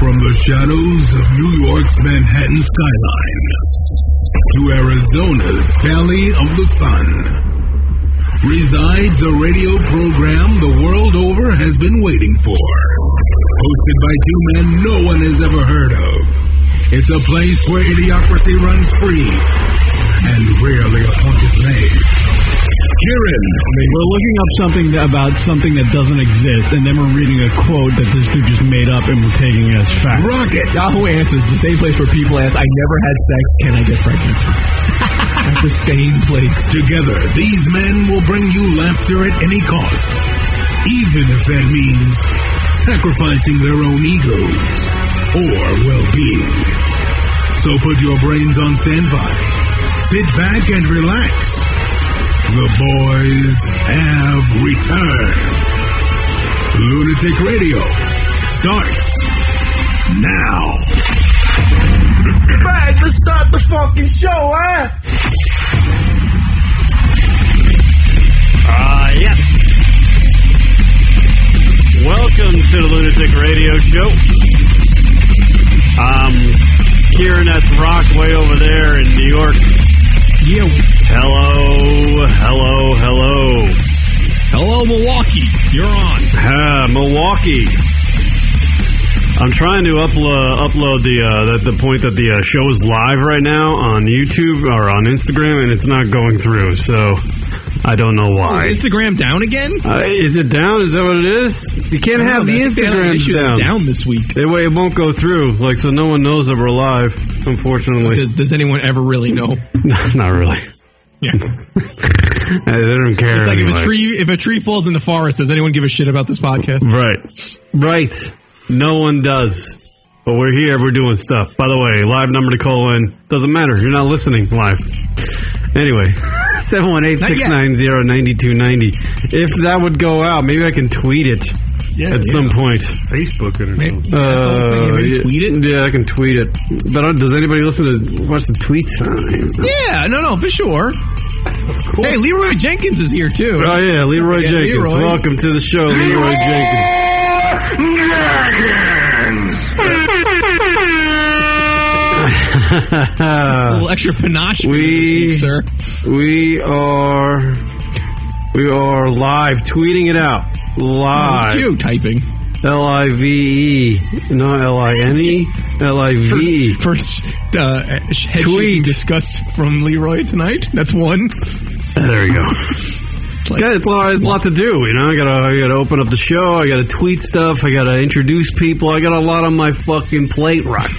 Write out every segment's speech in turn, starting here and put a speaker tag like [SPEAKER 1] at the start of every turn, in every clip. [SPEAKER 1] From the shadows of New York's Manhattan skyline to Arizona's Valley of the Sun resides a radio program the world over has been waiting for. Hosted by two men no one has ever heard of. It's a place where idiocracy runs free and rarely a point is made. Kieran,
[SPEAKER 2] We're looking up something that- about something that doesn't exist, and then we're reading a quote that this dude just made up, and we're taking it as fact.
[SPEAKER 1] Rocket,
[SPEAKER 3] Yahoo Answers, the same place where people ask, I never had sex, can I get pregnant? That's the same place.
[SPEAKER 1] Together, these men will bring you laughter at any cost, even if that means sacrificing their own egos or well being. So put your brains on standby, sit back, and relax. The boys have returned. Lunatic Radio starts now.
[SPEAKER 4] Bang, let's start the fucking show, huh?
[SPEAKER 5] Ah, yes. Welcome to the Lunatic Radio Show. Um, Kieran, that's Rock way over there in New York.
[SPEAKER 3] Yeah.
[SPEAKER 5] Hello, hello, hello.
[SPEAKER 3] Hello, Milwaukee. You're on.
[SPEAKER 5] Ah, Milwaukee. I'm trying to upload upload the uh, the, the point that the uh, show is live right now on YouTube or on Instagram, and it's not going through. So I don't know why.
[SPEAKER 3] Instagram down again?
[SPEAKER 5] Uh, is it down? Is that what it is? You can't
[SPEAKER 2] Oh,
[SPEAKER 5] have the
[SPEAKER 3] That's been an
[SPEAKER 5] Instagram
[SPEAKER 3] issue
[SPEAKER 5] down.
[SPEAKER 3] down this week.
[SPEAKER 5] That way it won't go through. Like so, no one knows that we're live. Unfortunately,
[SPEAKER 3] Does, does anyone ever really know?
[SPEAKER 5] not really.
[SPEAKER 3] Yeah. It's
[SPEAKER 5] They don't care.
[SPEAKER 3] like if a
[SPEAKER 5] anyway.
[SPEAKER 3] tree if a tree falls in the forest, does anyone give a shit about this
[SPEAKER 5] Hmm.
[SPEAKER 3] podcast?
[SPEAKER 5] Right, right. No one does. But we're here. We're doing stuff. By the way, live number to call in doesn't matter. You're not listening live. Anyway, 718-690-9290. If that would go out, maybe I can tweet it
[SPEAKER 3] Yeah.
[SPEAKER 5] at some point.
[SPEAKER 6] Facebook it or
[SPEAKER 3] Maybe,
[SPEAKER 6] something.
[SPEAKER 5] Uh,
[SPEAKER 3] maybe
[SPEAKER 5] yeah,
[SPEAKER 3] tweet it.
[SPEAKER 5] Yeah, I can tweet it. But uh, does anybody listen to watch the tweets? Uh,
[SPEAKER 3] Yeah, no, no, for sure. Hey, Leroy Jenkins is here too.
[SPEAKER 5] Oh yeah, Leroy
[SPEAKER 3] Yeah,
[SPEAKER 5] Jenkins.
[SPEAKER 3] Leroy.
[SPEAKER 5] Welcome to the show, Leroy Jenkins.
[SPEAKER 3] a little extra panache, for you
[SPEAKER 5] we-
[SPEAKER 3] this week, sir.
[SPEAKER 5] We are we are live tweeting it out.
[SPEAKER 3] It's
[SPEAKER 5] Live.
[SPEAKER 3] you typing
[SPEAKER 5] L I V E. Not L I N E. L I V E.
[SPEAKER 3] first uh, head
[SPEAKER 5] Tweet.
[SPEAKER 3] discussed from Leroy tonight. That's one.
[SPEAKER 5] There you go.
[SPEAKER 3] like-
[SPEAKER 5] yeah, it's a lot, it's a lot to do, you know. I gotta, I gotta open up the show. I gotta tweet stuff. I gotta introduce people. I got a lot on my fucking plate, Rock.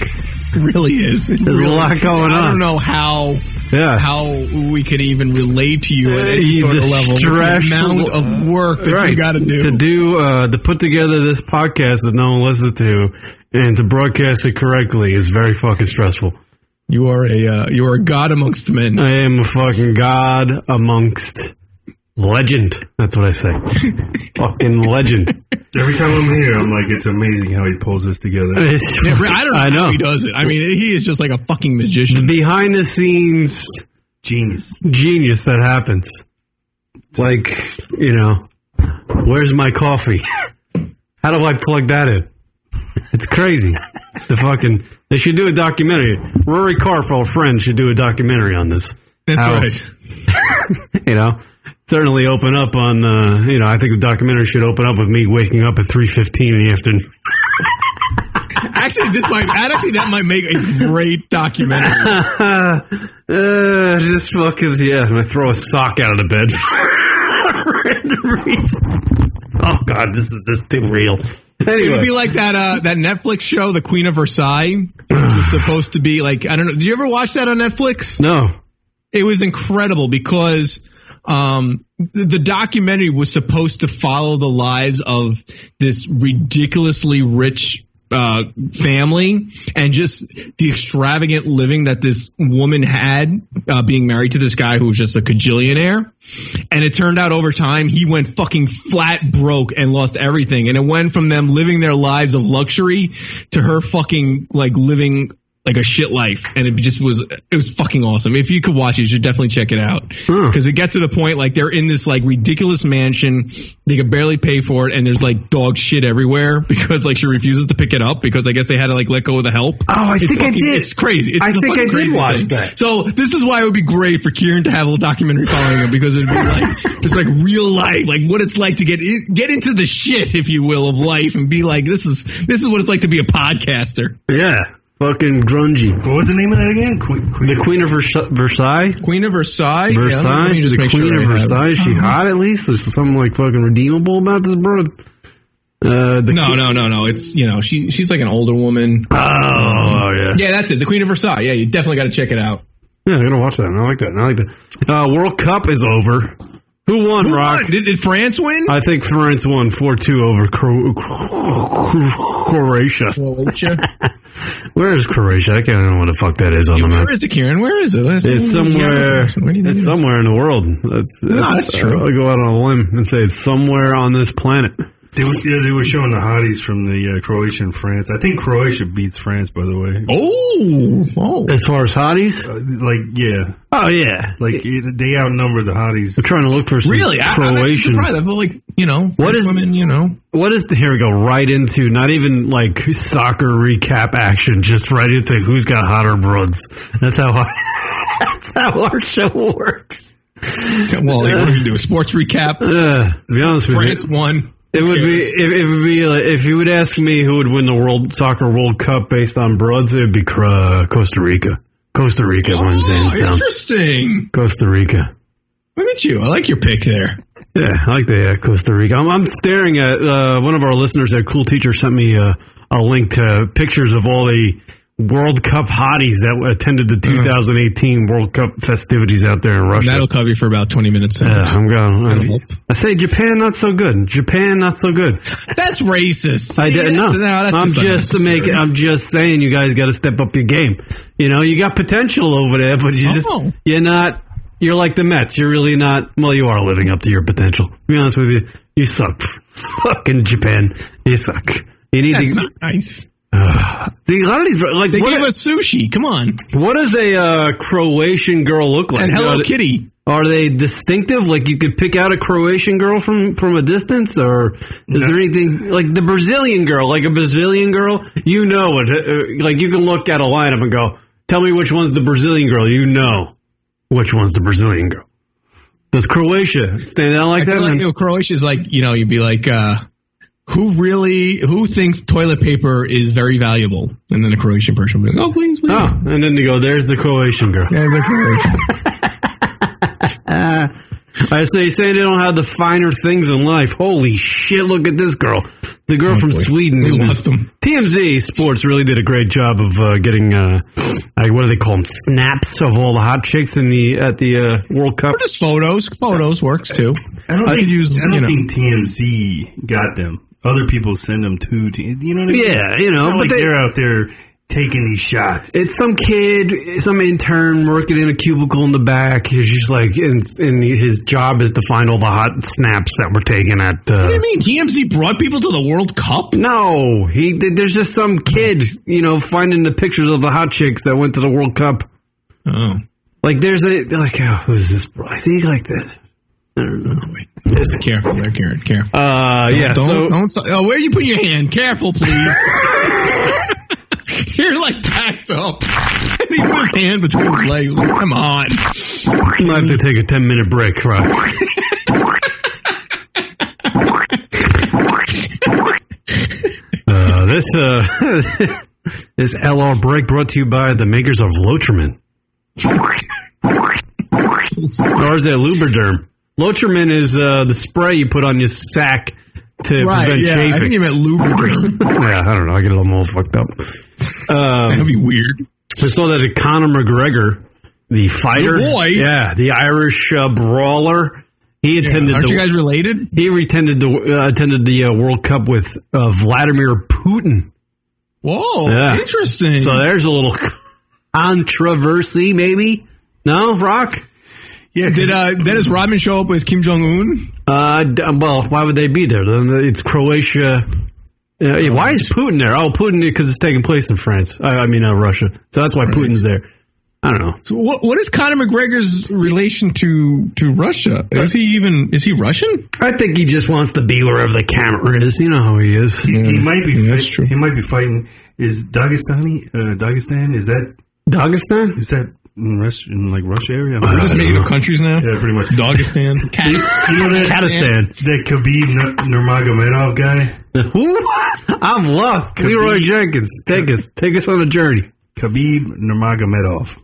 [SPEAKER 3] Really is. There's
[SPEAKER 5] a lot going
[SPEAKER 3] I
[SPEAKER 5] on.
[SPEAKER 3] don't know how
[SPEAKER 5] Yeah,
[SPEAKER 3] how we can even relate to you at any
[SPEAKER 5] Uh,
[SPEAKER 3] sort
[SPEAKER 5] the
[SPEAKER 3] of level.
[SPEAKER 5] stress-
[SPEAKER 3] the amount of work that
[SPEAKER 5] right.
[SPEAKER 3] you got to
[SPEAKER 5] to
[SPEAKER 3] do.
[SPEAKER 5] do uh, to put together this podcast that no one listens to and to broadcast it correctly is very fucking stressful.
[SPEAKER 3] You are a uh, you are a god amongst men.
[SPEAKER 5] I am a fucking god amongst legend. That's what I say. fucking legend.
[SPEAKER 6] Every time I'm here, I'm like, it's amazing how he pulls this together.
[SPEAKER 5] It's-
[SPEAKER 3] I don't know,
[SPEAKER 5] I
[SPEAKER 3] how
[SPEAKER 5] know.
[SPEAKER 3] he does it. I mean, he is just like a fucking magician.
[SPEAKER 5] Behind the scenes
[SPEAKER 6] Genius.
[SPEAKER 5] genius that happens. Like, you know, where's my coffee? How do I plug that in? It's crazy. The fucking they should do a documentary. Rory Carfeld, friend, should do a documentary on this.
[SPEAKER 3] That's
[SPEAKER 5] How-
[SPEAKER 3] right.
[SPEAKER 5] You know, certainly open up on. Uh, you know, I think the documentary should open up with me waking up at three fifteen in the afternoon.
[SPEAKER 3] Actually, this might actually that might make a great documentary.
[SPEAKER 5] Uh, just fucking yeah. And I throw a sock out of the bed. Random reason. Oh god, this is just too real. Anyway,
[SPEAKER 3] It'd be like that uh, that Netflix show, The Queen of Versailles, which was supposed to be like I don't know. Did you ever watch that on Netflix?
[SPEAKER 5] No.
[SPEAKER 3] It was incredible because um, the, the documentary was supposed to follow the lives of this ridiculously rich. Uh, family and just the extravagant living that this woman had, uh, being married to this guy who was just a cajillionaire. And it turned out over time he went fucking flat broke and lost everything. And it went from them living their lives of luxury to her fucking like living like a shit life, and it just was it was fucking awesome. If you could watch it, you should definitely check it out
[SPEAKER 5] Huh.
[SPEAKER 3] because it gets to the point like they're in this like ridiculous mansion, they could barely pay for it, and there's like dog shit everywhere because like she refuses to pick it up because I guess they had to like let go of the help.
[SPEAKER 5] Oh, I
[SPEAKER 3] It's
[SPEAKER 5] think I
[SPEAKER 3] fucking-
[SPEAKER 5] did.
[SPEAKER 3] It's crazy. It's
[SPEAKER 5] I
[SPEAKER 3] a
[SPEAKER 5] think
[SPEAKER 3] fucking
[SPEAKER 5] I did
[SPEAKER 3] crazy
[SPEAKER 5] watch that.
[SPEAKER 3] So this is why it would be great for Kieran to have a little documentary following him because it'd be like just like real life, like what it's like to get in- get into the shit, if you will, of life, and be like this is this is what it's like to be a podcaster.
[SPEAKER 5] Yeah, fucking grungy.
[SPEAKER 6] What was the name of that again? Queen, Queen.
[SPEAKER 5] The Queen of Versa- Versailles.
[SPEAKER 3] Queen of Versailles. Yeah, let me-
[SPEAKER 5] Versailles,
[SPEAKER 3] let me just
[SPEAKER 5] the
[SPEAKER 3] make
[SPEAKER 5] Queen
[SPEAKER 3] sure I
[SPEAKER 5] of
[SPEAKER 3] have it. Uh-huh.
[SPEAKER 5] Versailles. Is she hot at least? There's something like fucking redeemable about this broad. Uh, the
[SPEAKER 3] No, no, no, no. It's you know she she's like an older woman.
[SPEAKER 5] Oh yeah. yeah,
[SPEAKER 3] Yeah, that's it. The Queen of Versailles. Yeah, you definitely got to check it out.
[SPEAKER 5] I'm gonna watch that. I like that. I like that. Uh, World Cup is over. Who won, Rock?
[SPEAKER 3] Did, did France win?
[SPEAKER 5] Uh, I think France won four two over Cro- Cro- Croatia.
[SPEAKER 3] Croatia.
[SPEAKER 5] Where is Croatia? I can't know what the fuck that is on the map.
[SPEAKER 3] Where is it, Kieran? Where is it? Let's-
[SPEAKER 5] It's somewhere.
[SPEAKER 3] Where do you think
[SPEAKER 5] It's
[SPEAKER 3] it is?
[SPEAKER 5] somewhere in the world. That's,
[SPEAKER 3] that's true.
[SPEAKER 5] I'll go out on a limb and say it's somewhere on this planet.
[SPEAKER 6] They were, yeah, they were showing the hotties from the uh, Croatian France. I think Croatia beats France, by the way.
[SPEAKER 3] Oh, oh.
[SPEAKER 5] As far as hotties,
[SPEAKER 6] Uh, like, yeah,
[SPEAKER 5] oh yeah,
[SPEAKER 6] like it, they outnumber the hotties.
[SPEAKER 5] I'm trying to look for some
[SPEAKER 3] Really, I, I'm actually
[SPEAKER 5] Croatian.
[SPEAKER 3] surprised. I feel like you know,
[SPEAKER 5] What is-
[SPEAKER 3] women, you know,
[SPEAKER 5] what is the, here we go right into not even like soccer recap action, just right into who's got hotter broads. That's how our, that's how our show works.
[SPEAKER 3] well, like, what do we do? A sports recap.
[SPEAKER 5] Uh, to be honest with you,
[SPEAKER 3] France won.
[SPEAKER 5] It would be it, it would be like, if you would ask me who would win the World Soccer World Cup based on broads, it would be Cro- Costa Rica. Costa Rica wins hands
[SPEAKER 3] Oh,
[SPEAKER 5] down.
[SPEAKER 3] interesting.
[SPEAKER 5] Costa Rica.
[SPEAKER 3] Look at you. I like your pick there.
[SPEAKER 5] Yeah, I like the uh, Costa Rica. I'm, I'm staring at uh, one of our listeners. A cool teacher sent me uh, a link to pictures of all the World Cup hotties that attended the 2018 World Cup festivities out there in Russia.
[SPEAKER 3] Uh-huh. That'll cover you for about twenty minutes.
[SPEAKER 5] yeah, I'm going.
[SPEAKER 3] help.
[SPEAKER 5] I, I say Japan not so good. Japan not so good.
[SPEAKER 3] That's racist.
[SPEAKER 5] I didn't know.
[SPEAKER 3] That's- no, that's
[SPEAKER 5] I'm just to make.
[SPEAKER 3] unnecessary.
[SPEAKER 5] I'm just saying, you guys got to step up your game. You know, you got potential over there, but you just
[SPEAKER 3] Oh.
[SPEAKER 5] you're not. You're like the Mets. You're really not. Well, you are living up to your potential. To be honest with you, you suck. Fucking Japan, you suck. You need
[SPEAKER 3] That's
[SPEAKER 5] to.
[SPEAKER 3] not nice.
[SPEAKER 5] See, a lot of these, like,
[SPEAKER 3] They
[SPEAKER 5] what,
[SPEAKER 3] gave us sushi. Come on.
[SPEAKER 5] what does a uh, Croatian girl look like?
[SPEAKER 3] And Hello
[SPEAKER 5] Are they-
[SPEAKER 3] Kitty.
[SPEAKER 5] Are they distinctive? Like you could pick out a Croatian girl from from a distance, or is there anything like the Brazilian girl? Like a Brazilian girl, you know it. Uh, Like you can look at a lineup and go, "Tell me which one's the Brazilian girl." You know which one's the Brazilian girl. Does Croatia stand out like
[SPEAKER 3] I
[SPEAKER 5] that?
[SPEAKER 3] feel like
[SPEAKER 5] man?
[SPEAKER 3] you know, Croatia's like you know, you'd be like, uh, who really, who thinks toilet paper is very valuable? And then the Croatian person would be like, oh, please, please.
[SPEAKER 5] oh, and then you go, "There's the Croatian girl."
[SPEAKER 3] Yeah, they're Croatian.
[SPEAKER 5] I say, saying they don't have the finer things in life. Holy shit! Look at this girl, the girl from Sweden.
[SPEAKER 3] Oh, We
[SPEAKER 5] who was-
[SPEAKER 3] lost them.
[SPEAKER 5] TMZ Sports really did a great job of uh, getting, uh, like, what do they call them, snaps of all the hot chicks in the at the uh, World Cup.
[SPEAKER 3] Or just photos. Photos works too.
[SPEAKER 6] I don't
[SPEAKER 3] I
[SPEAKER 6] think,
[SPEAKER 3] could use,
[SPEAKER 6] I don't
[SPEAKER 3] you know.
[SPEAKER 6] think TMZ got them. Other people send them to. T- you know what I mean?
[SPEAKER 5] Yeah, you know,
[SPEAKER 6] Not
[SPEAKER 5] but
[SPEAKER 6] like
[SPEAKER 5] they-
[SPEAKER 6] they, are out there taking these shots.
[SPEAKER 5] It's some kid, some intern working in a cubicle in the back. He's just like, and, and his job is to find all the hot snaps that were taken at. Uh,
[SPEAKER 3] What do you mean TMZ brought people to the World Cup?
[SPEAKER 5] No, he. th- There's just some kid, you know, finding the pictures of the hot chicks that went to the World Cup.
[SPEAKER 3] Oh,
[SPEAKER 5] Like, there's a they're like, oh, who's this? Bro? I think like this. I don't know.
[SPEAKER 3] just careful there, Karen. Careful.
[SPEAKER 5] Uh, yeah.
[SPEAKER 3] don't
[SPEAKER 5] so,
[SPEAKER 3] don't. so- Oh, where you put your hand? Careful, please. You're like backed up. And he put his hand between his legs. Like, Come on.
[SPEAKER 5] I have to take a 10 minute break, Rock. uh, this, uh, this LR break brought to you by the makers of Lotrimin. or is it Lubriderm? Lotrimin is uh, the spray you put on your sack to prevent
[SPEAKER 3] yeah. I think
[SPEAKER 5] chafing.
[SPEAKER 3] you meant lubricant.
[SPEAKER 5] yeah, I don't know. I get a little more fucked up. Um,
[SPEAKER 3] That'd be weird.
[SPEAKER 5] I saw that at Conor McGregor, the fighter,
[SPEAKER 3] Your boy.
[SPEAKER 5] yeah, the Irish uh, brawler. He attended
[SPEAKER 3] Aren't
[SPEAKER 5] the
[SPEAKER 3] you guys related?
[SPEAKER 5] he attended the uh, attended the uh, World Cup with uh, Vladimir Putin.
[SPEAKER 3] Whoa,
[SPEAKER 5] Yeah.
[SPEAKER 3] interesting.
[SPEAKER 5] So there's a little controversy, maybe. No, Rock.
[SPEAKER 6] yeah, 'cause
[SPEAKER 3] did uh, Dennis Rodman show up with Kim Jong Un?
[SPEAKER 5] Uh, d- well, why would they be there? Then It's Croatia. Uh, yeah, why is Putin there? Oh, Putin because it's taking place in France. I, I mean, uh, Russia. So that's why Putin's there. I don't know.
[SPEAKER 3] So what, what is Conor McGregor's relation to to Russia? Is he even is he Russian?
[SPEAKER 5] I think he just wants to be wherever the camera is. You know how he is.
[SPEAKER 6] He, he might be.
[SPEAKER 3] Yeah,
[SPEAKER 6] fi-
[SPEAKER 3] that's true.
[SPEAKER 6] He might be fighting. Is Dagestani? Uh, Dagestan? Is that
[SPEAKER 5] Dagestan?
[SPEAKER 6] is that in, Rus- in like Russia area?
[SPEAKER 3] We're just
[SPEAKER 6] Yeah,
[SPEAKER 3] making up countries now.
[SPEAKER 6] pretty much.
[SPEAKER 3] Dagestan,
[SPEAKER 6] You know that,
[SPEAKER 5] Kazakhstan.
[SPEAKER 6] that Khabib Nur- Nurmagomedov guy?
[SPEAKER 5] Who? I'm lost. Leroy Jenkins, take us, take us on a journey.
[SPEAKER 6] Khabib Nurmagomedov.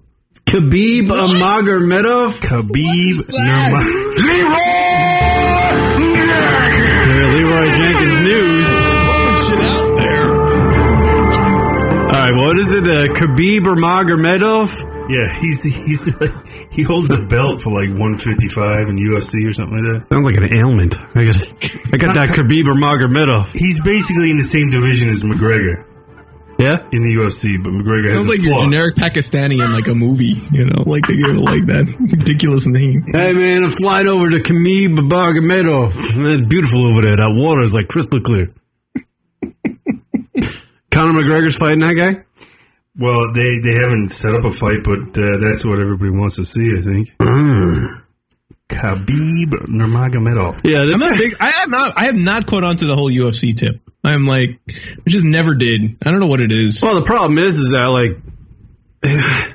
[SPEAKER 5] Khabib Amagomedov.
[SPEAKER 6] Khabib Nurmagomedov.
[SPEAKER 5] There, Leroy Jenkins news.
[SPEAKER 3] shit out there.
[SPEAKER 5] All right, what is it? Uh, Khabib Amagomedov.
[SPEAKER 6] Yeah, he's he's like, he holds the belt for like 155 in UFC or something like that.
[SPEAKER 5] Sounds like an ailment. I guess I got that Khabib Amagomedov.
[SPEAKER 6] He's basically in the same division as McGregor
[SPEAKER 5] Yeah.
[SPEAKER 6] in the UFC, but McGregor
[SPEAKER 3] Sounds
[SPEAKER 6] has
[SPEAKER 3] like
[SPEAKER 6] a
[SPEAKER 3] you're
[SPEAKER 6] flaw.
[SPEAKER 3] generic Pakistani in like a movie. You know, like they give it like that ridiculous name.
[SPEAKER 5] Hey man, I'm flying over to Khabib Amagomedov. Man, It's beautiful over there. That water is like crystal clear. Conor McGregor's fighting that guy.
[SPEAKER 6] Well, they, they haven't set up a fight, but uh, that's what everybody wants to see, I think. Khabib Nurmagomedov.
[SPEAKER 5] Yeah, this
[SPEAKER 3] I'm not
[SPEAKER 5] guy-
[SPEAKER 3] big. I am not. I have not caught on to the whole UFC tip. I'm like, I just never did. I don't know what it is.
[SPEAKER 5] Well, the problem is, is that like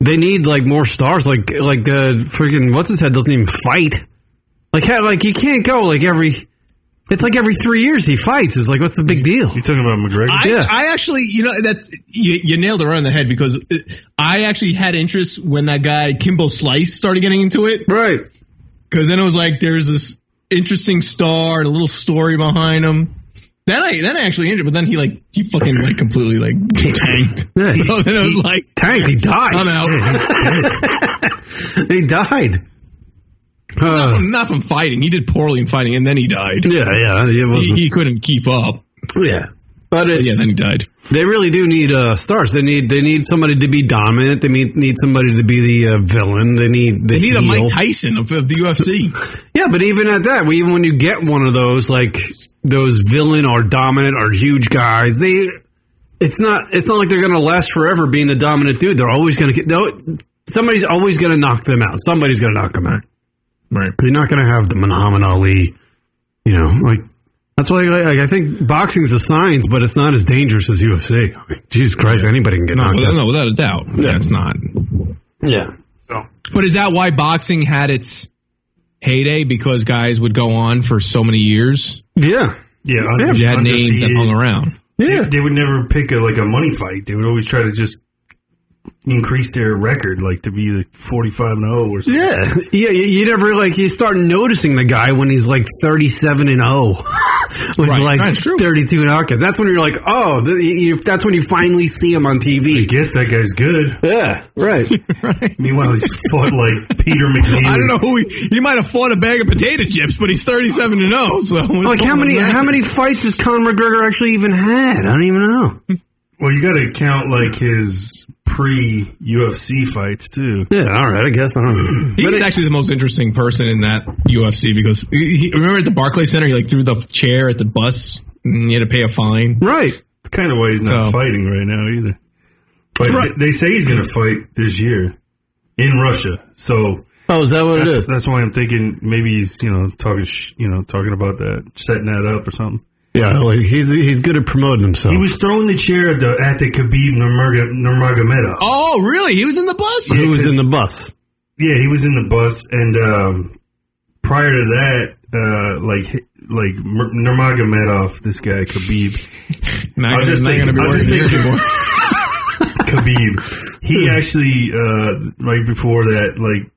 [SPEAKER 5] they need like more stars. Like like uh, freaking what's his head doesn't even fight. Like how like you can't go like every. It's like every three years he fights. It's like what's the big deal?
[SPEAKER 6] You talking about McGregor?
[SPEAKER 3] I,
[SPEAKER 5] yeah.
[SPEAKER 3] I actually, you know, that you, you nailed it right on the head because uh, I actually had interest when that guy Kimbo Slice started getting into it
[SPEAKER 5] Right.
[SPEAKER 3] because then it was like there's this interesting star and a little story behind him. Then I then I actually ended, but then he like he fucking like completely like tanked.
[SPEAKER 5] Yeah, he-
[SPEAKER 3] so then I was like,
[SPEAKER 5] Tanked. He died.
[SPEAKER 3] I'm out.
[SPEAKER 5] He died. Uh,
[SPEAKER 3] Not from fighting. He did poorly in fighting, and then he died.
[SPEAKER 5] yeah, yeah, it
[SPEAKER 3] He,
[SPEAKER 5] wasn't.
[SPEAKER 3] he couldn't keep up.
[SPEAKER 5] yeah, but it's,
[SPEAKER 3] Yeah, then he died.
[SPEAKER 5] They really do need uh, stars. They need they need somebody to be dominant. They need, need somebody to be the uh, villain. They need the
[SPEAKER 3] They need a
[SPEAKER 5] heel.
[SPEAKER 3] Mike Tyson of, of the UFC.
[SPEAKER 5] Yeah, but even at that, we- even when you get one of those like those villain or dominant or huge guys, they it's not it's not like they're going to last forever being the dominant dude. They're always going to get no, somebody's always going to knock them out. Somebody's going to knock them out.
[SPEAKER 3] right.
[SPEAKER 5] You're not going to have the Muhammad Ali, you know, like that's why like, I think boxing's a science, but it's not as dangerous as UFC. I mean, Jesus Christ, anybody can get knocked
[SPEAKER 3] Well,
[SPEAKER 5] out.
[SPEAKER 3] no, without a doubt. Yeah, it's not.
[SPEAKER 5] Yeah.
[SPEAKER 3] But is that why boxing had its heyday? Because guys would go on for so many years.
[SPEAKER 5] Yeah.
[SPEAKER 6] yeah,
[SPEAKER 3] Because you had names that
[SPEAKER 6] undefeated.
[SPEAKER 3] hung around.
[SPEAKER 5] Yeah.
[SPEAKER 6] They would never pick a, like a money fight. They would always try to just increase their record, like to be like 45 and 0 or something.
[SPEAKER 5] Yeah, yeah. You, you never like you start noticing the guy when he's like thirty-seven and zero, with
[SPEAKER 3] Right,
[SPEAKER 5] like
[SPEAKER 3] that's true.
[SPEAKER 5] thirty-two knockouts. That's when you're like, oh, th- you, that's when you finally see him on
[SPEAKER 6] I
[SPEAKER 5] TV.
[SPEAKER 6] guess that guy's good.
[SPEAKER 5] Yeah, right.
[SPEAKER 6] Meanwhile, he's fought like Peter McNeely.
[SPEAKER 3] I don't know who he, he might have fought a bag of potato chips, but he's 37 to 0. So
[SPEAKER 5] like how many how many fights does Conor McGregor actually even had? I don't even know.
[SPEAKER 6] Well, you got to count like his pre UFC fights too.
[SPEAKER 5] Yeah, all right. I guess I don't. know.
[SPEAKER 3] He was actually the most interesting person in that UFC because he, he- remember at the Barclay Center, he like threw the chair at the bus and he had to pay a fine.
[SPEAKER 5] Right.
[SPEAKER 6] It's kind of why he's not
[SPEAKER 3] So-
[SPEAKER 6] fighting right now either. But
[SPEAKER 5] Right.
[SPEAKER 6] they say he's going to fight this year in Russia. So
[SPEAKER 5] Oh, is that what it
[SPEAKER 6] that's,
[SPEAKER 5] is?
[SPEAKER 6] that's why I'm thinking maybe he's you know talking sh- you know talking about that setting that up or something.
[SPEAKER 5] Yeah, like he's he's good at promoting himself.
[SPEAKER 6] He was throwing the chair at the at the Khabib Nurmag- Nurmagomedov.
[SPEAKER 3] Oh, really? He was in the bus?
[SPEAKER 5] he was in the bus.
[SPEAKER 6] Yeah, he was in the bus, and um, prior to that, uh, like like Mur- Nurmagomedov, this guy Khabib,
[SPEAKER 3] Not
[SPEAKER 6] I'll
[SPEAKER 3] gonna-
[SPEAKER 6] just
[SPEAKER 3] not
[SPEAKER 6] say-
[SPEAKER 3] gonna be
[SPEAKER 6] I'll just
[SPEAKER 3] working
[SPEAKER 6] say-
[SPEAKER 3] here anymore. Hmm.
[SPEAKER 6] Khabib, he actually uh, right before that like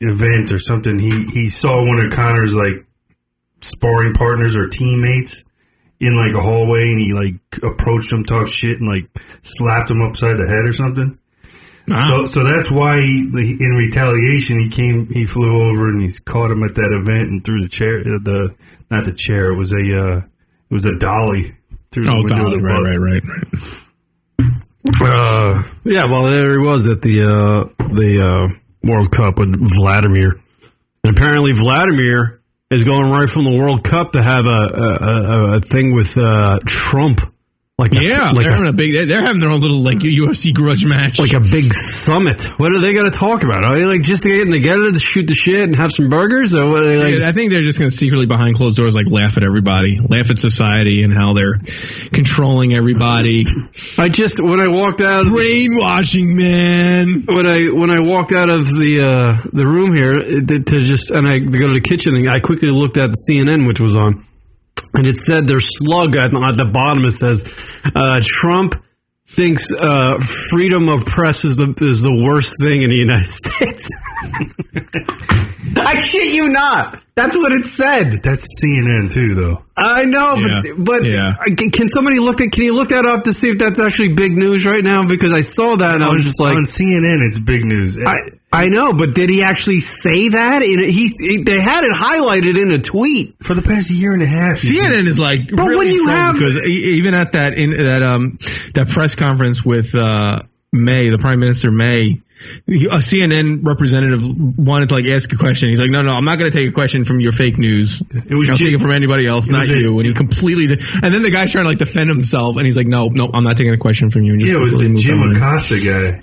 [SPEAKER 6] event or something, he he saw one of Connor's like sparring partners or teammates in like a hallway, and he like approached him, talked shit, and like slapped him upside the head or something.
[SPEAKER 3] Ah.
[SPEAKER 6] So, so that's why, he, in retaliation, he came, he flew over, and he's caught him at that event and threw the chair, uh, the not the chair, it was a, uh, it was a dolly through the
[SPEAKER 3] Oh,
[SPEAKER 6] window of
[SPEAKER 3] Dolly,
[SPEAKER 6] the
[SPEAKER 3] right,
[SPEAKER 6] bus.
[SPEAKER 3] right, right, right.
[SPEAKER 5] Uh, yeah, well, there he was at the uh, the uh, World Cup with Vladimir. And apparently, Vladimir is going right from the World Cup to have a a, a, a thing with uh, Trump, like a,
[SPEAKER 3] Yeah,
[SPEAKER 5] like
[SPEAKER 3] they're having
[SPEAKER 5] a,
[SPEAKER 3] a big. They're, they're having their own little like UFC grudge match.
[SPEAKER 5] like a big summit. What are they going to talk about? Are they like just getting together to shoot the shit and have some burgers, or what are they like?
[SPEAKER 3] I think they're just going to secretly behind closed doors like laugh at everybody, laugh at society and how they're controlling everybody,
[SPEAKER 5] I just when I walked out
[SPEAKER 3] brainwashing man.
[SPEAKER 5] when I when I walked out of the uh, the room here it, did- to just and I to go to the kitchen, and I quickly looked at the CNN which was on, and it said their slug at, at the bottom. It says uh, Trump thinks uh, freedom of press is the is the worst thing in the United States. I shit you not. That's what it said.
[SPEAKER 6] That's CNN too, though.
[SPEAKER 5] I know,
[SPEAKER 3] Yeah.
[SPEAKER 5] but but
[SPEAKER 3] Yeah.
[SPEAKER 5] I- can somebody look that? Can you look that up to see if that's actually big news right now? Because I saw that and I was just like,
[SPEAKER 6] on CNN, it's big news.
[SPEAKER 5] I, I know, but did he actually say that? In he, he they had it highlighted in a tweet.
[SPEAKER 6] for the past year and a half,
[SPEAKER 3] CNN is like,
[SPEAKER 5] But
[SPEAKER 3] really
[SPEAKER 5] when you
[SPEAKER 3] in trouble
[SPEAKER 5] have-
[SPEAKER 3] because e- even at that in that um that press conference with uh, May, the Prime Minister May, he- a CNN representative wanted to like ask a question. He's like, no, no, I'm not going to take a question from your fake news. It
[SPEAKER 6] was
[SPEAKER 3] I'll
[SPEAKER 6] Jim-
[SPEAKER 3] take it from anybody else, not
[SPEAKER 6] was a-
[SPEAKER 3] you. And he completely. and then the guy's trying to like defend himself, and he's like, no, no, I'm not taking a question from you. And just
[SPEAKER 6] Yeah, it was the
[SPEAKER 3] completely moved
[SPEAKER 6] Jim
[SPEAKER 3] on.
[SPEAKER 6] Acosta guy.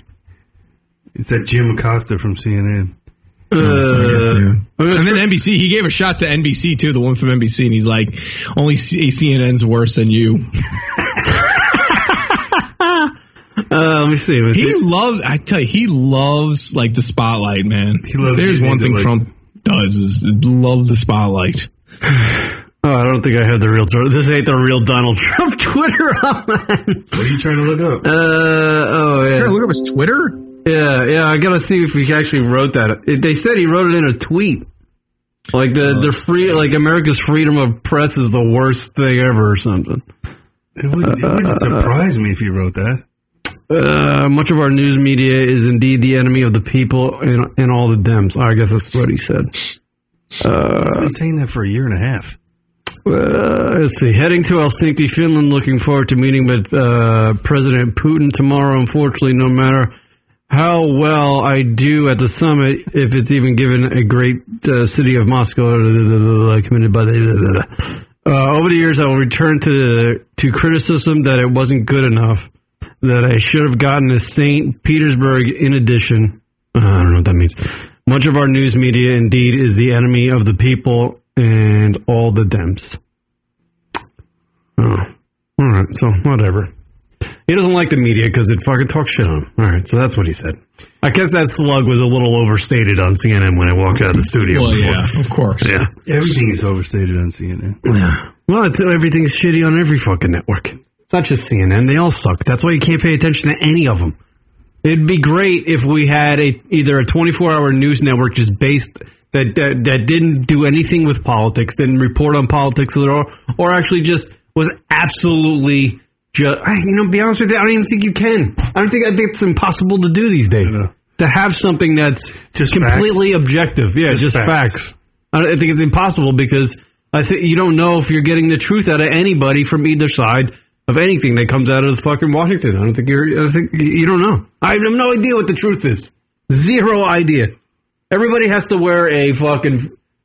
[SPEAKER 6] It's that Jim Acosta from CNN.
[SPEAKER 3] Uh, and then NBC, he gave a shot to NBC too, the one from NBC, and he's like, "Only C- CNN's worse than you."
[SPEAKER 5] Uh, let me see. let me
[SPEAKER 3] He
[SPEAKER 5] see.
[SPEAKER 3] loves. I tell you, he loves like the spotlight, man. He
[SPEAKER 6] loves
[SPEAKER 3] There's
[SPEAKER 6] getting
[SPEAKER 3] one
[SPEAKER 6] into,
[SPEAKER 3] thing
[SPEAKER 6] like-
[SPEAKER 3] Trump does is love the spotlight.
[SPEAKER 5] Oh, I don't think I have the real. This ain't the real Donald Trump Twitter. online.
[SPEAKER 6] What are you trying to look
[SPEAKER 5] uh,
[SPEAKER 6] up?
[SPEAKER 5] oh
[SPEAKER 3] Trying to
[SPEAKER 5] yeah,
[SPEAKER 3] look up his Twitter.
[SPEAKER 5] yeah, yeah. I gotta see if he actually wrote that. It, they said he wrote it in a tweet. Like the the free like America's freedom of press is the worst thing ever or something.
[SPEAKER 6] It wouldn't, it wouldn't surprise me if you wrote that.
[SPEAKER 5] Uh, much of our news media is indeed the enemy of the people and, and all the Dems. I guess that's what he said.
[SPEAKER 6] He's been saying that for a year and a half.
[SPEAKER 5] Uh, let's see. Heading to Helsinki, Finland. Looking forward to meeting with uh, President Putin tomorrow. Unfortunately, no matter how well I do at the summit, if it's even given a great uh, city of Moscow uh, committed by the. Uh, over the years, I will return to to criticism that it wasn't good enough, that I should have gotten a St. Petersburg in addition. Uh, I don't know what that means. Much of our news media, indeed, is the enemy of the people and all the Dems. Oh, all right. So whatever. He doesn't like the media because it fucking talks shit on him. All right, so that's what he said. I guess that slug was a little overstated on CNN when I walked out of the studio.
[SPEAKER 3] Well,
[SPEAKER 5] before.
[SPEAKER 3] Oh, yeah, of course.
[SPEAKER 5] yeah.
[SPEAKER 6] Everything is overstated on CNN.
[SPEAKER 5] Yeah. Well, it's, everything's shitty on every fucking network. It's not just CNN. They all suck. That's why you can't pay attention to any of them. It'd be great if we had a either a 24 hour news network just based that, that that didn't do anything with politics, didn't report on politics at all, or actually just was absolutely just. You know, be honest with you, I don't even think you can. I don't think I think it's impossible to do these days
[SPEAKER 6] I know.
[SPEAKER 5] to have something that's
[SPEAKER 6] Just
[SPEAKER 5] completely objective. Yeah, just,
[SPEAKER 6] Just
[SPEAKER 5] facts.
[SPEAKER 6] facts.
[SPEAKER 5] I don't- I think it's impossible because I think you don't know if you're getting the truth out of anybody from either side of anything that comes out of fucking Washington. I don't think you're. I think you don't know. I have no idea what the truth is. Zero idea. Everybody has to wear a fucking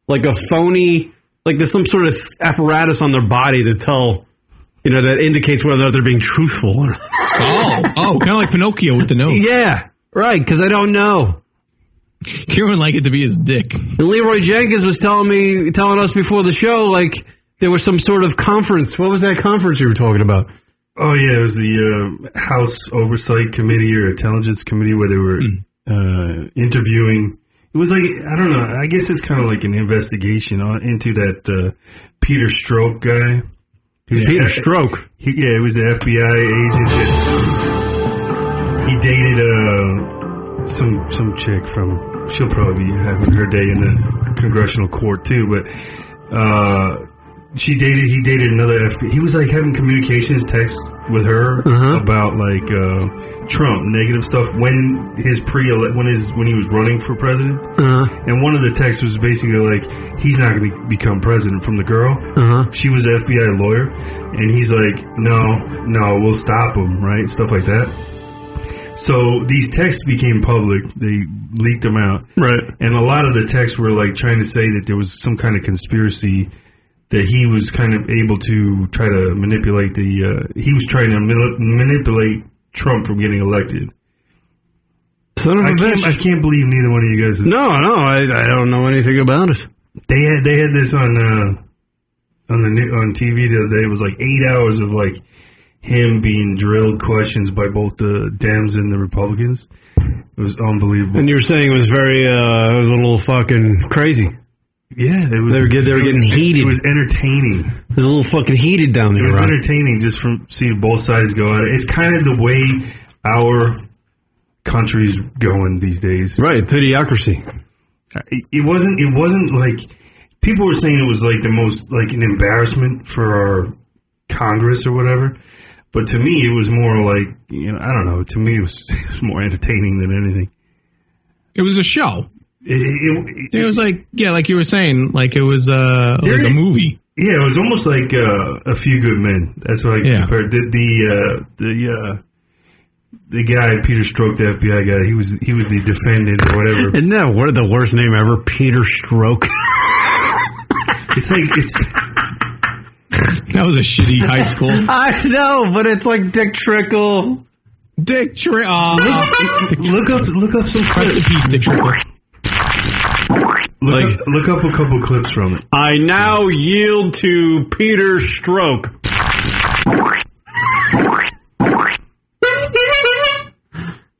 [SPEAKER 5] like a phony like there's some sort of apparatus on their body to tell you know that indicates whether they're being truthful or not.
[SPEAKER 3] Oh, oh, kind of like Pinocchio with the nose.
[SPEAKER 5] Yeah, right. Because I don't know.
[SPEAKER 3] Kieran like it to be his dick.
[SPEAKER 5] And Leroy Jenkins was telling me, telling us before the show, like there was some sort of conference. What was that conference you were talking about?
[SPEAKER 6] Oh yeah, it was the uh, House Oversight Committee or Intelligence Committee where they were uh, interviewing. It was like I don't know. I guess it's kind of like an investigation on, into that uh, Peter Stroke guy. He was-
[SPEAKER 5] Peter Stroke.
[SPEAKER 6] He, yeah, he was the FBI agent. That he dated uh, some some chick from. She'll probably be having her day in the congressional court too. But uh, she dated. He dated another FBI. He was like having communications text with her about like uh, Trump negative stuff when his pre when his when he was running for president. And one of the texts was basically like, he's not going to become president from the girl. She was an FBI lawyer. And he's like, no, no, we'll stop him, right? Stuff like that. So these texts became public. They leaked them out.
[SPEAKER 5] Right.
[SPEAKER 6] And a lot of the texts were like trying to say that there was some kind of conspiracy that he was kind of able to try to manipulate the. Uh, he was trying to mil- manipulate Trump from getting elected.
[SPEAKER 5] Son of a
[SPEAKER 6] I can't,
[SPEAKER 5] bitch.
[SPEAKER 6] I can't believe neither one of you guys.
[SPEAKER 5] no, no, I, I don't know anything about it.
[SPEAKER 6] They had they had this on uh, on the new- on TV the other day. It was like eight hours of like him being drilled questions by both the Dems and the Republicans. It was unbelievable.
[SPEAKER 5] And you were saying it was very, uh, it was a little fucking crazy. It
[SPEAKER 6] Yeah, it was,
[SPEAKER 5] They were get- they were
[SPEAKER 6] it
[SPEAKER 5] getting
[SPEAKER 6] was-
[SPEAKER 5] heated.
[SPEAKER 6] It was entertaining.
[SPEAKER 5] was a little fucking heated down
[SPEAKER 6] It
[SPEAKER 5] there,
[SPEAKER 6] was
[SPEAKER 5] Rock.
[SPEAKER 6] entertaining just from seeing both sides go at it. It's kind of the way our country's going these days. Uh,
[SPEAKER 5] Right, it's idiocracy.
[SPEAKER 6] It, it wasn't. It wasn't like people were saying it was like the most like an embarrassment for our Congress or whatever. But to me, it was more like you know I don't know. To me, it was, it was more entertaining than anything.
[SPEAKER 3] It was a show.
[SPEAKER 6] It- it-
[SPEAKER 3] It was like yeah, like you were saying, like it was uh, like
[SPEAKER 6] There-
[SPEAKER 3] a movie.
[SPEAKER 6] Yeah, it was almost like uh, a few good men. That's what I
[SPEAKER 3] Yeah.
[SPEAKER 6] compared the the uh, the uh, the guy Peter Stroke, the FBI guy. He was he was the defendant or whatever.
[SPEAKER 5] Isn't that what the worst name ever? Peter Stroke.
[SPEAKER 6] it's like it's
[SPEAKER 3] That was a shitty high school.
[SPEAKER 5] I know, but it's like Dick Trickle.
[SPEAKER 3] Dick Trickle.
[SPEAKER 6] look up look up some
[SPEAKER 3] Rest in
[SPEAKER 6] clips.
[SPEAKER 3] peace, Dick Trickle.
[SPEAKER 6] Look,
[SPEAKER 5] Like-
[SPEAKER 6] up, look up a couple clips from it.
[SPEAKER 5] I now yield to Peter Stroke.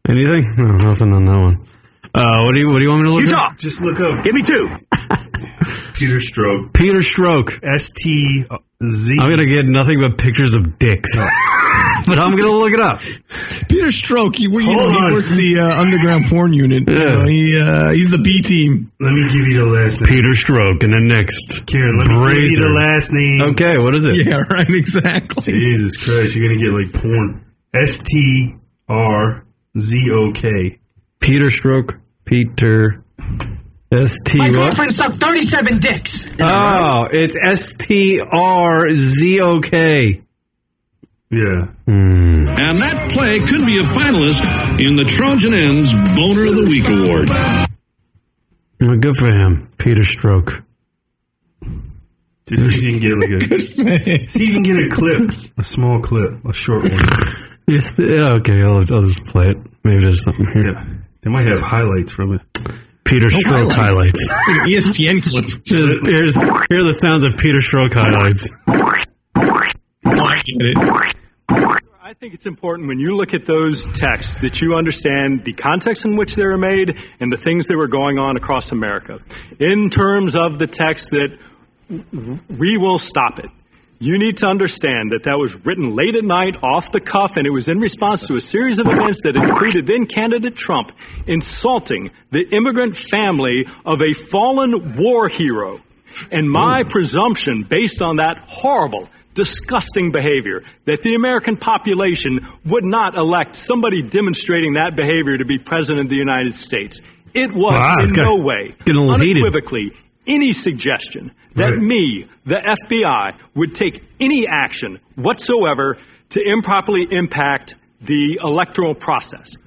[SPEAKER 5] Anything? No, nothing on that one. Uh, what do you What do you want me to look at?
[SPEAKER 6] Just look up
[SPEAKER 4] Give me two.
[SPEAKER 6] Peter Stroke.
[SPEAKER 5] Peter Stroke.
[SPEAKER 6] S T Z.
[SPEAKER 5] I'm gonna get nothing but pictures of dicks, but I'm gonna look it up.
[SPEAKER 3] Peter Stroke. He, you know,
[SPEAKER 6] Hold
[SPEAKER 3] he
[SPEAKER 6] on.
[SPEAKER 3] works the uh, underground porn unit. You know, he uh, he's the B team.
[SPEAKER 6] Let me give you the last name.
[SPEAKER 5] Peter Stroke, and then next,
[SPEAKER 6] Karen, let me give you
[SPEAKER 5] Brazier.
[SPEAKER 6] the last name.
[SPEAKER 5] Okay, what is it?
[SPEAKER 3] Yeah, right. Exactly.
[SPEAKER 6] Jesus Christ, you're gonna get like porn. S T R Z O K.
[SPEAKER 5] Peter Stroke. Peter. S T.
[SPEAKER 7] My
[SPEAKER 5] what?
[SPEAKER 7] girlfriend sucked 37 dicks.
[SPEAKER 5] Oh, it's S T R Z O K.
[SPEAKER 6] Yeah.
[SPEAKER 8] And that play could be a finalist in the Trojan Ends Boner of the Week Award.
[SPEAKER 5] Well, good for him, Peter Stroke.
[SPEAKER 6] Just see if you can get like a see if you can get a clip, a small clip, a short one.
[SPEAKER 5] Yes, yeah, okay, I'll, I'll just play it. Maybe there's something here.
[SPEAKER 6] Yeah, they might have highlights from it.
[SPEAKER 5] Peter Stroke highlights.
[SPEAKER 3] Like an ESPN clip.
[SPEAKER 5] Here's, here's- here are the sounds of Peter Stroke highlights.
[SPEAKER 9] I think it's important when you look at those texts that you understand the context in which they were made and the things that were going on across America. In terms of the text that w- we will stop it, you need to understand that that was written late at night off the cuff and it was in response to a series of events that included then candidate Trump insulting the immigrant family of a fallen war hero. And my presumption, based on that horrible, disgusting behavior, that the American population would not elect somebody demonstrating that behavior to be president of the United States. It was
[SPEAKER 5] Wow, it's
[SPEAKER 9] in
[SPEAKER 5] got-
[SPEAKER 9] no way,
[SPEAKER 5] it's getting a little heated.
[SPEAKER 9] unequivocally, any suggestion that
[SPEAKER 6] Right.
[SPEAKER 9] me, the FBI, would take any action whatsoever to improperly impact the electoral process.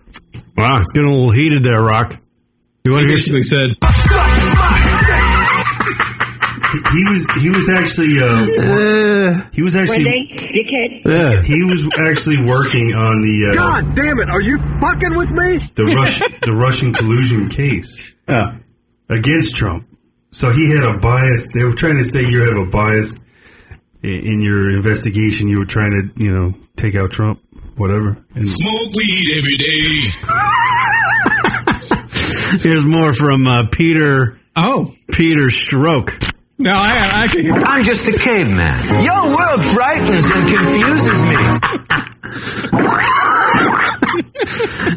[SPEAKER 5] Wow, it's getting a little heated there, Rock. You want to hear
[SPEAKER 3] Basically said,
[SPEAKER 6] He was he was actually uh, he was actually
[SPEAKER 7] dickhead?
[SPEAKER 5] Yeah.
[SPEAKER 6] he was actually working on the uh,
[SPEAKER 4] damn it, are you fucking with me?
[SPEAKER 6] the Rush the Russian collusion case
[SPEAKER 5] Yeah.
[SPEAKER 6] against Trump. So he had a bias. They were trying to say you have a bias i- in your investigation. You were trying to you know take out Trump, whatever. And
[SPEAKER 1] Smoke weed every day.
[SPEAKER 5] Here's more from uh, Peter
[SPEAKER 3] "Oh,
[SPEAKER 5] Peter Stroke.
[SPEAKER 3] no, I, I can."
[SPEAKER 10] I'm just a caveman. Your world frightens and confuses me.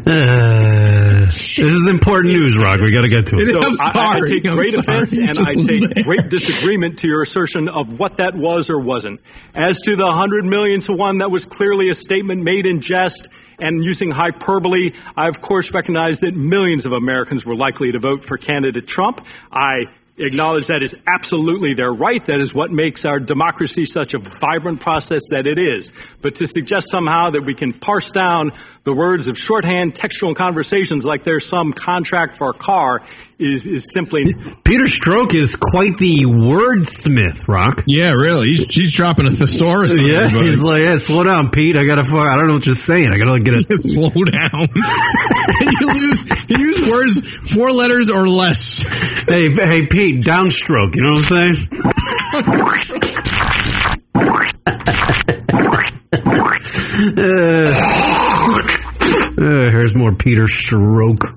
[SPEAKER 5] Uh, this is important news, Rock. We got to get to it.
[SPEAKER 3] It is-
[SPEAKER 9] So
[SPEAKER 3] I'm
[SPEAKER 9] I- I,
[SPEAKER 3] sorry.
[SPEAKER 9] take
[SPEAKER 3] I'm
[SPEAKER 9] great
[SPEAKER 3] sorry.
[SPEAKER 9] offense
[SPEAKER 3] It
[SPEAKER 9] and
[SPEAKER 3] just
[SPEAKER 9] I
[SPEAKER 3] was
[SPEAKER 9] take
[SPEAKER 3] there.
[SPEAKER 9] great disagreement to your assertion of what that was or wasn't. As to the 100 million to one, that was clearly a statement made in jest and using hyperbole. I, of course, recognize that millions of Americans were likely to vote for candidate Trump. I acknowledge that is absolutely their right. That is what makes our democracy such a vibrant process that it is. But to suggest somehow that we can parse down the words of shorthand textual conversations like there's some contract for a car is, is simply.
[SPEAKER 5] Peter Stroke is quite the wordsmith, Rock.
[SPEAKER 3] Yeah, really. He's, he's dropping a thesaurus. on
[SPEAKER 5] Yeah,
[SPEAKER 3] everybody.
[SPEAKER 5] he's like, yeah, slow down, Pete. I gotta, fu- I don't know what you're saying. I gotta get a
[SPEAKER 3] slow down. you use, you use words four letters or less.
[SPEAKER 5] Hey, hey, Pete, downstroke. You know what I'm saying? Uh, uh, here's more Peter Stroke.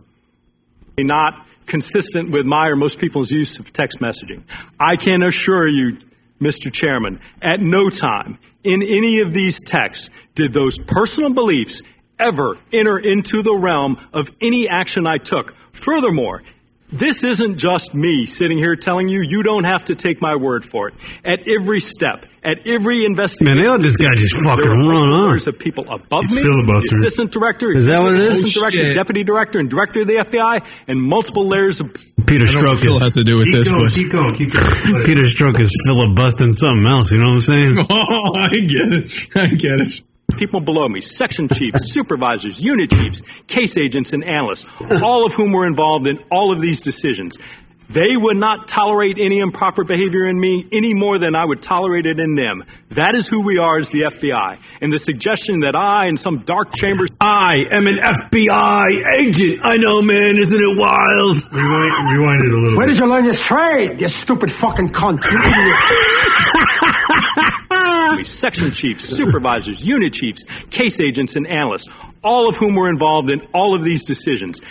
[SPEAKER 9] not consistent with my or most people's use of text messaging. I can assure you, Mr. Chairman, at no time in any of these texts did those personal beliefs ever enter into the realm of any action I took. Furthermore, this isn't just me sitting here telling you you don't have to take my word for it. At every step, at every investigation,
[SPEAKER 5] Man, they let this guy just
[SPEAKER 9] there
[SPEAKER 5] fucking
[SPEAKER 9] were
[SPEAKER 5] run on.
[SPEAKER 9] orders of people above
[SPEAKER 5] He's
[SPEAKER 9] me,
[SPEAKER 5] filibustering.
[SPEAKER 9] the assistant director,
[SPEAKER 5] Is that what it is?
[SPEAKER 9] assistant
[SPEAKER 5] Oh,
[SPEAKER 9] director,
[SPEAKER 5] shit.
[SPEAKER 9] deputy director, and director of the FBI, and multiple layers of
[SPEAKER 5] Peter Stroke is,
[SPEAKER 6] keep Going, keep going, keep going.
[SPEAKER 5] Peter Stroke is filibustering something else. You know what I'm saying?
[SPEAKER 3] Oh, I get it. I get it.
[SPEAKER 9] people below me, section chiefs, supervisors, unit chiefs, case agents, and analysts, all of whom were involved in all of these decisions. They would not tolerate any improper behavior in me any more than I would tolerate it in them. That is who we are as the FBI. And the suggestion that I, in some dark chambers,
[SPEAKER 5] I am an FBI agent. I know, man. Isn't it wild?
[SPEAKER 6] Rewind, rewind it a little
[SPEAKER 4] Where
[SPEAKER 6] bit.
[SPEAKER 4] did you learn your trade, you stupid fucking cunt? You idiot.
[SPEAKER 9] me, section chiefs, supervisors, unit chiefs, case agents, and analysts, all of whom were involved in all of these decisions.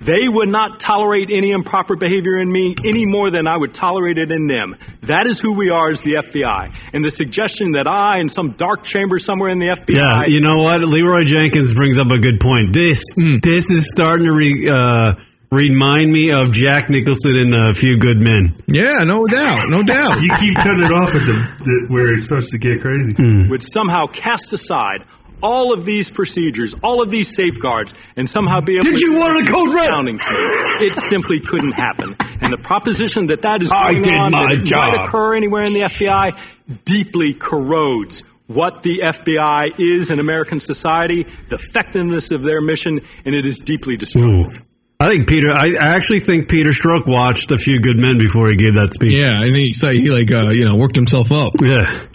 [SPEAKER 9] They would not tolerate any improper behavior in me any more than I would tolerate it in them. That is who we are as the FBI. And the suggestion that I, in some dark chamber somewhere in the FBI,
[SPEAKER 5] Yeah, you know what? Leroy Jenkins brings up a good point. This this is starting to re, uh, remind me of Jack Nicholson in A Few Good Men.
[SPEAKER 3] Yeah, no doubt. No doubt.
[SPEAKER 6] You keep cutting it off at the, the where it starts to get crazy.
[SPEAKER 5] Hmm.
[SPEAKER 9] would somehow cast aside all of these procedures, all of these safeguards, and somehow be able
[SPEAKER 5] Did
[SPEAKER 9] to
[SPEAKER 5] you want a code red?
[SPEAKER 9] astounding to me. It simply couldn't happen. And the proposition that that is
[SPEAKER 5] I
[SPEAKER 9] going
[SPEAKER 5] did
[SPEAKER 9] on,
[SPEAKER 5] my
[SPEAKER 9] that it
[SPEAKER 5] job.
[SPEAKER 9] might occur anywhere in the FBI, deeply corrodes what the FBI is in American society, the effectiveness of their mission, and it is deeply destructive.
[SPEAKER 5] I think Peter. I, I actually think Peter Stroke watched A Few Good Men before he gave that speech.
[SPEAKER 3] Yeah, and he so he like uh, you know worked himself up.
[SPEAKER 5] Yeah.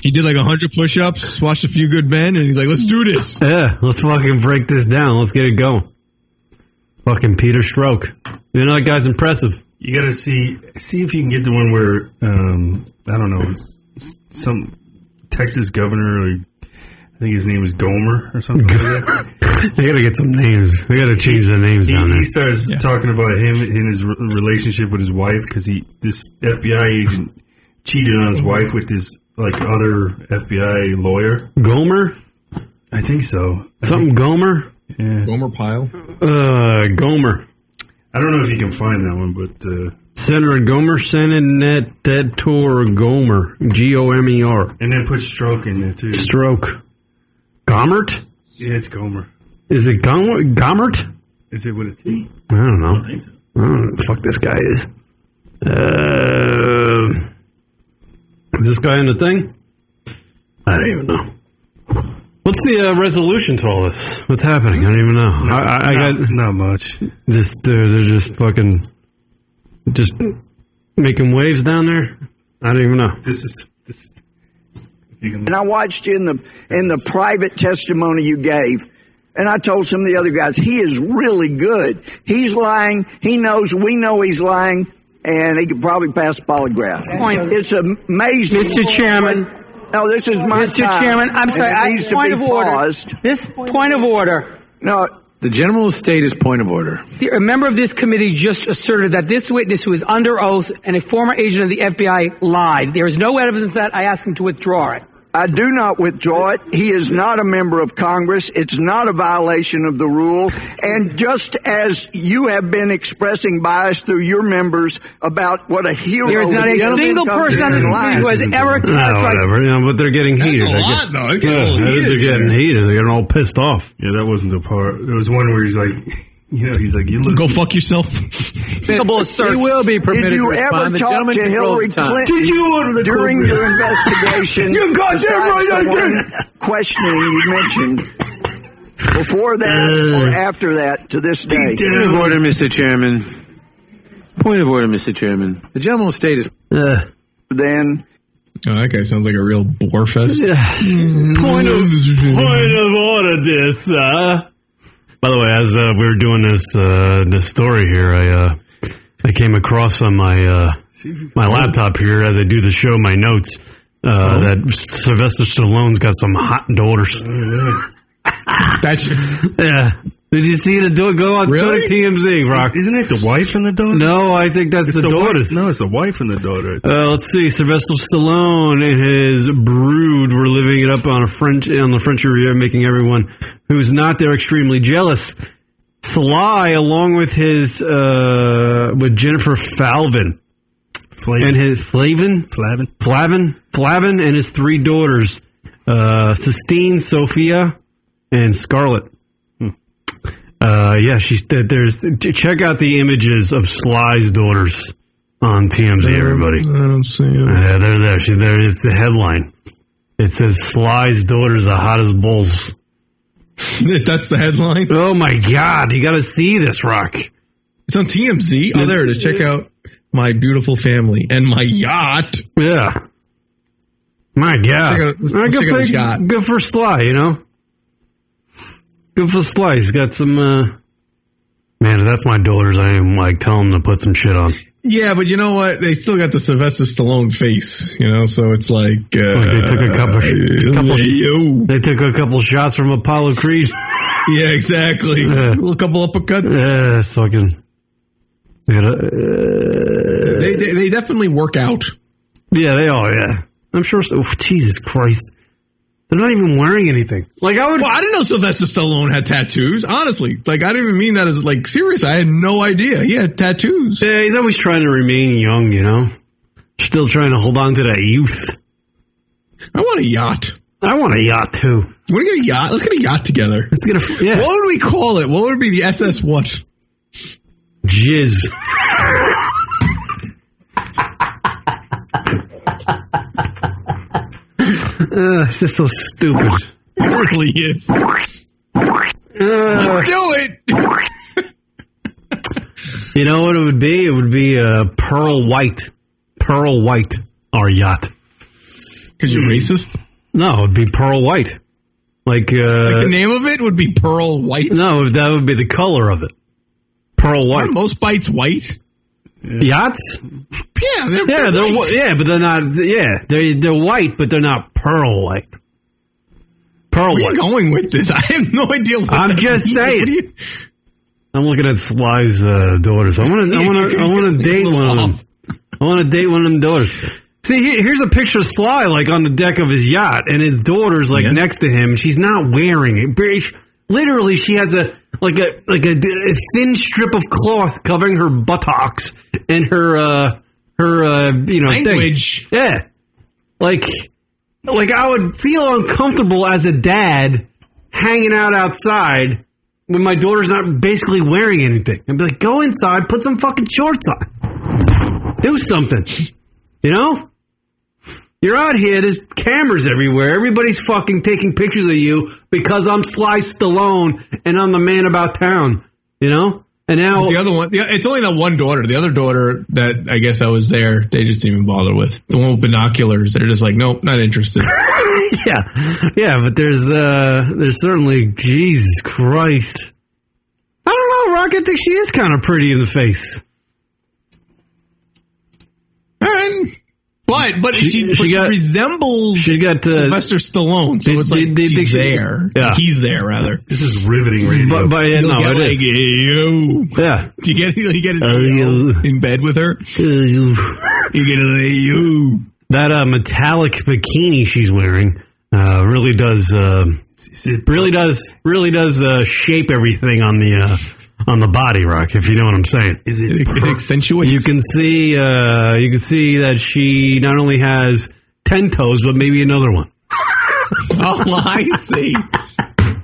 [SPEAKER 3] He did like hundred push-ups, watched a few good men, and he's like, "Let's do this."
[SPEAKER 5] Yeah, let's fucking break this down. Let's get it going. Fucking Peter Stroke. You know that guy's impressive.
[SPEAKER 6] You got to see see if you can get the one where um, I don't know s- some Texas governor. Or, I think his name is Gomer or something like that.
[SPEAKER 5] They gotta get some names. They gotta change the names
[SPEAKER 6] He,
[SPEAKER 5] down there.
[SPEAKER 6] he starts talking about him and his re- relationship with his wife because he this FBI agent cheated on his wife with this like other FBI lawyer.
[SPEAKER 5] Gomer,
[SPEAKER 6] I think so.
[SPEAKER 5] something Gomer,
[SPEAKER 3] Gomer Pyle.
[SPEAKER 5] uh, Gomer.
[SPEAKER 6] I don't know if you can find that one, but uh,
[SPEAKER 5] Senator Gomer, Senator Tor Gomer, G O M E R.
[SPEAKER 6] and then put stroke in there too.
[SPEAKER 5] Stroke. Gomert?
[SPEAKER 6] Yeah, it's Gomer.
[SPEAKER 5] Is it Gom- Gomert?
[SPEAKER 6] Is it with a T?
[SPEAKER 5] I don't know.
[SPEAKER 6] I think so.
[SPEAKER 5] I don't know who the fuck this guy is. Uh, is this guy in the thing? I don't even know. What's the uh, resolution to all this? What's happening? I don't even know. I, I, I
[SPEAKER 6] not,
[SPEAKER 5] got
[SPEAKER 6] not much.
[SPEAKER 5] this. They're, they're just fucking, just making waves down there. I don't even know.
[SPEAKER 6] This is this. You can
[SPEAKER 11] And I watched in the in the private testimony you gave. And I told some of the other guys, he is really good. He's lying. He knows. We know he's lying. And he could probably pass the polygraph.
[SPEAKER 12] Point.
[SPEAKER 11] It's amazing.
[SPEAKER 12] Mr. Chairman.
[SPEAKER 11] No, this is my
[SPEAKER 12] Mr.
[SPEAKER 11] time,
[SPEAKER 12] Chairman, I'm
[SPEAKER 11] and
[SPEAKER 12] sorry.
[SPEAKER 11] it
[SPEAKER 12] I-
[SPEAKER 11] needs to
[SPEAKER 12] point
[SPEAKER 11] be
[SPEAKER 12] of order.
[SPEAKER 11] paused.
[SPEAKER 12] This point of order.
[SPEAKER 11] No,
[SPEAKER 13] The general of state is point of order.
[SPEAKER 12] The- A member of this committee just asserted that this witness, who is under oath and a former agent of the FBI, lied. There is no evidence that I asked him to withdraw it.
[SPEAKER 11] I do not withdraw it. He is not a member of Congress. It's not a violation of the rule. And just as you have been expressing bias through your members about what a hero
[SPEAKER 12] There is not
[SPEAKER 11] the
[SPEAKER 12] a
[SPEAKER 11] gentleman
[SPEAKER 12] single
[SPEAKER 11] comes
[SPEAKER 12] person on
[SPEAKER 11] in
[SPEAKER 12] this
[SPEAKER 11] and
[SPEAKER 12] committee
[SPEAKER 11] lies.
[SPEAKER 12] who has ever
[SPEAKER 5] Ah,
[SPEAKER 12] characterized.
[SPEAKER 5] whatever. Yeah, but they're getting heated.
[SPEAKER 3] a
[SPEAKER 5] They're
[SPEAKER 3] lot,
[SPEAKER 5] get-
[SPEAKER 3] though. They're getting a
[SPEAKER 5] yeah,
[SPEAKER 3] little
[SPEAKER 5] they're
[SPEAKER 3] heated
[SPEAKER 5] getting
[SPEAKER 3] there.
[SPEAKER 5] heated. They're getting all pissed off.
[SPEAKER 6] Yeah, that wasn't the part. There was one where he's like, You know, he's like, you look.
[SPEAKER 3] Go fuck yourself.
[SPEAKER 12] Despicable search.
[SPEAKER 11] He will
[SPEAKER 12] be
[SPEAKER 11] Did you ever talk to Hillary Clinton during your investigation?
[SPEAKER 10] You goddamn
[SPEAKER 11] besides
[SPEAKER 10] right I
[SPEAKER 11] the one Questioning you mentioned before
[SPEAKER 10] Uh,
[SPEAKER 11] that or after that to this day.
[SPEAKER 13] Point of order, Mr. Chairman. Point of order, Mr. Chairman. Uh. The gentleman will state his.
[SPEAKER 11] Then.
[SPEAKER 3] Oh, that guy sounds like a real bore fest.
[SPEAKER 5] point of point of order, this. Uh. By the way, as uh, we were doing this uh, this story here, I uh, I came across on my uh, my laptop here as I do the show my notes
[SPEAKER 6] Oh.
[SPEAKER 5] uh, that Sylvester Stallone's got some hot daughters.
[SPEAKER 6] Uh-huh.
[SPEAKER 3] That's
[SPEAKER 5] yeah. Did you see the door go on
[SPEAKER 6] Really?
[SPEAKER 5] really? TMZ? Rock?
[SPEAKER 6] Isn't it the wife and the daughter?
[SPEAKER 5] No, I think that's
[SPEAKER 6] It's
[SPEAKER 5] the,
[SPEAKER 6] wi-
[SPEAKER 5] daughters.
[SPEAKER 6] no, it's the wife and the daughter.
[SPEAKER 5] Uh, let's see. Sylvester Stallone and his brood were living it up on a French on the French Riviera, making everyone who's not there extremely jealous. Sly, along with his uh, with Jennifer Falvin and his Flavin,
[SPEAKER 6] Flavin,
[SPEAKER 5] Flavin, Flavin, and his three daughters, uh, Sistine, Sophia, and Scarlett. Uh, yeah, she's th- there's ch- check out the images of Sly's daughters on TMZ.
[SPEAKER 3] Mm-hmm.
[SPEAKER 5] Everybody,
[SPEAKER 3] I don't see it.
[SPEAKER 5] uh, they're there. She's there. It's the headline. It says Sly's daughters are hot as bulls.
[SPEAKER 3] That's the headline.
[SPEAKER 5] Oh my god, you got to see this rock.
[SPEAKER 3] It's on TMZ. Oh, there it is. Check out my beautiful family and my yacht.
[SPEAKER 5] Yeah. My
[SPEAKER 3] Check
[SPEAKER 5] god,
[SPEAKER 3] out- let's-
[SPEAKER 5] Uh,
[SPEAKER 3] let's
[SPEAKER 5] good,
[SPEAKER 3] check out
[SPEAKER 5] for,
[SPEAKER 3] his yacht.
[SPEAKER 5] good for Sly. You know, good for Sly. He's got some. Uh... Man, if that's my daughters. I am like telling them to put some shit on.
[SPEAKER 3] Yeah, but you know what? They still got the Sylvester Stallone face, you know. So it's like, uh,
[SPEAKER 5] Like they took a couple,
[SPEAKER 3] uh,
[SPEAKER 5] couple
[SPEAKER 3] yo.
[SPEAKER 5] they took a couple shots from Apollo Creed.
[SPEAKER 3] yeah, exactly.
[SPEAKER 5] Yeah.
[SPEAKER 3] A little couple uppercuts.
[SPEAKER 5] Yeah, Uh, it's fucking. They got a- uh,
[SPEAKER 3] They, they they definitely work out.
[SPEAKER 5] yeah, they are. Yeah, I'm sure. So, oh, Jesus Christ, they're not even wearing anything. Like I would.
[SPEAKER 3] Well, I didn't know Sylvester Stallone had tattoos. Honestly, like I didn't even mean that as like serious. I had no idea he had tattoos.
[SPEAKER 5] Yeah, he's always trying to remain young. You know, still trying to hold on to that youth.
[SPEAKER 3] I want a yacht.
[SPEAKER 5] I want a yacht too.
[SPEAKER 3] You want to get a yacht? Let's get a yacht together.
[SPEAKER 5] It's gonna. f- Yeah,
[SPEAKER 3] What would we call it? What would be the SS what?
[SPEAKER 5] jizz. Uh, it's just so stupid.
[SPEAKER 3] It really is. Let's do it.
[SPEAKER 5] You know what it would be? It would be uh, pearl white. Pearl white, our yacht.
[SPEAKER 3] Because you're racist.
[SPEAKER 5] No, it would be pearl white. Like, uh,
[SPEAKER 3] the name of it would be Pearl White.
[SPEAKER 5] no, that would be the color of it. Pearl white
[SPEAKER 3] Aren't most bites white?
[SPEAKER 5] yachts.
[SPEAKER 3] Yeah, they're
[SPEAKER 5] Yeah, they're wh- yeah, but they're not. Yeah, they're they're white, but they're not pearl white. Pearl
[SPEAKER 3] Where are
[SPEAKER 5] white.
[SPEAKER 3] you going with this? I have no idea. What
[SPEAKER 5] I'm
[SPEAKER 3] that
[SPEAKER 5] just
[SPEAKER 3] means.
[SPEAKER 5] saying.
[SPEAKER 3] What are you-
[SPEAKER 5] I'm looking at Sly's uh, daughters. I want to. I want to. I want to date one of them. I want to date one of them daughters. See, here, here's a picture of Sly like on the deck of his yacht, and his daughter's like next to him. She's not wearing it. Very- she- Literally, she has a like a like a, a thin strip of cloth covering her buttocks and her uh her uh you know thing.
[SPEAKER 3] Language.
[SPEAKER 5] Yeah, like like I would feel uncomfortable as a dad hanging out outside when my daughter's not basically wearing anything. I'd be like, go inside, put some fucking shorts on, do something. You know, you're out here. There's cameras everywhere. Everybody's fucking taking pictures of you because I'm Sly Stallone and I'm the man about town. You know, and now
[SPEAKER 3] The other one, the, it's only that one daughter. The other daughter that I guess I was there, they just didn't even bother with. The one with binoculars, they're just like, nope, not interested.
[SPEAKER 5] yeah, yeah, but there's uh there's certainly Jesus Christ. I don't know, Rock. I think she is kind of pretty in the face.
[SPEAKER 3] All right. But but
[SPEAKER 5] She-
[SPEAKER 3] she, but
[SPEAKER 5] she
[SPEAKER 3] she
[SPEAKER 5] got-
[SPEAKER 3] resembles
[SPEAKER 5] She got uh,
[SPEAKER 3] Sylvester Stallone, so
[SPEAKER 5] Did-
[SPEAKER 3] it's like
[SPEAKER 5] did- did-
[SPEAKER 3] she's
[SPEAKER 5] did she-
[SPEAKER 3] there.
[SPEAKER 5] Yeah.
[SPEAKER 3] He's there rather.
[SPEAKER 6] This is riveting radio.
[SPEAKER 5] but, but yeah, no,
[SPEAKER 3] He'll
[SPEAKER 5] it
[SPEAKER 3] get
[SPEAKER 5] is.
[SPEAKER 3] like, "Yo."
[SPEAKER 5] Yeah,
[SPEAKER 3] Do you get you get
[SPEAKER 5] Oh,
[SPEAKER 3] you
[SPEAKER 5] yeah.
[SPEAKER 3] in bed with her? You get you.
[SPEAKER 5] that uh, metallic bikini she's wearing uh, really does uh, really does really does uh, shape everything on the uh, on the body, Rock. If you know what I'm saying.
[SPEAKER 6] is
[SPEAKER 3] It,
[SPEAKER 6] it
[SPEAKER 3] it
[SPEAKER 6] per-
[SPEAKER 3] accentuates.
[SPEAKER 5] You can see uh, you can see that she not only has ten toes, but maybe another one.
[SPEAKER 3] Oh, I see.
[SPEAKER 5] I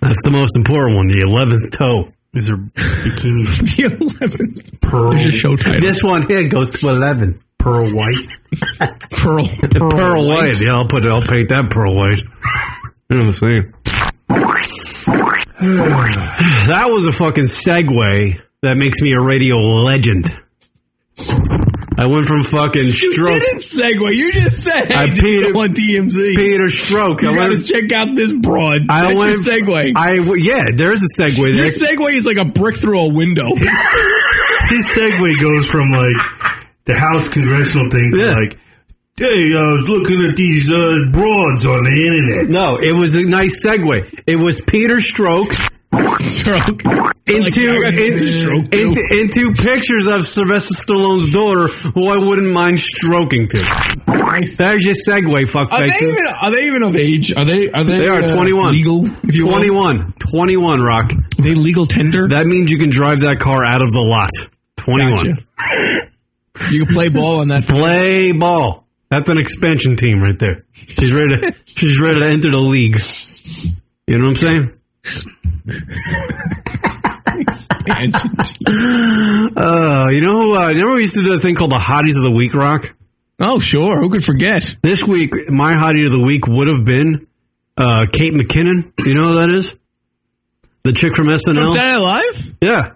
[SPEAKER 5] That's the most important one. The eleventh toe. These are bikini.
[SPEAKER 3] the eleventh
[SPEAKER 5] pearl.
[SPEAKER 3] There's a show title.
[SPEAKER 5] This one here goes to eleven. Pearl white.
[SPEAKER 3] pearl.
[SPEAKER 5] Pearl, white. Yeah, I'll put. I'll paint that pearl white. you know what I'm saying? that was a fucking segue that makes me a radio legend. I went from fucking stroke.
[SPEAKER 3] didn't segue. You just said
[SPEAKER 5] I
[SPEAKER 3] "Hey,
[SPEAKER 5] Peter-
[SPEAKER 3] go on DMZ.
[SPEAKER 5] Peter Stroke.
[SPEAKER 3] You
[SPEAKER 5] I
[SPEAKER 3] gotta
[SPEAKER 5] went-
[SPEAKER 3] check out this broad.
[SPEAKER 5] I
[SPEAKER 3] That's
[SPEAKER 5] went-
[SPEAKER 3] your segue.
[SPEAKER 5] I w- yeah, there is a segue there.
[SPEAKER 3] your segue is like a brick through a window.
[SPEAKER 6] his segue goes from like the House congressional thing to like, hey, I was looking at these uh, broads on the internet.
[SPEAKER 5] No, it was a nice segue. It was Peter Stroke.
[SPEAKER 3] Stroke.
[SPEAKER 5] Into,
[SPEAKER 6] Like, I got
[SPEAKER 5] in-
[SPEAKER 6] Peter Stroke, too.
[SPEAKER 5] into into pictures of Sylvester Stallone's daughter, who I wouldn't mind stroking to. There's your segue, fuck
[SPEAKER 3] Are they
[SPEAKER 5] faces.
[SPEAKER 3] even? Are they even of age? Are they? Are they?
[SPEAKER 5] They are
[SPEAKER 3] uh,
[SPEAKER 5] 21.
[SPEAKER 3] Legal? If you will?
[SPEAKER 5] 21. 21, Rock.
[SPEAKER 3] They legal tender?
[SPEAKER 5] That means you can drive that car out of the lot. 21.
[SPEAKER 3] Gotcha. You can play ball on that.
[SPEAKER 5] Play ball. That's an expansion team right there. She's ready to, she's ready to enter the league. You know what I'm saying? Uh, you know, who, uh, remember we used to do a thing called the Hotties of the Week, Rock?
[SPEAKER 3] Oh, sure. Who could forget?
[SPEAKER 5] This week, my Hottie of the Week would have been uh, Kate McKinnon. You know who that is? The chick from SNL?
[SPEAKER 3] Is that alive?
[SPEAKER 5] Yeah.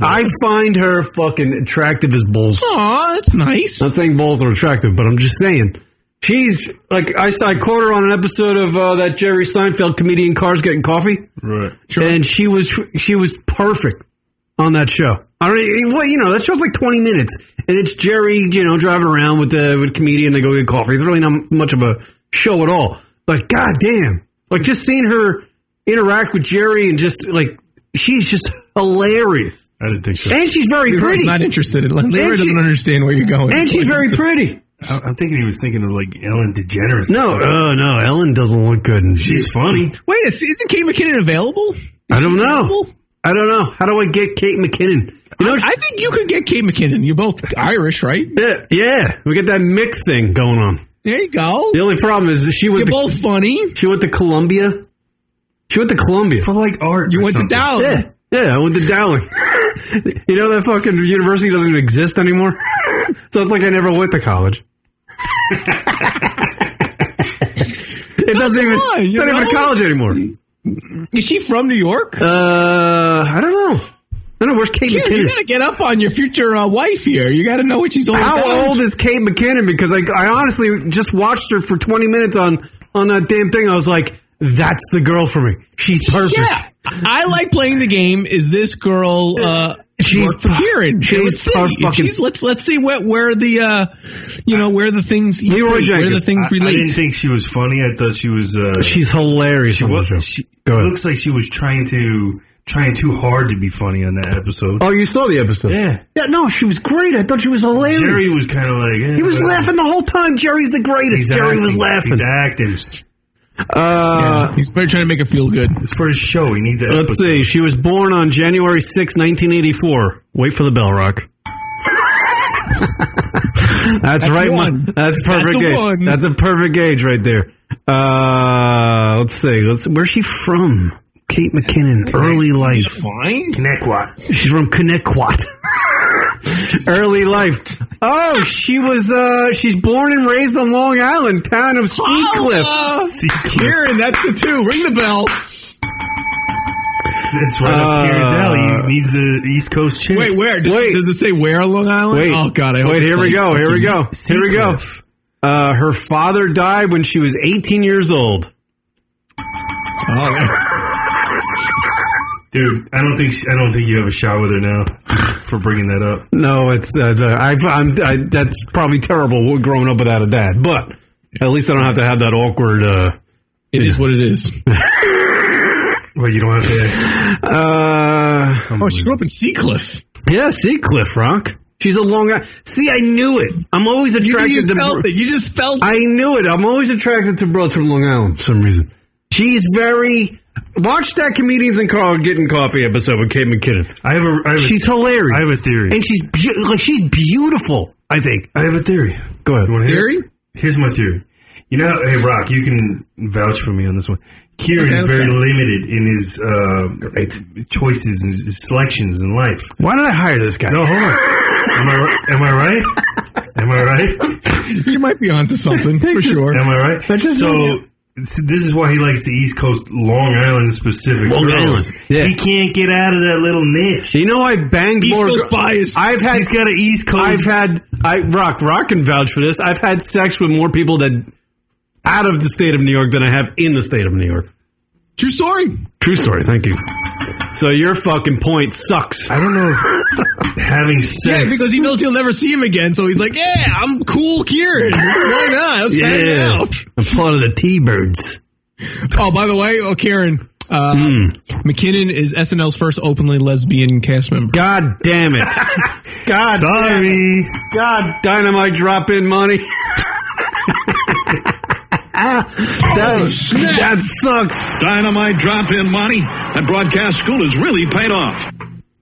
[SPEAKER 5] I find her fucking attractive as balls.
[SPEAKER 3] Aw, that's nice.
[SPEAKER 5] Not saying balls are attractive, but I'm just saying she's like I saw I caught her on an episode of uh, that Jerry Seinfeld comedian Cars Getting Coffee,
[SPEAKER 6] Right.
[SPEAKER 5] and she was she was perfect on that show. I mean, well, you know that show's like 20 minutes, and it's Jerry, you know, driving around with the with comedian to go get coffee. It's really not much of a show at all, but god damn, like just seeing her interact with Jerry and just like she's just hilarious.
[SPEAKER 6] I didn't think so.
[SPEAKER 5] And she's very
[SPEAKER 3] Leroy's
[SPEAKER 5] pretty.
[SPEAKER 3] Not interested. in
[SPEAKER 5] And
[SPEAKER 3] Leroy
[SPEAKER 5] she-
[SPEAKER 3] doesn't understand where you're going.
[SPEAKER 5] And she's very pretty.
[SPEAKER 6] I- I'm thinking he was thinking of like Ellen DeGeneres.
[SPEAKER 5] No, oh no, Ellen doesn't look good. And
[SPEAKER 6] She's funny.
[SPEAKER 3] Wait, is, isn't Kate McKinnon available?
[SPEAKER 5] I don't know. I don't know. How do I get Kate McKinnon? You know,
[SPEAKER 3] I think you could get Kate McKinnon. You're both Irish, right?
[SPEAKER 5] yeah, yeah, we get that mix thing going on.
[SPEAKER 3] There you go.
[SPEAKER 5] The only problem is that she
[SPEAKER 3] You're
[SPEAKER 5] went. To,
[SPEAKER 3] both funny.
[SPEAKER 5] she went to Columbia. She went to Columbia.
[SPEAKER 6] For like art.
[SPEAKER 3] You
[SPEAKER 6] or
[SPEAKER 3] went to
[SPEAKER 6] something.
[SPEAKER 3] Dallas.
[SPEAKER 5] Yeah, yeah, I went to Dowling. you know that fucking university doesn't even exist anymore. so it's like I never went to college. it doesn't even.
[SPEAKER 3] on,
[SPEAKER 5] it's
[SPEAKER 3] you
[SPEAKER 5] not even
[SPEAKER 3] know?
[SPEAKER 5] a college anymore.
[SPEAKER 3] Is she from New York?
[SPEAKER 5] Uh, I don't know. I don't know where's Kate
[SPEAKER 3] Kid,
[SPEAKER 5] McKinnon.
[SPEAKER 3] you gotta get up on your future uh, wife here. You gotta know what she's all about.
[SPEAKER 5] How old is Kate McKinnon? Because I, I honestly just watched her for 20 minutes on on that damn thing. I was like, that's the girl for me. She's perfect.
[SPEAKER 3] Yeah, I like playing the game. Is this girl? Uh,
[SPEAKER 5] She's
[SPEAKER 3] she's for
[SPEAKER 5] pu-
[SPEAKER 3] Kieran.
[SPEAKER 5] she's
[SPEAKER 3] let's see.
[SPEAKER 5] pu- fucking-
[SPEAKER 3] She's- let's let's see what where the uh, you know where the things
[SPEAKER 5] Leroy
[SPEAKER 3] where the
[SPEAKER 5] Jenkins.
[SPEAKER 3] things
[SPEAKER 6] I, I
[SPEAKER 3] relate.
[SPEAKER 6] didn't think she was funny. I thought she was. Uh,
[SPEAKER 5] She's hilarious.
[SPEAKER 6] she
[SPEAKER 5] on
[SPEAKER 6] was.
[SPEAKER 5] the show.
[SPEAKER 6] She
[SPEAKER 5] Go ahead.
[SPEAKER 6] looks like she was trying to trying too hard to be funny on that episode.
[SPEAKER 5] oh, you saw the episode?
[SPEAKER 6] Yeah.
[SPEAKER 5] Yeah, no, she was great. I thought she was hilarious.
[SPEAKER 6] Jerry was kind of like eh,
[SPEAKER 5] he was
[SPEAKER 6] whatever.
[SPEAKER 5] laughing the whole time. Jerry's the greatest.
[SPEAKER 6] He's
[SPEAKER 5] Jerry
[SPEAKER 6] acting.
[SPEAKER 5] was laughing.
[SPEAKER 6] He's acting.
[SPEAKER 5] Uh,
[SPEAKER 3] He's probably trying to make her feel good.
[SPEAKER 6] It's for his show. He needs. an
[SPEAKER 5] Let's
[SPEAKER 6] episode.
[SPEAKER 5] see. She was born on January 6, 1984. Wait for the bell, Rock. that's, right. Ma-
[SPEAKER 3] one.
[SPEAKER 5] that's perfect
[SPEAKER 3] That's a
[SPEAKER 5] gauge.
[SPEAKER 3] one.
[SPEAKER 5] That's a perfect gauge right there. Uh, let's see. Let's, where's she from? Kate McKinnon, early life.
[SPEAKER 3] Fine.
[SPEAKER 6] Connectwad.
[SPEAKER 5] She's from Connecticut. early life. Oh, she was. uh She's born and raised on Long Island, town of Seacliff.
[SPEAKER 3] Oh, uh, Kieran, that's the two. Ring the bell.
[SPEAKER 6] It's right up here. It's alley. He needs the East Coast chick.
[SPEAKER 3] Wait, where? Does,
[SPEAKER 5] Uh, Wait.
[SPEAKER 3] Does it say where on Long Island?
[SPEAKER 5] Wait.
[SPEAKER 3] Oh God, I hope
[SPEAKER 5] Wait,
[SPEAKER 3] it's
[SPEAKER 5] here we
[SPEAKER 3] like-
[SPEAKER 5] go. Here we go. Oh,
[SPEAKER 6] Seacliff.
[SPEAKER 5] Here we go. Uh, her father died when she was 18 years old.
[SPEAKER 3] oh,
[SPEAKER 6] dude. I don't think she, I don't think you have a shot with her now for bringing that up.
[SPEAKER 5] No, it's uh, I, I'm I, that's probably terrible growing up without a dad, but at least I don't have to have that awkward. Uh,
[SPEAKER 3] It is what it is.
[SPEAKER 6] Well, you don't have to. Ask.
[SPEAKER 5] uh,
[SPEAKER 3] Oh, she grew up in Seacliff.
[SPEAKER 5] yeah, see, Cliff Rock. She's a long. See, I knew it. I'm always
[SPEAKER 3] You,
[SPEAKER 5] attracted
[SPEAKER 3] you
[SPEAKER 5] to.
[SPEAKER 3] felt it. You just felt it.
[SPEAKER 5] I knew it. I'm always attracted to bros from Long Island for some reason. She's very. Watch that comedians and Carl getting coffee episode with Kate McKinnon.
[SPEAKER 6] I have a. I have a-
[SPEAKER 5] She's hilarious.
[SPEAKER 6] I have a theory.
[SPEAKER 5] and she's beau- like she's beautiful. I think.
[SPEAKER 6] I have a theory.
[SPEAKER 5] Go ahead.
[SPEAKER 6] You wanna hear it?
[SPEAKER 3] Theory?
[SPEAKER 6] Here's my theory. You know, hey Rock, you can vouch for me on this one. Kieran
[SPEAKER 5] Okay,
[SPEAKER 6] is very
[SPEAKER 5] okay.
[SPEAKER 6] limited in his uh, choices and his selections in life.
[SPEAKER 5] Why did I hire this guy?
[SPEAKER 6] No, hold on. Am I ri- am I right? Am I right?
[SPEAKER 3] You might be onto something for sure.
[SPEAKER 6] Am I right?
[SPEAKER 3] That's just-
[SPEAKER 6] so. it's- This is why he likes the East Coast, Long Island specific.
[SPEAKER 5] Long
[SPEAKER 6] girls.
[SPEAKER 5] Island, yeah.
[SPEAKER 6] He can't get out of that little niche.
[SPEAKER 5] You know, I've banged
[SPEAKER 6] East
[SPEAKER 5] more.
[SPEAKER 6] Coast bias.
[SPEAKER 5] I've had.
[SPEAKER 6] He's got an East Coast-
[SPEAKER 5] I've had. I rock. Rock can vouch for this. I've had sex with more people that out of the state of New York than I have in the state of New York.
[SPEAKER 3] True story.
[SPEAKER 5] True story. Thank you. So your fucking point sucks.
[SPEAKER 6] I don't know. If having sex.
[SPEAKER 3] Yeah, because he knows he'll never see him again, so he's like, "Yeah, I'm cool, Kieran. Why not? Let's hang
[SPEAKER 5] yeah,
[SPEAKER 3] out."
[SPEAKER 5] I'm part of the T-Birds.
[SPEAKER 3] Oh, by the way, oh Karen, uh,
[SPEAKER 5] Hmm.
[SPEAKER 3] McKinnon is SNL's first openly lesbian cast member.
[SPEAKER 5] God damn it! God,
[SPEAKER 6] sorry.
[SPEAKER 5] God, dynamite drop in money.
[SPEAKER 8] That, that
[SPEAKER 5] sucks.
[SPEAKER 8] Dynamite drop in money. That broadcast school has really paid off.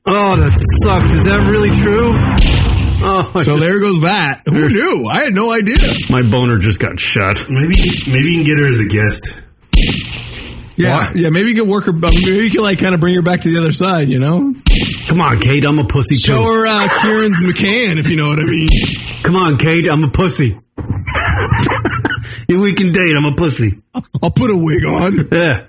[SPEAKER 5] Oh, that sucks. Is that really true? Oh,
[SPEAKER 3] so there goes that. Who knew? I had no idea.
[SPEAKER 5] My boner just got shot.
[SPEAKER 6] Maybe maybe you can get her as a guest.
[SPEAKER 3] Yeah, yeah. Maybe you can work her. Maybe you can like kind of bring her back to the other side. You know,
[SPEAKER 5] Come on, Kate. I'm a pussy
[SPEAKER 3] show
[SPEAKER 5] too.
[SPEAKER 3] her uh, Kieran's McCann if you know what I mean.
[SPEAKER 5] Come on, Kate. I'm a pussy. If we can date, I'm a pussy.
[SPEAKER 3] I'll put a wig on.
[SPEAKER 5] Yeah.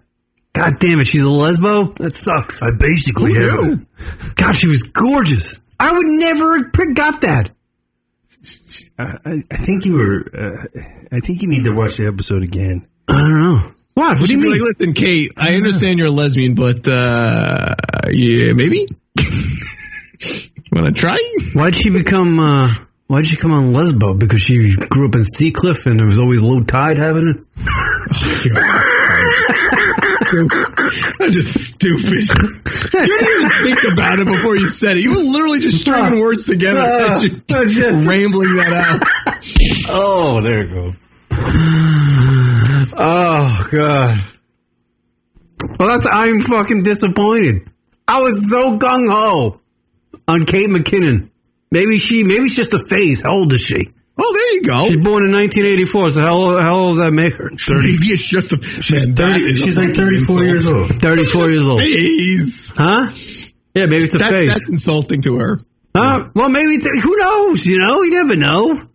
[SPEAKER 5] God damn it, she's a lesbo? That sucks.
[SPEAKER 6] I basically
[SPEAKER 5] Who
[SPEAKER 6] have.
[SPEAKER 5] God, she was gorgeous. I would never have got that.
[SPEAKER 6] I, I- I think you were. Uh, I think you need to watch the episode again.
[SPEAKER 5] I don't know. What? What do
[SPEAKER 3] She'd
[SPEAKER 5] you
[SPEAKER 3] be
[SPEAKER 5] mean?
[SPEAKER 3] Like, listen, Kate, I understand you're a lesbian, but uh, yeah, maybe. Want to try?
[SPEAKER 5] Why'd she become? Uh, why'd she come on lesbo? Because she grew up in Seacliff and there was always low tide happening.
[SPEAKER 3] I'm just stupid. you didn't even think about it before you said it. You were literally just stringing words together, and you just rambling that out.
[SPEAKER 5] Oh, there you go. Oh god. Well, that's I'm fucking disappointed. I was so gung ho on Kate McKinnon. Maybe she, maybe it's just a phase. How old is she?
[SPEAKER 3] Oh, there you go.
[SPEAKER 5] She's born in 1984. So how how old does that make her?
[SPEAKER 3] Maybe it's just a, she's
[SPEAKER 6] Thirty. She's like thirty-four years old.
[SPEAKER 5] 34 years old,
[SPEAKER 3] Jeez.
[SPEAKER 5] huh? Yeah, maybe it's a
[SPEAKER 3] That,
[SPEAKER 5] phase.
[SPEAKER 3] that's insulting to her.
[SPEAKER 5] Huh? Well, maybe it's, who knows? You know, you never know.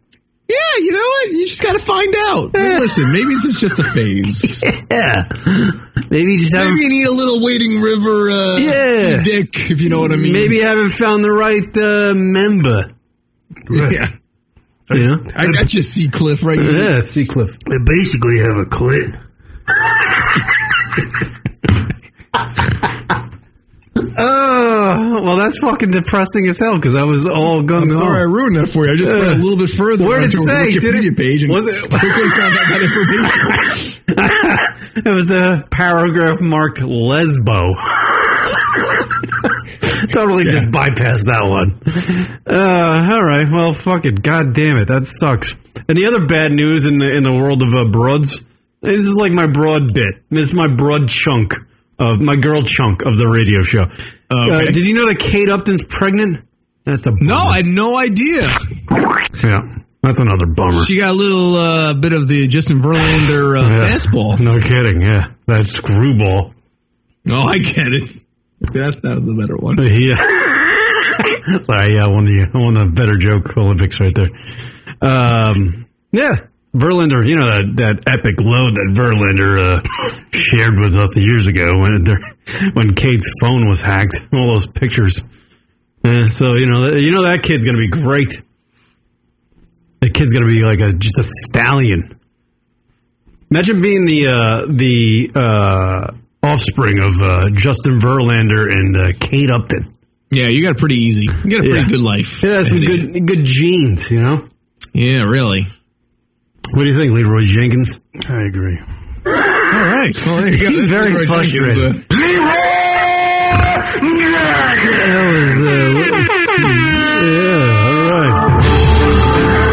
[SPEAKER 3] Yeah, you know what? You just got to find out. Listen, maybe this is just a phase.
[SPEAKER 5] Yeah, maybe you just haven't.
[SPEAKER 3] Maybe you need a little waiting river uh,
[SPEAKER 5] Yeah.
[SPEAKER 3] dick, if you know what I mean.
[SPEAKER 5] Maybe you haven't found the right uh, member.
[SPEAKER 3] Yeah.
[SPEAKER 5] You know?
[SPEAKER 3] I got you, Sea Cliff, right here.
[SPEAKER 5] Yeah, see Cliff.
[SPEAKER 6] I basically have a clit.
[SPEAKER 5] Oh, well, that's fucking depressing as hell because I was all gung
[SPEAKER 3] I'm sorry I
[SPEAKER 5] ho.
[SPEAKER 3] ruined that for you. I just went a little bit further
[SPEAKER 5] Where did
[SPEAKER 3] onto
[SPEAKER 5] it say?
[SPEAKER 3] her
[SPEAKER 5] Did
[SPEAKER 3] Wikipedia
[SPEAKER 5] it-
[SPEAKER 3] page and
[SPEAKER 5] was it-
[SPEAKER 3] quickly found out that information.
[SPEAKER 5] It was the paragraph marked lesbo. totally just bypassed that one. Uh, all right. Well, fuck it. God damn it. That sucks. And the other bad news in the in the world of uh, broads. This is like my broad bit. This is my broad chunk of my girl chunk of the radio show. Uh, did you know that Kate Upton's pregnant? That's a
[SPEAKER 3] No, I had no idea.
[SPEAKER 5] yeah. That's another bummer.
[SPEAKER 3] She got a little uh, bit of the Justin Verlander uh,
[SPEAKER 5] Yeah.
[SPEAKER 3] fastball.
[SPEAKER 5] No kidding. Yeah, that screwball.
[SPEAKER 3] No, I get it. That, that was a better one.
[SPEAKER 5] Yeah. Sorry, yeah, I won the I won the better joke Olympics right there. Um, yeah, Verlander, you know that, that epic load that Verlander uh, shared with us years ago when there, when Kate's phone was hacked, all those pictures. Yeah, so you know you know that kid's gonna be great. The kid's gonna be like a just a stallion. Imagine being the uh, the uh, offspring of uh, Justin Verlander and uh, Kate Upton.
[SPEAKER 3] Yeah, you got a pretty easy. You got a pretty
[SPEAKER 5] Yeah.
[SPEAKER 3] good life.
[SPEAKER 5] Yeah, some
[SPEAKER 3] And, uh,
[SPEAKER 5] good good genes, you know.
[SPEAKER 3] Yeah, really.
[SPEAKER 5] What do you think, Leroy Jenkins?
[SPEAKER 6] I agree.
[SPEAKER 3] All right. Well, there you go.
[SPEAKER 5] He's very
[SPEAKER 3] Leroy Jenkins,
[SPEAKER 5] frustrated.
[SPEAKER 3] uh,
[SPEAKER 5] That was uh, yeah, all right.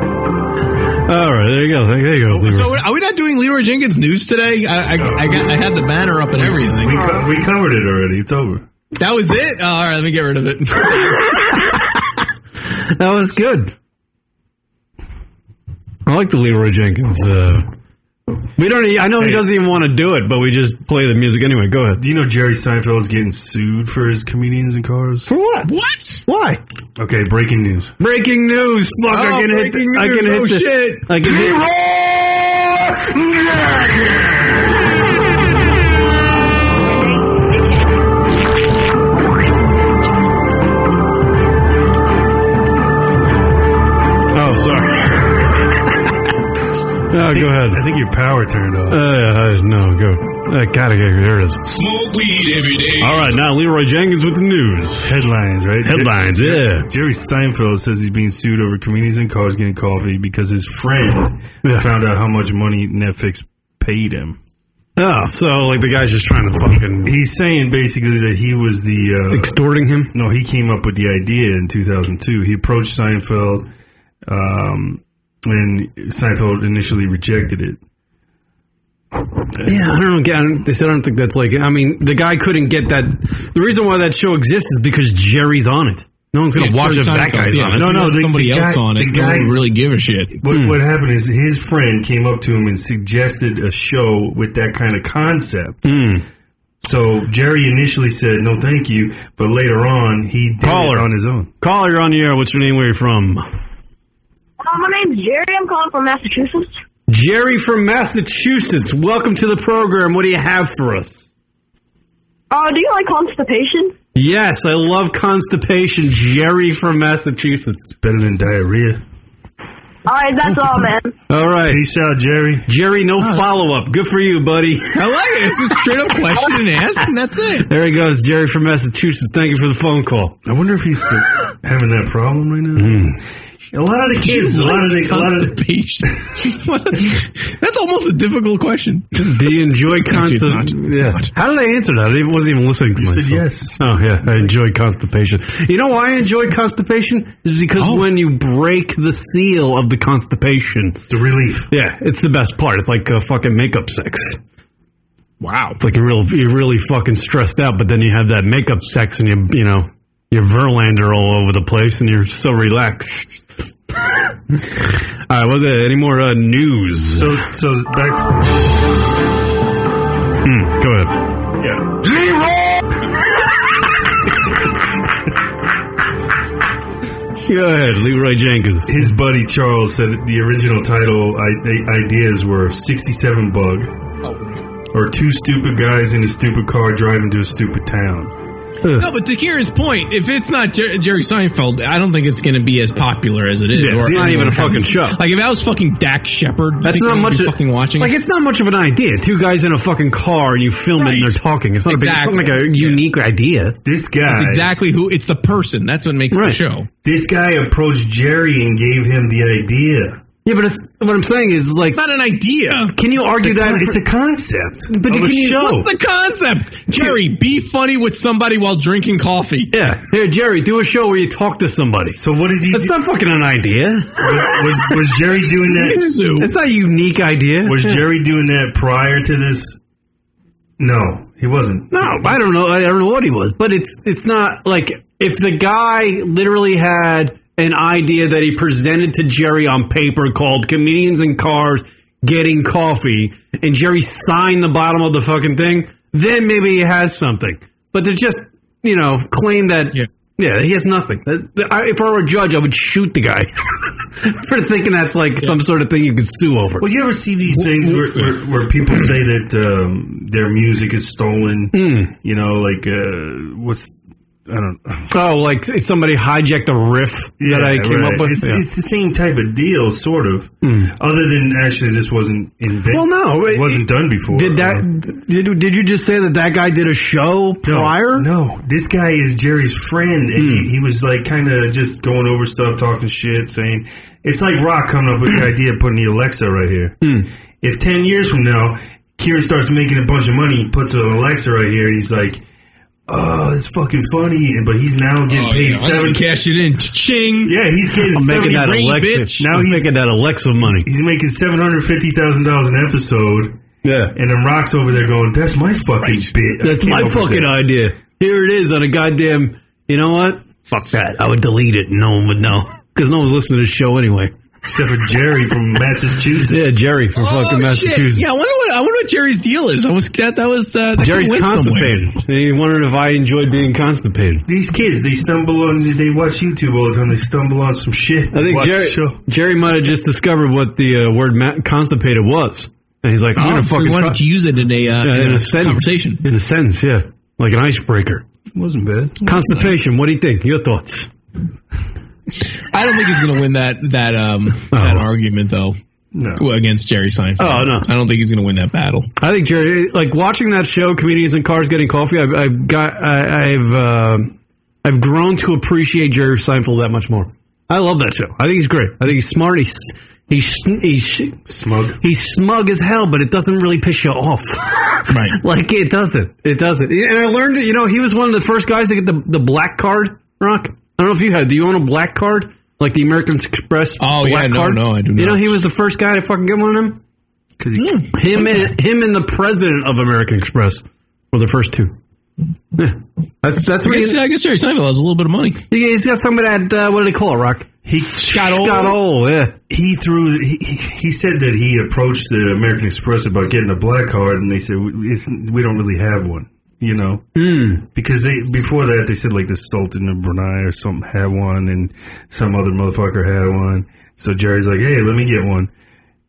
[SPEAKER 5] all right, there you go. There you go. Leroy.
[SPEAKER 3] so, are we not doing Leroy Jenkins news today? I, I, I got I had the banner up and
[SPEAKER 6] We
[SPEAKER 3] everything.
[SPEAKER 6] co- we covered it already. It's over.
[SPEAKER 3] That was it. Oh, all right, let me get rid of it.
[SPEAKER 2] that was good. I like the Leroy Jenkins. Uh, we don't. e- I know he
[SPEAKER 6] Hey.
[SPEAKER 2] doesn't even want to do it, but we just play the music anyway. Go ahead.
[SPEAKER 6] Do you know Jerry Seinfeld is getting sued for his comedians and cars? For
[SPEAKER 2] what?
[SPEAKER 3] What?
[SPEAKER 2] Why?
[SPEAKER 6] Okay, breaking news.
[SPEAKER 2] Breaking news! Fuck! I
[SPEAKER 6] Oh,
[SPEAKER 2] can hit. The,
[SPEAKER 6] breaking
[SPEAKER 2] I can
[SPEAKER 6] news.
[SPEAKER 2] hit. the,
[SPEAKER 6] Oh, shit.
[SPEAKER 2] I can hit. Oh, sorry. Oh, go ahead. I think your power turned off. Uh, uh, no, go. I gotta get there it is.
[SPEAKER 1] Smoke weed every day.
[SPEAKER 2] All right, now Leroy Jenkins with the news.
[SPEAKER 6] Headlines, right?
[SPEAKER 2] Headlines,
[SPEAKER 6] Jer-
[SPEAKER 2] yeah.
[SPEAKER 6] Jerry Seinfeld says he's being sued over comedians and cars getting coffee because his friend
[SPEAKER 2] Yeah.
[SPEAKER 6] found out how much money Netflix paid him.
[SPEAKER 2] Oh, so like the guy's just trying to fucking.
[SPEAKER 6] He's saying basically that he was the uh,
[SPEAKER 2] extorting him.
[SPEAKER 6] No, he came up with the idea in 2002. He approached Seinfeld, um, and Seinfeld initially rejected it.
[SPEAKER 2] Yeah, I don't get. I don't, they said I don't think that's like. I mean, the guy couldn't get that. The reason why that show exists is because Jerry's on it. No one's gonna
[SPEAKER 3] Yeah,
[SPEAKER 2] watch
[SPEAKER 3] Jerry
[SPEAKER 2] if that
[SPEAKER 3] Seinfeld,
[SPEAKER 2] guy's
[SPEAKER 3] yeah,
[SPEAKER 2] on it.
[SPEAKER 3] if
[SPEAKER 6] No,
[SPEAKER 3] you
[SPEAKER 6] no,
[SPEAKER 3] had
[SPEAKER 6] the-
[SPEAKER 3] somebody
[SPEAKER 6] the
[SPEAKER 3] else
[SPEAKER 6] guy-
[SPEAKER 3] on it.
[SPEAKER 6] the
[SPEAKER 3] no one
[SPEAKER 6] guy-
[SPEAKER 3] would really give a shit.
[SPEAKER 6] What, what happened is his friend came up to him and suggested a show with that kind of concept. So Jerry initially said no, thank you, but later on he did
[SPEAKER 2] Caller.
[SPEAKER 6] it on his own.
[SPEAKER 2] Caller, you're on the air. What's your name? Where you from?
[SPEAKER 11] Uh, my name's Jerry. I'm calling from Massachusetts.
[SPEAKER 2] Jerry from Massachusetts. Welcome to the program. What do you have for us?
[SPEAKER 11] Uh, do you like constipation?
[SPEAKER 2] Yes, I love constipation. Jerry from Massachusetts. It's
[SPEAKER 6] better than diarrhea.
[SPEAKER 11] All right, that's all, man.
[SPEAKER 2] All right.
[SPEAKER 6] Peace out, Jerry.
[SPEAKER 2] Jerry, no follow up. Good for you, buddy.
[SPEAKER 3] I like it. It's a straight up question and ask, and that's it.
[SPEAKER 2] There he goes, Jerry from Massachusetts. Thank you for the phone call.
[SPEAKER 6] I wonder if he's uh, having that problem right now. A lot of the kids, a lot of the, a lot of the,
[SPEAKER 3] That's almost a difficult question.
[SPEAKER 2] Do you enjoy
[SPEAKER 3] Actually,
[SPEAKER 2] constipation?
[SPEAKER 3] it's not. It's
[SPEAKER 2] yeah.
[SPEAKER 3] not.
[SPEAKER 2] How did I answer that? I wasn't even listening to you
[SPEAKER 6] said
[SPEAKER 2] myself.
[SPEAKER 6] yes.
[SPEAKER 2] Oh yeah, I enjoy constipation. You know why I enjoy constipation? Is because
[SPEAKER 6] Oh.
[SPEAKER 2] when you break the seal of the constipation,
[SPEAKER 6] the relief.
[SPEAKER 2] Yeah, it's the best part. It's like uh, fucking makeup sex.
[SPEAKER 3] Wow.
[SPEAKER 2] It's like you're real, you're really fucking stressed out, but then you have that makeup sex, and you, you know, you're Verlander all over the place, and you're so relaxed. all right, was there any more uh, news?
[SPEAKER 6] So, so back.
[SPEAKER 2] Hmm, go ahead.
[SPEAKER 6] Yeah.
[SPEAKER 2] Go ahead, Leroy Jenkins.
[SPEAKER 6] His buddy Charles said the original title I- I- ideas were 67 Bug
[SPEAKER 2] Oh.
[SPEAKER 6] or Two Stupid Guys in a Stupid Car Driving to a Stupid Town.
[SPEAKER 3] No, but to Kira's point, if it's not Jer- Jerry Seinfeld, I don't think it's going to be as popular as it is.
[SPEAKER 2] Yeah, it's not even a fucking
[SPEAKER 3] happens.
[SPEAKER 2] show.
[SPEAKER 3] Like if that was fucking Dak Shepard, I
[SPEAKER 2] That's
[SPEAKER 3] think
[SPEAKER 2] not
[SPEAKER 3] we'd
[SPEAKER 2] much
[SPEAKER 3] be
[SPEAKER 2] of-
[SPEAKER 3] fucking watching.
[SPEAKER 2] Like,
[SPEAKER 3] it.
[SPEAKER 2] it's not much of an idea. Two guys in a fucking car, and you film it, and they're talking. It's not a big. It's not like a unique idea.
[SPEAKER 6] This guy,
[SPEAKER 3] It's exactly who. It's the person. That's what makes the
[SPEAKER 2] Right.
[SPEAKER 3] show.
[SPEAKER 6] this guy approached Jerry and gave him the idea.
[SPEAKER 2] Yeah, but it's, what I'm saying is, like,
[SPEAKER 3] It's not an idea.
[SPEAKER 2] can you argue
[SPEAKER 6] The
[SPEAKER 2] that
[SPEAKER 6] con- it's a concept,
[SPEAKER 2] But
[SPEAKER 6] of
[SPEAKER 2] you
[SPEAKER 6] a
[SPEAKER 2] can you-
[SPEAKER 6] show.
[SPEAKER 3] What's the concept? Jerry, be funny with somebody while drinking coffee.
[SPEAKER 2] Yeah. Here, Jerry, do a show where you talk to somebody.
[SPEAKER 6] so what is he?
[SPEAKER 2] That's
[SPEAKER 6] do-
[SPEAKER 2] not fucking an idea.
[SPEAKER 6] was, was was Jerry doing that?
[SPEAKER 3] Sue.
[SPEAKER 2] That's not a unique idea.
[SPEAKER 6] Was Jerry doing that prior to this? No, he wasn't.
[SPEAKER 2] No, I don't know. I don't know what he was, but it's it's not like if the guy literally had an idea that he presented to Jerry on paper called "Comedians in Cars Getting Coffee," and Jerry signed the bottom of the fucking thing, then maybe he has something. But to just you know claim that.
[SPEAKER 3] Yeah.
[SPEAKER 2] Yeah, he has nothing. That- that- I- If I were a judge, I would shoot the guy for thinking that's like some sort of thing you could sue over.
[SPEAKER 6] Well, you ever see these things where, where, where people say that um, their music is stolen?
[SPEAKER 2] Hmm.
[SPEAKER 6] You know, like uh, what's I don't.
[SPEAKER 2] Oh, like somebody hijacked a riff that I came
[SPEAKER 6] right.
[SPEAKER 2] up with.
[SPEAKER 6] It's,
[SPEAKER 2] Yeah.
[SPEAKER 6] it's the same type of deal, sort of. Other than actually, this wasn't invented.
[SPEAKER 2] Well, no,
[SPEAKER 6] it
[SPEAKER 2] it-
[SPEAKER 6] wasn't done before.
[SPEAKER 2] Did
[SPEAKER 6] Uh,
[SPEAKER 2] that? Did, did you just say that that guy did a show
[SPEAKER 6] no,
[SPEAKER 2] prior? Hmm.
[SPEAKER 6] No, this guy is Jerry's friend, and he, he was like kind of just going over stuff, talking shit, saying it's like Rock coming up with the idea of putting the Alexa right here.
[SPEAKER 2] Hmm.
[SPEAKER 6] If ten years from now, Kieran starts making a bunch of money, he puts an Alexa right here, and he's like. Oh, it's fucking funny, and but he's now getting
[SPEAKER 3] Oh,
[SPEAKER 6] paid
[SPEAKER 3] yeah, I'm
[SPEAKER 6] seven.
[SPEAKER 3] gonna cash it in. Ching.
[SPEAKER 6] Yeah, he's getting
[SPEAKER 2] I'm making
[SPEAKER 6] 70
[SPEAKER 2] that
[SPEAKER 6] grand,
[SPEAKER 2] Alexa.
[SPEAKER 6] bitch.
[SPEAKER 2] Now
[SPEAKER 6] Now
[SPEAKER 2] I'm
[SPEAKER 6] he's
[SPEAKER 2] making that Alexa money.
[SPEAKER 6] he's making seven hundred fifty thousand dollars an episode,
[SPEAKER 2] Yeah,
[SPEAKER 6] and then Rock's over there going, "That's my fucking bit. I
[SPEAKER 2] that's
[SPEAKER 6] came
[SPEAKER 2] my
[SPEAKER 6] up with
[SPEAKER 2] fucking
[SPEAKER 6] that."
[SPEAKER 2] idea. Here it is on a goddamn. You know what? Fuck that. I would delete it. and No one would know. because no one's listening to the show anyway. Except for Jerry from Massachusetts. Yeah, Jerry from fucking Massachusetts.
[SPEAKER 3] Oh, Shit. Yeah, I wonder what I wonder what Jerry's deal is. I was that that was uh, that
[SPEAKER 2] Jerry's
[SPEAKER 3] could win somewhere.
[SPEAKER 2] constipated. He wondered if I enjoyed being constipated.
[SPEAKER 6] These kids, they stumble on. They watch YouTube all the time. They stumble on some shit.
[SPEAKER 2] I think
[SPEAKER 6] Watch the
[SPEAKER 2] Jerry,
[SPEAKER 6] show.
[SPEAKER 2] Jerry might have just discovered what the uh, word ma- constipated was, and he's like, "I'm
[SPEAKER 3] Oh,
[SPEAKER 2] gonna
[SPEAKER 3] we
[SPEAKER 2] fucking
[SPEAKER 3] wanted
[SPEAKER 2] try-
[SPEAKER 3] to use it in a, uh,
[SPEAKER 2] Yeah,
[SPEAKER 3] in
[SPEAKER 2] in
[SPEAKER 3] a
[SPEAKER 2] a sentence,
[SPEAKER 3] conversation.
[SPEAKER 2] in a sentence, yeah, like an icebreaker."
[SPEAKER 6] wasn't bad.
[SPEAKER 2] Constipation. What do you think? Your thoughts?
[SPEAKER 3] I don't think he's going to win that that um that argument though.
[SPEAKER 6] No.
[SPEAKER 3] Well, against Jerry Seinfeld.
[SPEAKER 2] Oh, no.
[SPEAKER 3] I don't think he's going to win that battle.
[SPEAKER 2] I think Jerry, like watching that show, comedians in cars getting coffee. I've, I've got, I, I've, uh, I've grown to appreciate Jerry Seinfeld that much more. I love that show. I think he's great. I think he's smart. He's he's he's
[SPEAKER 6] smug.
[SPEAKER 2] He's smug as hell, but it doesn't really piss you off.
[SPEAKER 3] Right.
[SPEAKER 2] like it doesn't. It doesn't. And I learned that you know he was one of the first guys to get the the black card. Rock. I don't know if you had. Do you own a black card? Like the American Express.
[SPEAKER 3] Oh, yeah,
[SPEAKER 2] black
[SPEAKER 3] no,
[SPEAKER 2] card?
[SPEAKER 3] no, I do
[SPEAKER 2] You know
[SPEAKER 3] not.
[SPEAKER 2] he was the first guy to fucking get one of them. Hmm.
[SPEAKER 6] Because he,
[SPEAKER 2] Him and him and the president of American Express were the first two. Yeah. That's that's
[SPEAKER 3] I
[SPEAKER 2] what
[SPEAKER 3] guess,
[SPEAKER 2] he,
[SPEAKER 3] I guess Jerry Seinfeld has a little bit of money.
[SPEAKER 2] he- he's got. Some of that. Uh, what do they call it? Rock.
[SPEAKER 6] He
[SPEAKER 2] Scott Old. Scott Old, Yeah.
[SPEAKER 6] He threw. He, he he said that he approached the American Express about getting a black card, and they said "We- it's, we don't really have one. You know, mm. because they before that they said like the Sultan of Brunei or something had one, and some other motherfucker had one. So Jerry's like, "Hey, let me get one."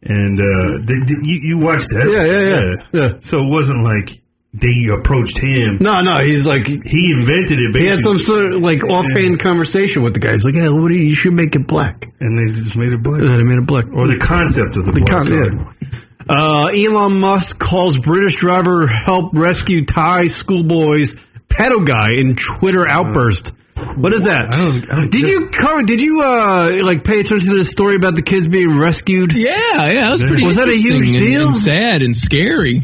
[SPEAKER 6] And uh, they, they- you, you watched that?
[SPEAKER 2] Yeah, yeah, yeah, yeah.
[SPEAKER 6] So it wasn't like they approached him.
[SPEAKER 2] No, no. He's like
[SPEAKER 6] He invented it. Basically.
[SPEAKER 2] he had some sort of like offhand conversation with the guy. He's like, "Yeah, what do you, you should make it black."
[SPEAKER 6] and they just made it black,
[SPEAKER 2] And then I made it black.
[SPEAKER 6] or the concept of the,
[SPEAKER 2] The
[SPEAKER 6] black
[SPEAKER 2] con-
[SPEAKER 6] card.
[SPEAKER 2] yeah. Uh, Elon Musk calls British driver help rescue Thai schoolboys pedo guy in Twitter outburst. What is that?
[SPEAKER 6] don't- I don't
[SPEAKER 2] did
[SPEAKER 6] get-
[SPEAKER 2] you cover? Did you uh, like pay attention to the story about the kids being rescued?
[SPEAKER 3] Yeah, yeah, that was pretty.
[SPEAKER 2] Was that a
[SPEAKER 3] interesting
[SPEAKER 2] huge
[SPEAKER 3] and-
[SPEAKER 2] deal?
[SPEAKER 3] And sad and scary.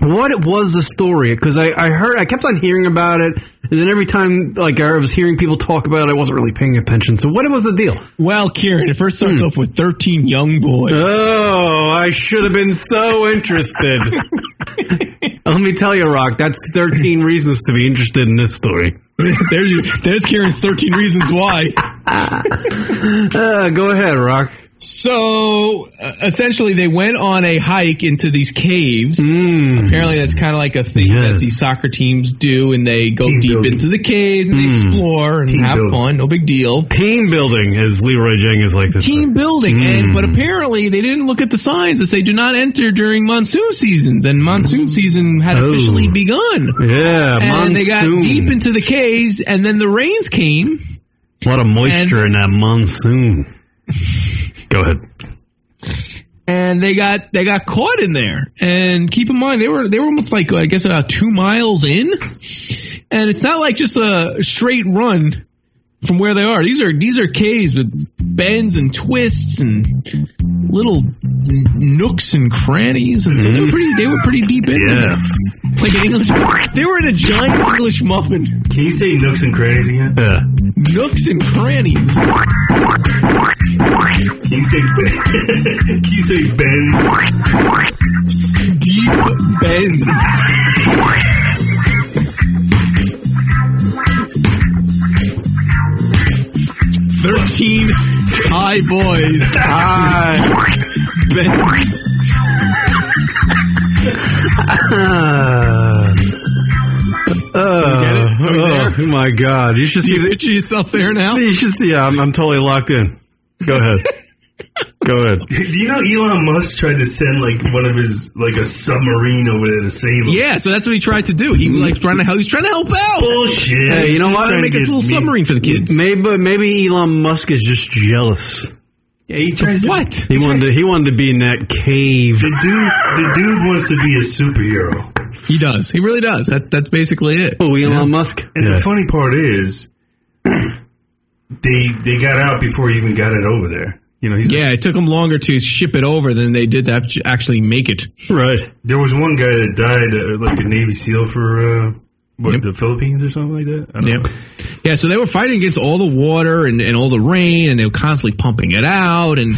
[SPEAKER 2] What was the story? Because I, I heard I kept on hearing about it, and then every time like I was hearing people talk about it, I wasn't really paying attention. So what was the deal?
[SPEAKER 3] Well, Kieran, it first starts off with 13 young boys.
[SPEAKER 2] Oh, I should have been so interested. Let me tell you, Rock, that's 13 reasons to be interested in this story.
[SPEAKER 3] there's your- there's Kieran's 13 reasons why.
[SPEAKER 2] Uh, go ahead, Rock.
[SPEAKER 3] So uh, essentially, they went on a hike into these caves.
[SPEAKER 2] Hmm.
[SPEAKER 3] Apparently, that's kind of like a thing that
[SPEAKER 2] Yes.
[SPEAKER 3] these soccer teams do, and they go
[SPEAKER 6] Team
[SPEAKER 3] deep
[SPEAKER 6] building.
[SPEAKER 3] into the caves and they explore and
[SPEAKER 6] Team
[SPEAKER 3] have
[SPEAKER 6] building.
[SPEAKER 3] fun. No big deal. Hmm.
[SPEAKER 2] Team building, as Leroy Jang is like this.
[SPEAKER 3] Team building, and but apparently they didn't look at the signs that say "do not enter during monsoon seasons," and monsoon season had
[SPEAKER 2] Oh.
[SPEAKER 3] officially begun.
[SPEAKER 2] Yeah,
[SPEAKER 3] and
[SPEAKER 2] monsoon.
[SPEAKER 3] they got deep into the caves, and then the rains came.
[SPEAKER 2] a lot of moisture in that monsoon. Go ahead.
[SPEAKER 3] and they got they got caught in there. And keep in mind they were they were almost like I guess about two miles in, and it's not like just a straight run from where they are. These are these are caves with bends and twists and little n- nooks and crannies, and so they were pretty they were pretty deep in there.
[SPEAKER 2] Yes.
[SPEAKER 3] It's like an English. They were in a giant English muffin,
[SPEAKER 6] Can you say nooks and crannies again?
[SPEAKER 2] Yeah.
[SPEAKER 3] nooks and crannies.
[SPEAKER 6] Can you say Can you say Ben?
[SPEAKER 3] deep bend. Thirteen high boys
[SPEAKER 2] Ah,
[SPEAKER 3] bends.
[SPEAKER 2] uh,
[SPEAKER 3] get it? Are we
[SPEAKER 2] oh,
[SPEAKER 3] there?
[SPEAKER 2] my God. You should
[SPEAKER 3] Do
[SPEAKER 2] see
[SPEAKER 3] you
[SPEAKER 2] the,
[SPEAKER 3] picture yourself there now?
[SPEAKER 2] You should see. I'm, I'm totally locked in. Go ahead. Go ahead.
[SPEAKER 6] Do you know Elon Musk tried to send like one of his like a submarine over there to save him?
[SPEAKER 3] Yeah, so that's what he tried to do. He was like trying to help. He's trying to help out.
[SPEAKER 6] Bullshit.
[SPEAKER 2] Hey, you know
[SPEAKER 3] He's
[SPEAKER 2] what?
[SPEAKER 3] trying to make us a little submarine for the kids.
[SPEAKER 2] Maybe maybe Elon Musk is just jealous.
[SPEAKER 6] Yeah, he tries
[SPEAKER 3] What?
[SPEAKER 2] He wanted to, he wanted to be in that cave.
[SPEAKER 6] The dude, the dude wants to be a superhero.
[SPEAKER 3] He does. He really does. That that's basically it.
[SPEAKER 2] Oh, Elon Musk.
[SPEAKER 6] And
[SPEAKER 2] Yeah.
[SPEAKER 6] the funny part is, they they got out before he even got it over there. You know, he's
[SPEAKER 3] Yeah, it took them longer to ship it over than they did to act- actually make it.
[SPEAKER 2] right.
[SPEAKER 6] there was one guy that died uh, like a Navy SEAL for uh, what
[SPEAKER 3] Yep.
[SPEAKER 6] the Philippines or something like that. I don't
[SPEAKER 3] Yep.
[SPEAKER 6] know.
[SPEAKER 3] Yeah, so they were fighting against all the water and, and all the rain, and they were constantly pumping it out. And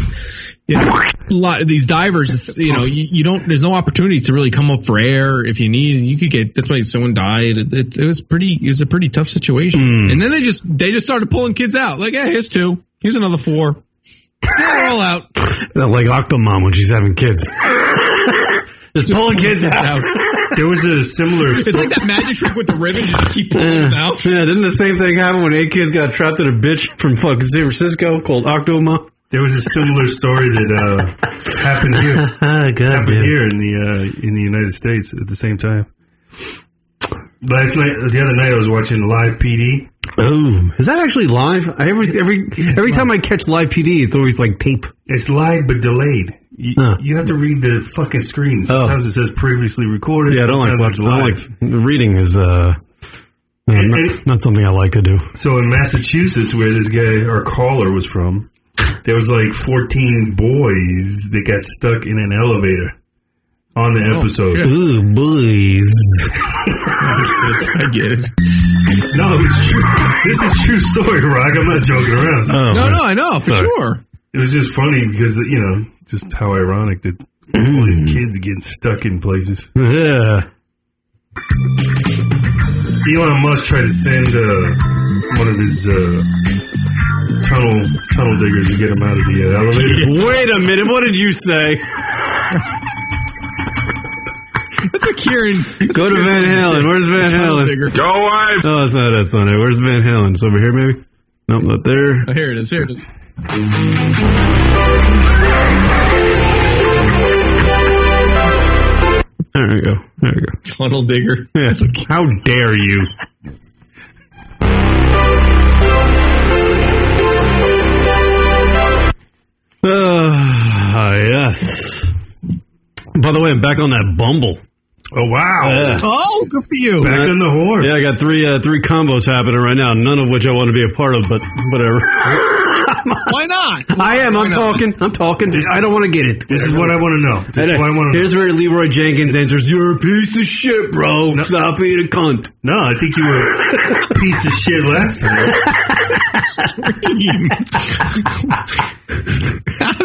[SPEAKER 3] you know, a lot of these divers, it's, you know, you, you don't. There's no opportunity to really come up for air if you need. You could get. That's why someone died. It, it, it was pretty. It was a pretty tough situation. And then they just they just started pulling kids out. Like, yeah, here's two. Here's another four. They're all out.
[SPEAKER 2] like Octomom when she's having kids. Just pulling kids out.
[SPEAKER 6] There was a similar
[SPEAKER 3] It's like that magic trick with the ribbon. Just keep pulling
[SPEAKER 2] Yeah.
[SPEAKER 3] them out.
[SPEAKER 2] Yeah, didn't the same thing happen when eight kids got trapped in a bitch from fucking San Francisco called Octomom?
[SPEAKER 6] There was a similar story that uh, happened here. happened here in the uh, in the United States at the same time. Last night, the other night, I was watching Live PD.
[SPEAKER 2] Oh, is that actually live? I every every every time I catch live PD, it's always like tape.
[SPEAKER 6] It's live but delayed. You, you have to read the fucking screen. Sometimes it says previously recorded.
[SPEAKER 2] Oh. Yeah, I don't like
[SPEAKER 6] sometimes
[SPEAKER 2] watching. I
[SPEAKER 6] it's live.
[SPEAKER 2] don't like reading is uh yeah, not, not something I like to do.
[SPEAKER 6] So in Massachusetts, where this guy, our caller, was from, there was like 14 boys that got stuck in an elevator on the
[SPEAKER 2] Oh,
[SPEAKER 6] episode.
[SPEAKER 2] shit. Ooh, boys.
[SPEAKER 3] I get it.
[SPEAKER 6] No, it's true. This is true story, Rock. I'm not joking
[SPEAKER 2] Uh.
[SPEAKER 6] around.
[SPEAKER 3] Oh, No, man. no, I know, for sure.
[SPEAKER 6] It was just funny because you know just how ironic that all these kids getting stuck in places.
[SPEAKER 2] Yeah.
[SPEAKER 6] Elon Musk tried to send uh, one of his uh, tunnel tunnel diggers to get him out of the uh, elevator.
[SPEAKER 2] Wait a minute, what did you say?
[SPEAKER 3] That's what Kieran.
[SPEAKER 2] Go to Van Halen. Where's Van Halen? Go away. No, that's not. That's not it. Where's Van Halen? It's over here, maybe. Nope, not there.
[SPEAKER 3] Oh, here it is. Here it is.
[SPEAKER 2] There we go. There we go.
[SPEAKER 3] Tunnel digger.
[SPEAKER 2] Yeah. How dare you? Ah, yes. By the way, I'm back on that Bumble.
[SPEAKER 6] Oh wow!
[SPEAKER 3] Oh, good for you.
[SPEAKER 6] Back on the horse.
[SPEAKER 2] Yeah, I got three uh, three combos happening right now. None of which I want to be a part of, but whatever.
[SPEAKER 3] Why not?
[SPEAKER 2] I am. I'm talking. I'm talking. I don't want to get it.
[SPEAKER 6] This is what I want to know. This is what I want to know.
[SPEAKER 2] Here's where Leroy Jenkins answers. You're a piece of shit, bro. Stop being a cunt.
[SPEAKER 6] No, I think you were a piece of shit last time.
[SPEAKER 3] How does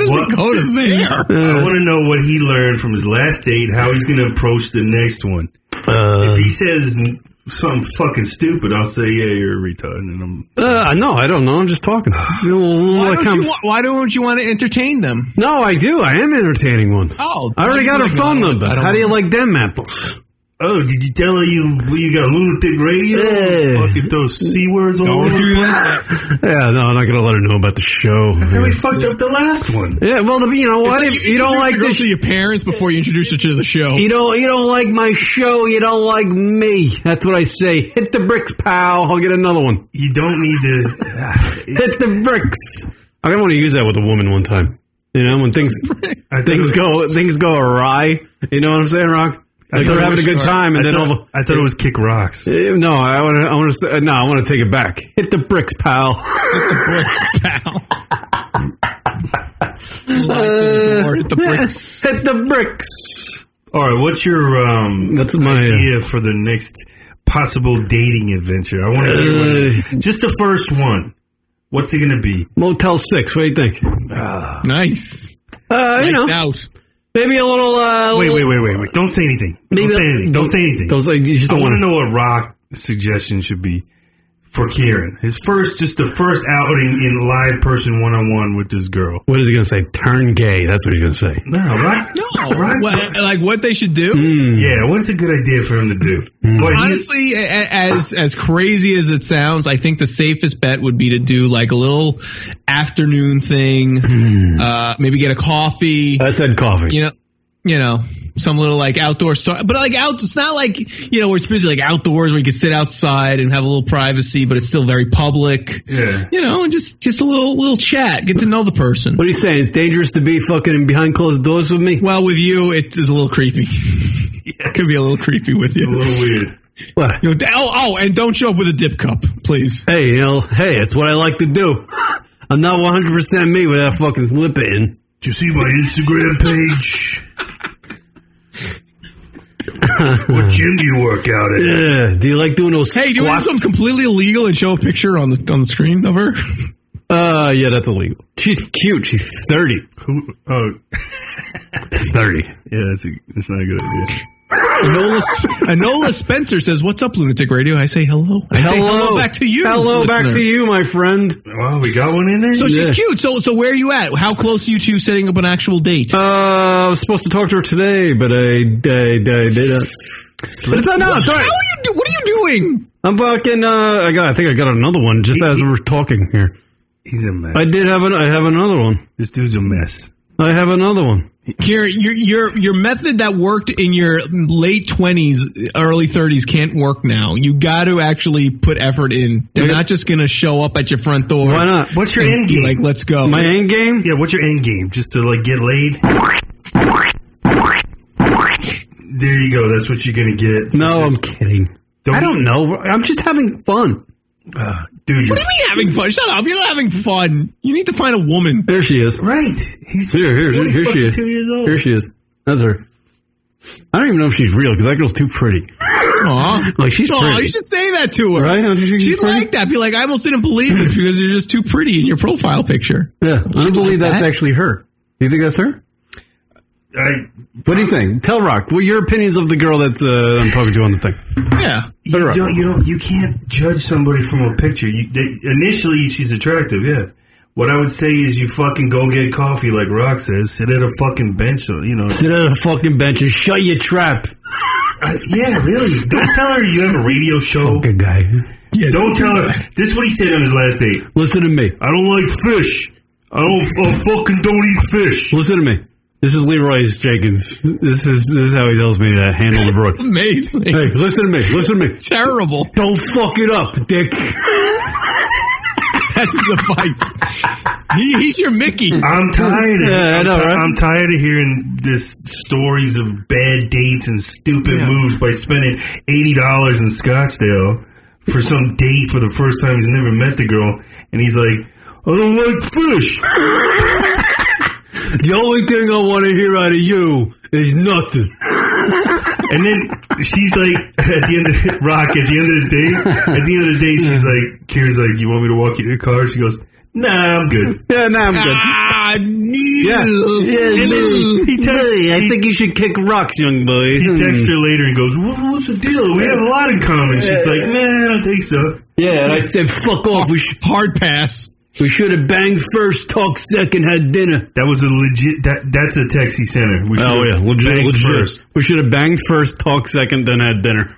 [SPEAKER 3] it go to there?
[SPEAKER 6] I want to know what he learned from his last date, how he's going to approach the next one. if he says n- something fucking stupid, I'll say, yeah, you're a retard. And I'm,
[SPEAKER 2] Uh, no, I don't know. I'm just talking.
[SPEAKER 3] Why
[SPEAKER 2] Why
[SPEAKER 3] don't, you, wa- why don't you want to entertain them?
[SPEAKER 2] no, I do. I am entertaining one.
[SPEAKER 3] Oh,
[SPEAKER 2] I already
[SPEAKER 3] I
[SPEAKER 2] got
[SPEAKER 3] do
[SPEAKER 2] a
[SPEAKER 3] like
[SPEAKER 2] phone
[SPEAKER 3] that.
[SPEAKER 2] number.
[SPEAKER 3] I don't
[SPEAKER 2] How do you
[SPEAKER 3] like-
[SPEAKER 2] like them apples?
[SPEAKER 6] oh, did you tell her you you got lunatic radio?
[SPEAKER 2] Yeah.
[SPEAKER 6] Fucking throw C words all
[SPEAKER 3] Don't
[SPEAKER 6] over
[SPEAKER 3] do
[SPEAKER 6] the place?
[SPEAKER 3] that.
[SPEAKER 2] Yeah, no, I'm not gonna let her know about the show.
[SPEAKER 6] That's how we fucked up the last one.
[SPEAKER 2] Yeah, well, the, you know what? If you don't like
[SPEAKER 3] this
[SPEAKER 2] this,
[SPEAKER 3] to your parents before you introduce her to the show.
[SPEAKER 2] you don't you don't like my show. You don't like me. That's what I say. Hit the bricks, pal. I'll get another one.
[SPEAKER 6] You don't need to.
[SPEAKER 2] Hit the bricks. I didn't want to use that with a woman one time. You know, when things
[SPEAKER 6] I thought it
[SPEAKER 2] things
[SPEAKER 6] was-
[SPEAKER 2] go things go awry. You know what I'm saying, Rock? Like
[SPEAKER 6] thought
[SPEAKER 2] they're
[SPEAKER 6] it
[SPEAKER 2] having a
[SPEAKER 6] was
[SPEAKER 2] good
[SPEAKER 6] short.
[SPEAKER 2] time, and
[SPEAKER 6] I
[SPEAKER 2] then
[SPEAKER 6] thought,
[SPEAKER 2] all of a-
[SPEAKER 6] I thought it was kick rocks.
[SPEAKER 2] Eh, No, I want to. I want to. No, I want to take it back. Hit the bricks, pal.
[SPEAKER 3] Or hit the bricks.
[SPEAKER 2] Hit the bricks.
[SPEAKER 6] All right, what's your um,
[SPEAKER 2] That's my. uh,
[SPEAKER 6] idea for the next possible dating adventure? I want to hear what it
[SPEAKER 2] Uh,
[SPEAKER 6] is. Just the first one. What's it going to be?
[SPEAKER 2] Motel Six. What do you think?
[SPEAKER 3] Nice.
[SPEAKER 2] Uh, you know,
[SPEAKER 3] Lights out.
[SPEAKER 2] maybe a little. Uh,
[SPEAKER 6] Wait,
[SPEAKER 2] little-
[SPEAKER 6] wait, wait, wait, wait! Don't say anything. Don't
[SPEAKER 2] Maybe-
[SPEAKER 6] say anything. Don't say anything.
[SPEAKER 2] Don't say. uh, You just
[SPEAKER 6] I
[SPEAKER 2] don't
[SPEAKER 6] want to
[SPEAKER 2] want
[SPEAKER 6] know what Rock suggestion should be for Kieran. His first, just the first outing in live person one on one with this girl.
[SPEAKER 2] What is he gonna say? Turn gay. That's what he's gonna say.
[SPEAKER 6] No, Rock.
[SPEAKER 3] No.
[SPEAKER 6] Rock.
[SPEAKER 3] What- like what they should do?
[SPEAKER 2] Hmm.
[SPEAKER 6] Yeah, what's a good idea for him to do? What, he-
[SPEAKER 3] Honestly, a- a- as as crazy as it sounds, I think the safest bet would be to do like a little afternoon thing. Uh, maybe get a coffee.
[SPEAKER 2] Hmm. I said coffee.
[SPEAKER 3] you know, you know, some little like outdoor star, but like out, it's not like, you know, where it's busy, like outdoors where you can sit outside and have a little privacy, but it's still very public,
[SPEAKER 6] yeah.
[SPEAKER 3] you know, and just, just a little, little chat, get to know the person.
[SPEAKER 2] What are you saying? It's dangerous to be fucking behind closed doors with me.
[SPEAKER 3] Well, with you, it is a little creepy. It could be a little creepy with
[SPEAKER 6] It's a
[SPEAKER 3] you.
[SPEAKER 6] little weird.
[SPEAKER 2] What?
[SPEAKER 3] You know, oh, oh, and don't show up with a dip cup, please.
[SPEAKER 2] Hey, you know, hey, it's what I like to do. I'm not 100 percent me with that fucking slip in.
[SPEAKER 6] Did you see my Instagram page? what gym do you work out at?
[SPEAKER 2] Yeah. Do you like doing those?
[SPEAKER 3] Hey, do you want
[SPEAKER 2] squats?
[SPEAKER 3] something completely illegal and show a picture on the on the screen of her?
[SPEAKER 2] Uh, yeah, that's illegal. She's cute. She's 30.
[SPEAKER 6] Who? Oh,
[SPEAKER 2] 30.
[SPEAKER 6] yeah, that's a, that's not a good idea.
[SPEAKER 3] Enola, Enola Spencer says, "What's up, Lunatic Radio?" I say hello. I say hello back to you.
[SPEAKER 2] Hello back
[SPEAKER 3] listener.
[SPEAKER 2] to you, my friend.
[SPEAKER 6] Well, we got one in there.
[SPEAKER 3] So she's cute. So so where are you at? How close are you to setting up an actual date?
[SPEAKER 2] Uh, I was supposed to talk to her today, but I, I, I did not. But it's no, it's all right.
[SPEAKER 3] What are you, do- what are you doing?
[SPEAKER 2] I'm fucking. Uh, I got. I think I got another one just as we were talking here.
[SPEAKER 6] He's a mess.
[SPEAKER 2] I did have an. I have another one.
[SPEAKER 6] This dude's a mess.
[SPEAKER 2] I have another one.
[SPEAKER 3] Kieran, your your your method that worked in your late twenties, early thirties can't work now. You got to actually put effort in. They're not just going to show up at your front door.
[SPEAKER 2] Why not?
[SPEAKER 6] What's your
[SPEAKER 3] and
[SPEAKER 6] end
[SPEAKER 3] be
[SPEAKER 6] game?
[SPEAKER 3] Like, let's go.
[SPEAKER 2] My end game.
[SPEAKER 6] Yeah, what's your end game? Just to like get laid? There you go. That's what you're gonna get.
[SPEAKER 2] No,
[SPEAKER 6] Just-
[SPEAKER 2] I'm kidding.
[SPEAKER 6] Don't-
[SPEAKER 2] I don't know. I'm just having fun.
[SPEAKER 6] uh, dude. You're
[SPEAKER 3] What do you mean having fun? Shut up! You're not having fun. You need to find a woman.
[SPEAKER 2] There she is.
[SPEAKER 6] right. He's
[SPEAKER 2] Here, here, here, here
[SPEAKER 6] 40
[SPEAKER 2] she
[SPEAKER 6] fucking
[SPEAKER 2] is.
[SPEAKER 6] Two years old.
[SPEAKER 2] Here she is. That's her. I don't even know if she's real because that girl's too pretty.
[SPEAKER 3] Aw.
[SPEAKER 2] Like she's
[SPEAKER 3] Aw,
[SPEAKER 2] pretty,
[SPEAKER 3] you should say that to her.
[SPEAKER 2] right? Don't you think she's
[SPEAKER 3] She'd
[SPEAKER 2] pretty?
[SPEAKER 3] like that. Be like, I almost didn't believe this because you're just too pretty in your profile picture.
[SPEAKER 2] Yeah, I don't believe that's
[SPEAKER 3] that.
[SPEAKER 2] actually her. Do you think that's her?
[SPEAKER 6] I,
[SPEAKER 2] What do you think? Tell Rock. What are your opinions of the girl that's uh, I'm talking to on the thing?
[SPEAKER 3] Yeah.
[SPEAKER 6] you
[SPEAKER 2] Put her up.
[SPEAKER 6] don't. You don't. You can't judge somebody from a picture. You, they, initially, she's attractive. Yeah. What I would say is, you fucking go get coffee, like Rock says. Sit at a fucking bench, or, you know.
[SPEAKER 2] Sit at a fucking bench and shut your trap,
[SPEAKER 6] Uh, yeah, really. Don't tell her you have a radio show.
[SPEAKER 2] fucking guy.
[SPEAKER 6] Don't tell her. This is what he said on his last date.
[SPEAKER 2] Listen to me.
[SPEAKER 6] I don't like fish. I don't. I fucking don't eat fish.
[SPEAKER 2] Listen to me. This is Leroy's Jenkins. This is this is how he tells me to handle the brook.
[SPEAKER 3] Amazing.
[SPEAKER 2] Hey, listen to me. Listen to me.
[SPEAKER 3] Terrible.
[SPEAKER 2] Don't fuck it up, Dick.
[SPEAKER 3] That's his advice. He, he's your Mickey.
[SPEAKER 6] I'm tired. Of,
[SPEAKER 2] Yeah, I
[SPEAKER 6] I'm
[SPEAKER 2] know,
[SPEAKER 6] ti-
[SPEAKER 2] right?
[SPEAKER 6] I'm tired of hearing this stories of bad dates and stupid moves by spending eighty dollars in Scottsdale for some date for the first time he's never met the girl, and he's like, "I don't like fish."
[SPEAKER 2] The only thing I want to hear out of you is nothing.
[SPEAKER 6] And then she's like, at the end of Rock, at the end of the day, at the end of the day, she's like, Kira's like, "You want me to walk you to your car?" She goes, "Nah, I'm good."
[SPEAKER 2] Yeah, nah, I'm good.
[SPEAKER 3] Ah,
[SPEAKER 2] Yeah, yeah, Lee.
[SPEAKER 6] He texts-
[SPEAKER 2] Lee, I
[SPEAKER 6] he-
[SPEAKER 2] think you should kick rocks, young boy.
[SPEAKER 6] He
[SPEAKER 2] Hmm.
[SPEAKER 6] texts her later and goes, "What- "What's the deal? We have a lot in common." She's like, "Nah, I don't think so."
[SPEAKER 2] Yeah, and I said, "Fuck off." We, sh-
[SPEAKER 3] Hard pass.
[SPEAKER 2] we should have banged first, talked second, had dinner.
[SPEAKER 6] That was a legit. That that's a text he sent her. We
[SPEAKER 2] Oh
[SPEAKER 6] should've
[SPEAKER 2] yeah, legit,
[SPEAKER 6] banged
[SPEAKER 2] legit.
[SPEAKER 6] First.
[SPEAKER 2] We should have banged first, talked second, then had dinner.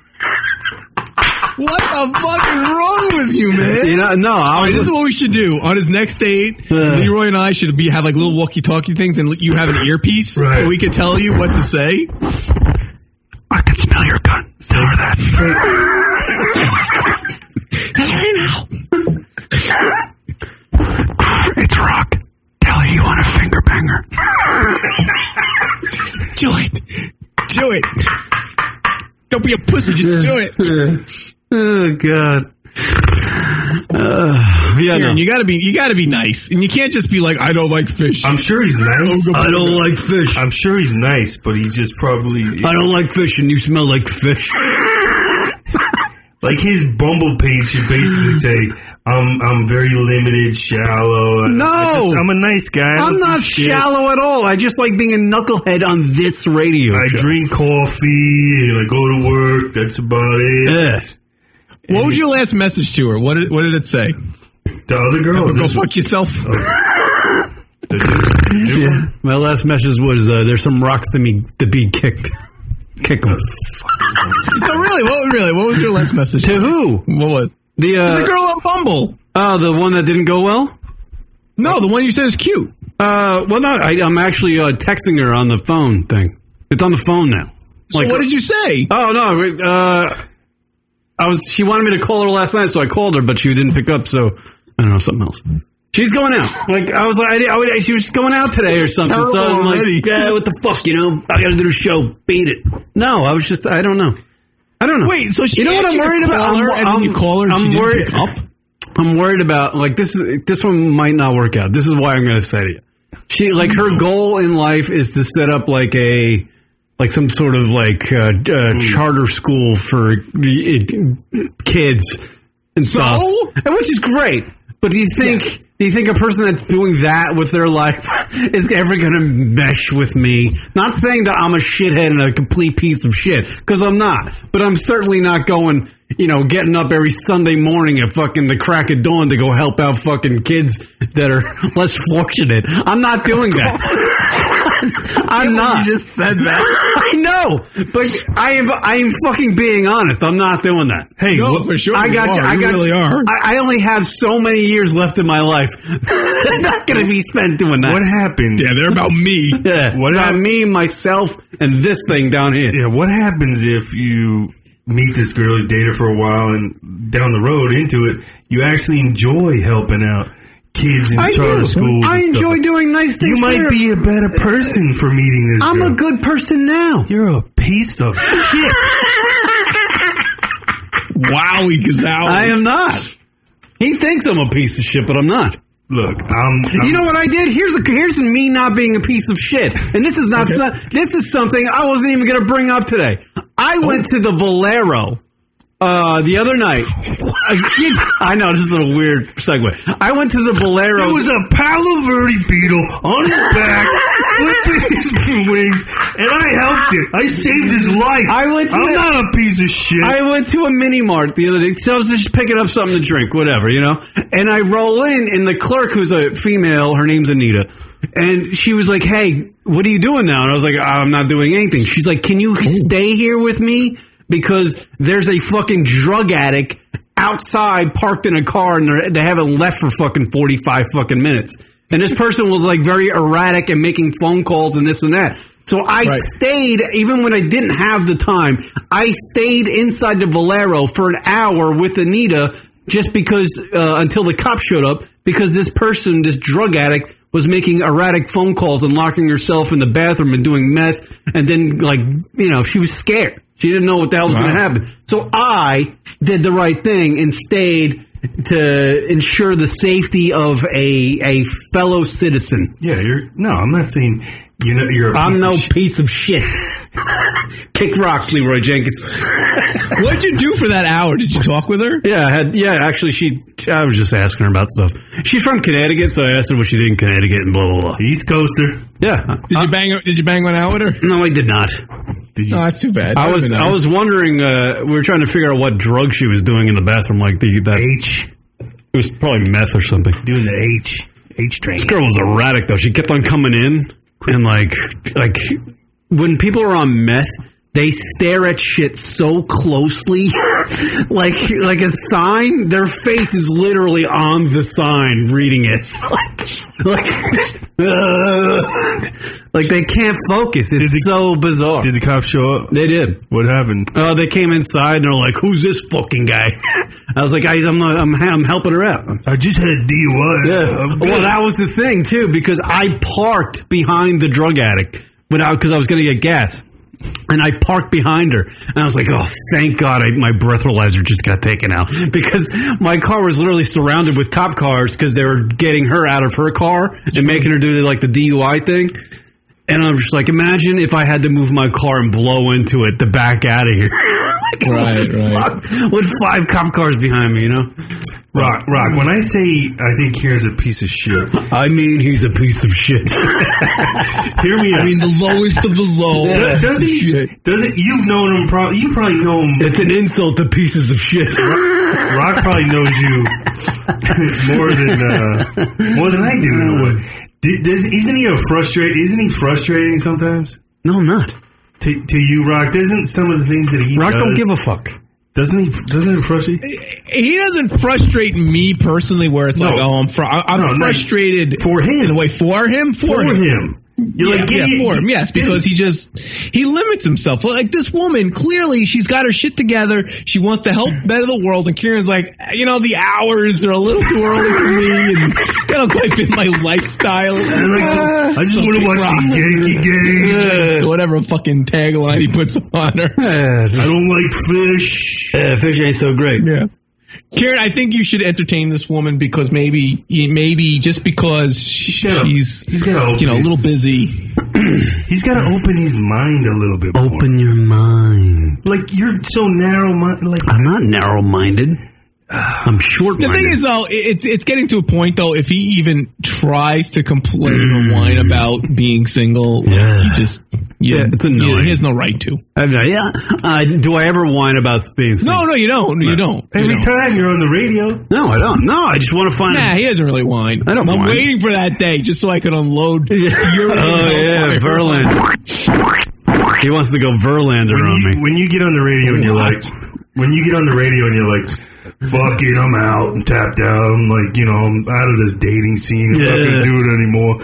[SPEAKER 3] What the fuck is wrong with you, man?
[SPEAKER 2] You know, no, I
[SPEAKER 3] This
[SPEAKER 2] was.
[SPEAKER 3] is what we should do on his next date.
[SPEAKER 2] Uh.
[SPEAKER 3] Leroy and I should be have like little walkie-talkie things, and you have an earpiece,
[SPEAKER 6] Right.
[SPEAKER 3] so we can tell you what to say.
[SPEAKER 2] I can smell your gun. Tell her that. It's rock. Tell her you want a finger banger.
[SPEAKER 3] Do it. Do it. Don't be a pussy. Just do it.
[SPEAKER 2] Oh god. Uh, yeah, no.
[SPEAKER 3] Aaron, you gotta be. You gotta be nice, and you can't just be like, "I don't like fish."
[SPEAKER 6] I'm sure he's nice.
[SPEAKER 2] I don't like fish.
[SPEAKER 6] I'm sure he's nice, but he's just probably
[SPEAKER 2] I don't like fish, and you smell like fish.
[SPEAKER 6] like his Bumble page should basically say, "I'm I'm very limited, shallow. I- I
[SPEAKER 2] No!
[SPEAKER 6] just- I'm a nice guy. I don't
[SPEAKER 2] I'm
[SPEAKER 6] do
[SPEAKER 2] not
[SPEAKER 6] shit.
[SPEAKER 2] shallow at all. I just like being a knucklehead on this radio.
[SPEAKER 6] I
[SPEAKER 2] show.
[SPEAKER 6] drink coffee and I go to work. That's about it."
[SPEAKER 2] Yeah.
[SPEAKER 3] what was your last message to her? What did, what did it say?
[SPEAKER 6] The other
[SPEAKER 2] Oh,
[SPEAKER 6] girl.
[SPEAKER 3] Go
[SPEAKER 6] this-
[SPEAKER 3] fuck yourself.
[SPEAKER 2] Yeah. My last message was uh, there's some rocks to me to be kicked. Kick them.
[SPEAKER 3] so really, what really? What was your last message?
[SPEAKER 2] to who?
[SPEAKER 3] What was
[SPEAKER 2] The
[SPEAKER 3] the
[SPEAKER 2] uh,
[SPEAKER 3] girl on Bumble?
[SPEAKER 2] oh, the one that didn't go well.
[SPEAKER 3] No, the one you said is cute.
[SPEAKER 2] Uh, well, not. I, I'm actually uh, texting her on the phone thing. It's on the phone now.
[SPEAKER 3] So what did you say?
[SPEAKER 2] Oh no. wait, Uh, I was. She wanted me to call her last night, so I called her, but she didn't pick up. So I don't know something else. She's going out. Like I was like, I, I, she was going out today or something. So
[SPEAKER 3] Terrible
[SPEAKER 2] I'm
[SPEAKER 3] already.
[SPEAKER 2] like, yeah, what the fuck, you know? I got to do the show. Beat it. No, I was just. I don't know. I don't know.
[SPEAKER 3] Wait, so she
[SPEAKER 2] you know what
[SPEAKER 3] asked
[SPEAKER 2] I'm
[SPEAKER 3] you to
[SPEAKER 2] worried
[SPEAKER 3] call
[SPEAKER 2] about?
[SPEAKER 3] her
[SPEAKER 2] I'm,
[SPEAKER 3] and then
[SPEAKER 2] I'm,
[SPEAKER 3] you call her and
[SPEAKER 2] I'm
[SPEAKER 3] she didn't
[SPEAKER 2] worried.
[SPEAKER 3] pick up?
[SPEAKER 2] I'm worried about like this. is- This one might not work out. This is why I'm going to say to you. She like her goal in life is to set up like a like some sort of like uh, uh, charter school for the- it, kids and stuff,
[SPEAKER 3] So?
[SPEAKER 2] and which is great. But do you think Do you think a person that's doing that with their life is ever going to mesh with me? Not saying that I'm a shithead and a complete piece of shit, because I'm not. But I'm certainly not going, you know, getting up every Sunday morning at fucking the crack of dawn to go help out fucking kids that are less fortunate. I'm not doing that. I'm not. You
[SPEAKER 3] just said that.
[SPEAKER 2] I know, but I am. I am fucking being honest. I'm not doing that. Hey,
[SPEAKER 3] No, look, for sure
[SPEAKER 2] I
[SPEAKER 3] you
[SPEAKER 2] got.
[SPEAKER 3] are.
[SPEAKER 2] I
[SPEAKER 3] You
[SPEAKER 2] got.
[SPEAKER 3] really are.
[SPEAKER 2] I, I only have so many years left in my life. They're not going to be spent doing that.
[SPEAKER 6] What happens?
[SPEAKER 3] Yeah, they're about me.
[SPEAKER 2] Yeah,
[SPEAKER 6] What
[SPEAKER 2] it's about
[SPEAKER 6] hap-
[SPEAKER 2] me, myself, and this thing down here.
[SPEAKER 6] Yeah, what happens if you meet this girl, you date her for a while, and down the road into it, you actually enjoy helping out kids in
[SPEAKER 2] I
[SPEAKER 6] charter
[SPEAKER 2] do.
[SPEAKER 6] schools?
[SPEAKER 2] I
[SPEAKER 6] and stuff.
[SPEAKER 2] enjoy doing nice things.
[SPEAKER 6] You might
[SPEAKER 2] for-
[SPEAKER 6] be a better person for meeting this.
[SPEAKER 2] I'm
[SPEAKER 6] girl.
[SPEAKER 2] a good person now.
[SPEAKER 6] You're a piece of shit.
[SPEAKER 3] Wowie gazowie.
[SPEAKER 2] I am not. He thinks I'm a piece of shit, but I'm not.
[SPEAKER 6] Look, I'm. I'm
[SPEAKER 2] You know what I did? Here's a here's me not being a piece of shit, and this is not so, this is something I wasn't even going to bring up today. I went to the Valero uh, the other night. I, I know this is a weird segue. I went to the Valero.
[SPEAKER 6] It was a Palo Verde beetle on his back, flipping his wings, and I helped it. I saved his life.
[SPEAKER 2] I went to
[SPEAKER 6] I'm
[SPEAKER 2] the-
[SPEAKER 6] not a piece of shit.
[SPEAKER 2] I went to a mini mart the other day. So I was just picking up something to drink, whatever, you know? And I roll in, and the clerk, who's a female, her name's Anita, and she was like, Hey, what are you doing now? And I was like, I'm not doing anything. She's like, Can you stay here with me? Because there's a fucking drug addict outside parked in a car, and they're- they haven't left for fucking 45 fucking minutes. And this person was like very erratic and making phone calls and this and that. So I
[SPEAKER 3] Right.
[SPEAKER 2] stayed, even when I didn't have the time, I stayed inside the Valero for an hour with Anita just because, uh, until the cops showed up, because this person, this drug addict, was making erratic phone calls and locking herself in the bathroom and doing meth. And then, like, you know, she was scared. She didn't know what the hell was going to happen. So I did the right thing and stayed to ensure the safety of a, a fellow citizen.
[SPEAKER 6] yeah, you're. No, I'm not saying. You know, you're. A
[SPEAKER 2] I'm
[SPEAKER 6] piece
[SPEAKER 2] no
[SPEAKER 6] Of shit.
[SPEAKER 2] piece of shit. Kick rocks, Leroy Jenkins.
[SPEAKER 3] What'd you do for that hour? Did you talk with her?
[SPEAKER 2] Yeah, I had yeah. Actually, she. I was just asking her about stuff. She's from Connecticut, so I asked her what she did in Connecticut and blah blah blah.
[SPEAKER 6] East Coaster.
[SPEAKER 2] Yeah,
[SPEAKER 3] Did you bang? Did you bang one out with her?
[SPEAKER 2] no, I did not.
[SPEAKER 6] Did you?
[SPEAKER 3] Uh, No, that's too bad.
[SPEAKER 2] I
[SPEAKER 3] That
[SPEAKER 2] was
[SPEAKER 3] would've been
[SPEAKER 2] I
[SPEAKER 3] nice.
[SPEAKER 2] was wondering. Uh, we were trying to figure out what drug she was doing in the bathroom, like the that
[SPEAKER 6] H.
[SPEAKER 2] it was probably meth or something.
[SPEAKER 6] Doing the H. H train.
[SPEAKER 2] This girl was erratic though. She kept on coming in and like like when people are on meth, they stare at shit so closely. like like a sign, their face is literally on the sign reading it. like like they can't focus. It's
[SPEAKER 6] the-
[SPEAKER 2] so bizarre.
[SPEAKER 6] Did the cops show up?
[SPEAKER 2] they did.
[SPEAKER 6] What happened?
[SPEAKER 2] Oh, they came inside and they're like, "Who's this fucking guy?" I was like, "Guys, I'm not, I'm, I'm helping her out.
[SPEAKER 6] I just had DUI.
[SPEAKER 2] Yeah.
[SPEAKER 6] I'm
[SPEAKER 2] Well,
[SPEAKER 6] good.
[SPEAKER 2] that was the thing too, because I parked behind the drug addict without because I was going to get gas, and I parked behind her, and I was like, "Oh, thank God, I, my breathalyzer just got taken out because my car was literally surrounded with cop cars because they were getting her out of her car and making her do the, like the DUI thing." And I'm just like, imagine if I had to move my car and blow into it to back out of here. Like, it
[SPEAKER 3] Right,
[SPEAKER 2] would
[SPEAKER 3] right.
[SPEAKER 2] suck With five cop cars behind me, you know?
[SPEAKER 6] Rock, rock. When I say I think here's a piece of shit,
[SPEAKER 2] I mean, he's a piece of shit.
[SPEAKER 6] hear me out.
[SPEAKER 3] I mean, the lowest of the low.
[SPEAKER 6] Do- doesn't he, doesn't you've known him? Probably you probably know him.
[SPEAKER 2] It's an insult to pieces of shit.
[SPEAKER 6] Rock probably knows you more than uh, more than I do. in a way. D- does, isn't he a frustrated? Isn't he frustrating sometimes
[SPEAKER 2] No, I'm not.
[SPEAKER 6] to, to you, Rock? Doesn't some of the things that he
[SPEAKER 2] Rock don't
[SPEAKER 6] does-
[SPEAKER 2] give a fuck.
[SPEAKER 6] doesn't he doesn't it frustrate?
[SPEAKER 3] Eh,
[SPEAKER 6] you?
[SPEAKER 3] He doesn't frustrate me personally. Where it's
[SPEAKER 6] No.
[SPEAKER 3] like, oh, I'm fr- I- I'm
[SPEAKER 6] No, no.
[SPEAKER 3] frustrated
[SPEAKER 6] For him.
[SPEAKER 3] in a way for him
[SPEAKER 6] For him, you're
[SPEAKER 3] yeah,
[SPEAKER 6] like
[SPEAKER 3] yeah,
[SPEAKER 6] get it-
[SPEAKER 3] for him, yes,
[SPEAKER 6] get it.
[SPEAKER 3] because he just he limits himself. Like this woman, clearly she's got her shit together. She wants to help better the world, and Kieran's like, you know, the hours are a little too early for me, and they don't quite fit my lifestyle.
[SPEAKER 6] I, like
[SPEAKER 2] Uh,
[SPEAKER 6] to- I just want to watch the Yankee game.
[SPEAKER 3] Yeah, whatever fucking tagline he puts on her.
[SPEAKER 6] I don't like fish.
[SPEAKER 2] fish ain't so great.
[SPEAKER 3] Yeah. Karen, I think you should entertain this woman because maybe, maybe just because
[SPEAKER 6] gotta-
[SPEAKER 3] she's,
[SPEAKER 6] he's gotta open
[SPEAKER 3] you know, a little
[SPEAKER 6] his-
[SPEAKER 3] busy.
[SPEAKER 6] He's got to open his mind a little bit. More.
[SPEAKER 2] Open your mind.
[SPEAKER 6] Like you're so narrow minded. Like
[SPEAKER 2] I'm not narrow minded. I'm short.
[SPEAKER 3] The thing is, though, it- it's it's getting to a point though. If he even tries to complain
[SPEAKER 2] Mm.
[SPEAKER 3] or whine about being single, yeah. he just you,
[SPEAKER 2] Yeah, it's annoying.
[SPEAKER 3] you- he has no right to.
[SPEAKER 2] I'm like, yeah. Uh, do I ever whine about being single?
[SPEAKER 3] No, no, you don't. You don't.
[SPEAKER 6] Every
[SPEAKER 3] you don't.
[SPEAKER 6] time you're on the radio.
[SPEAKER 2] No, I don't. No, I just want to find.
[SPEAKER 3] Nah, he doesn't really whine.
[SPEAKER 2] I don't
[SPEAKER 3] I'm
[SPEAKER 2] whine.
[SPEAKER 3] waiting for that day just so I can unload. your
[SPEAKER 2] Oh yeah, Verlander. He wants to go Verlander on me.
[SPEAKER 6] When you get on the radio and you're
[SPEAKER 2] Oh,
[SPEAKER 6] like, when you get on the radio and you're like, fuck it, I'm out and tapped out. I'm like, you know, I'm out of this dating scene. I'm not
[SPEAKER 2] Yeah.
[SPEAKER 6] going to do it anymore.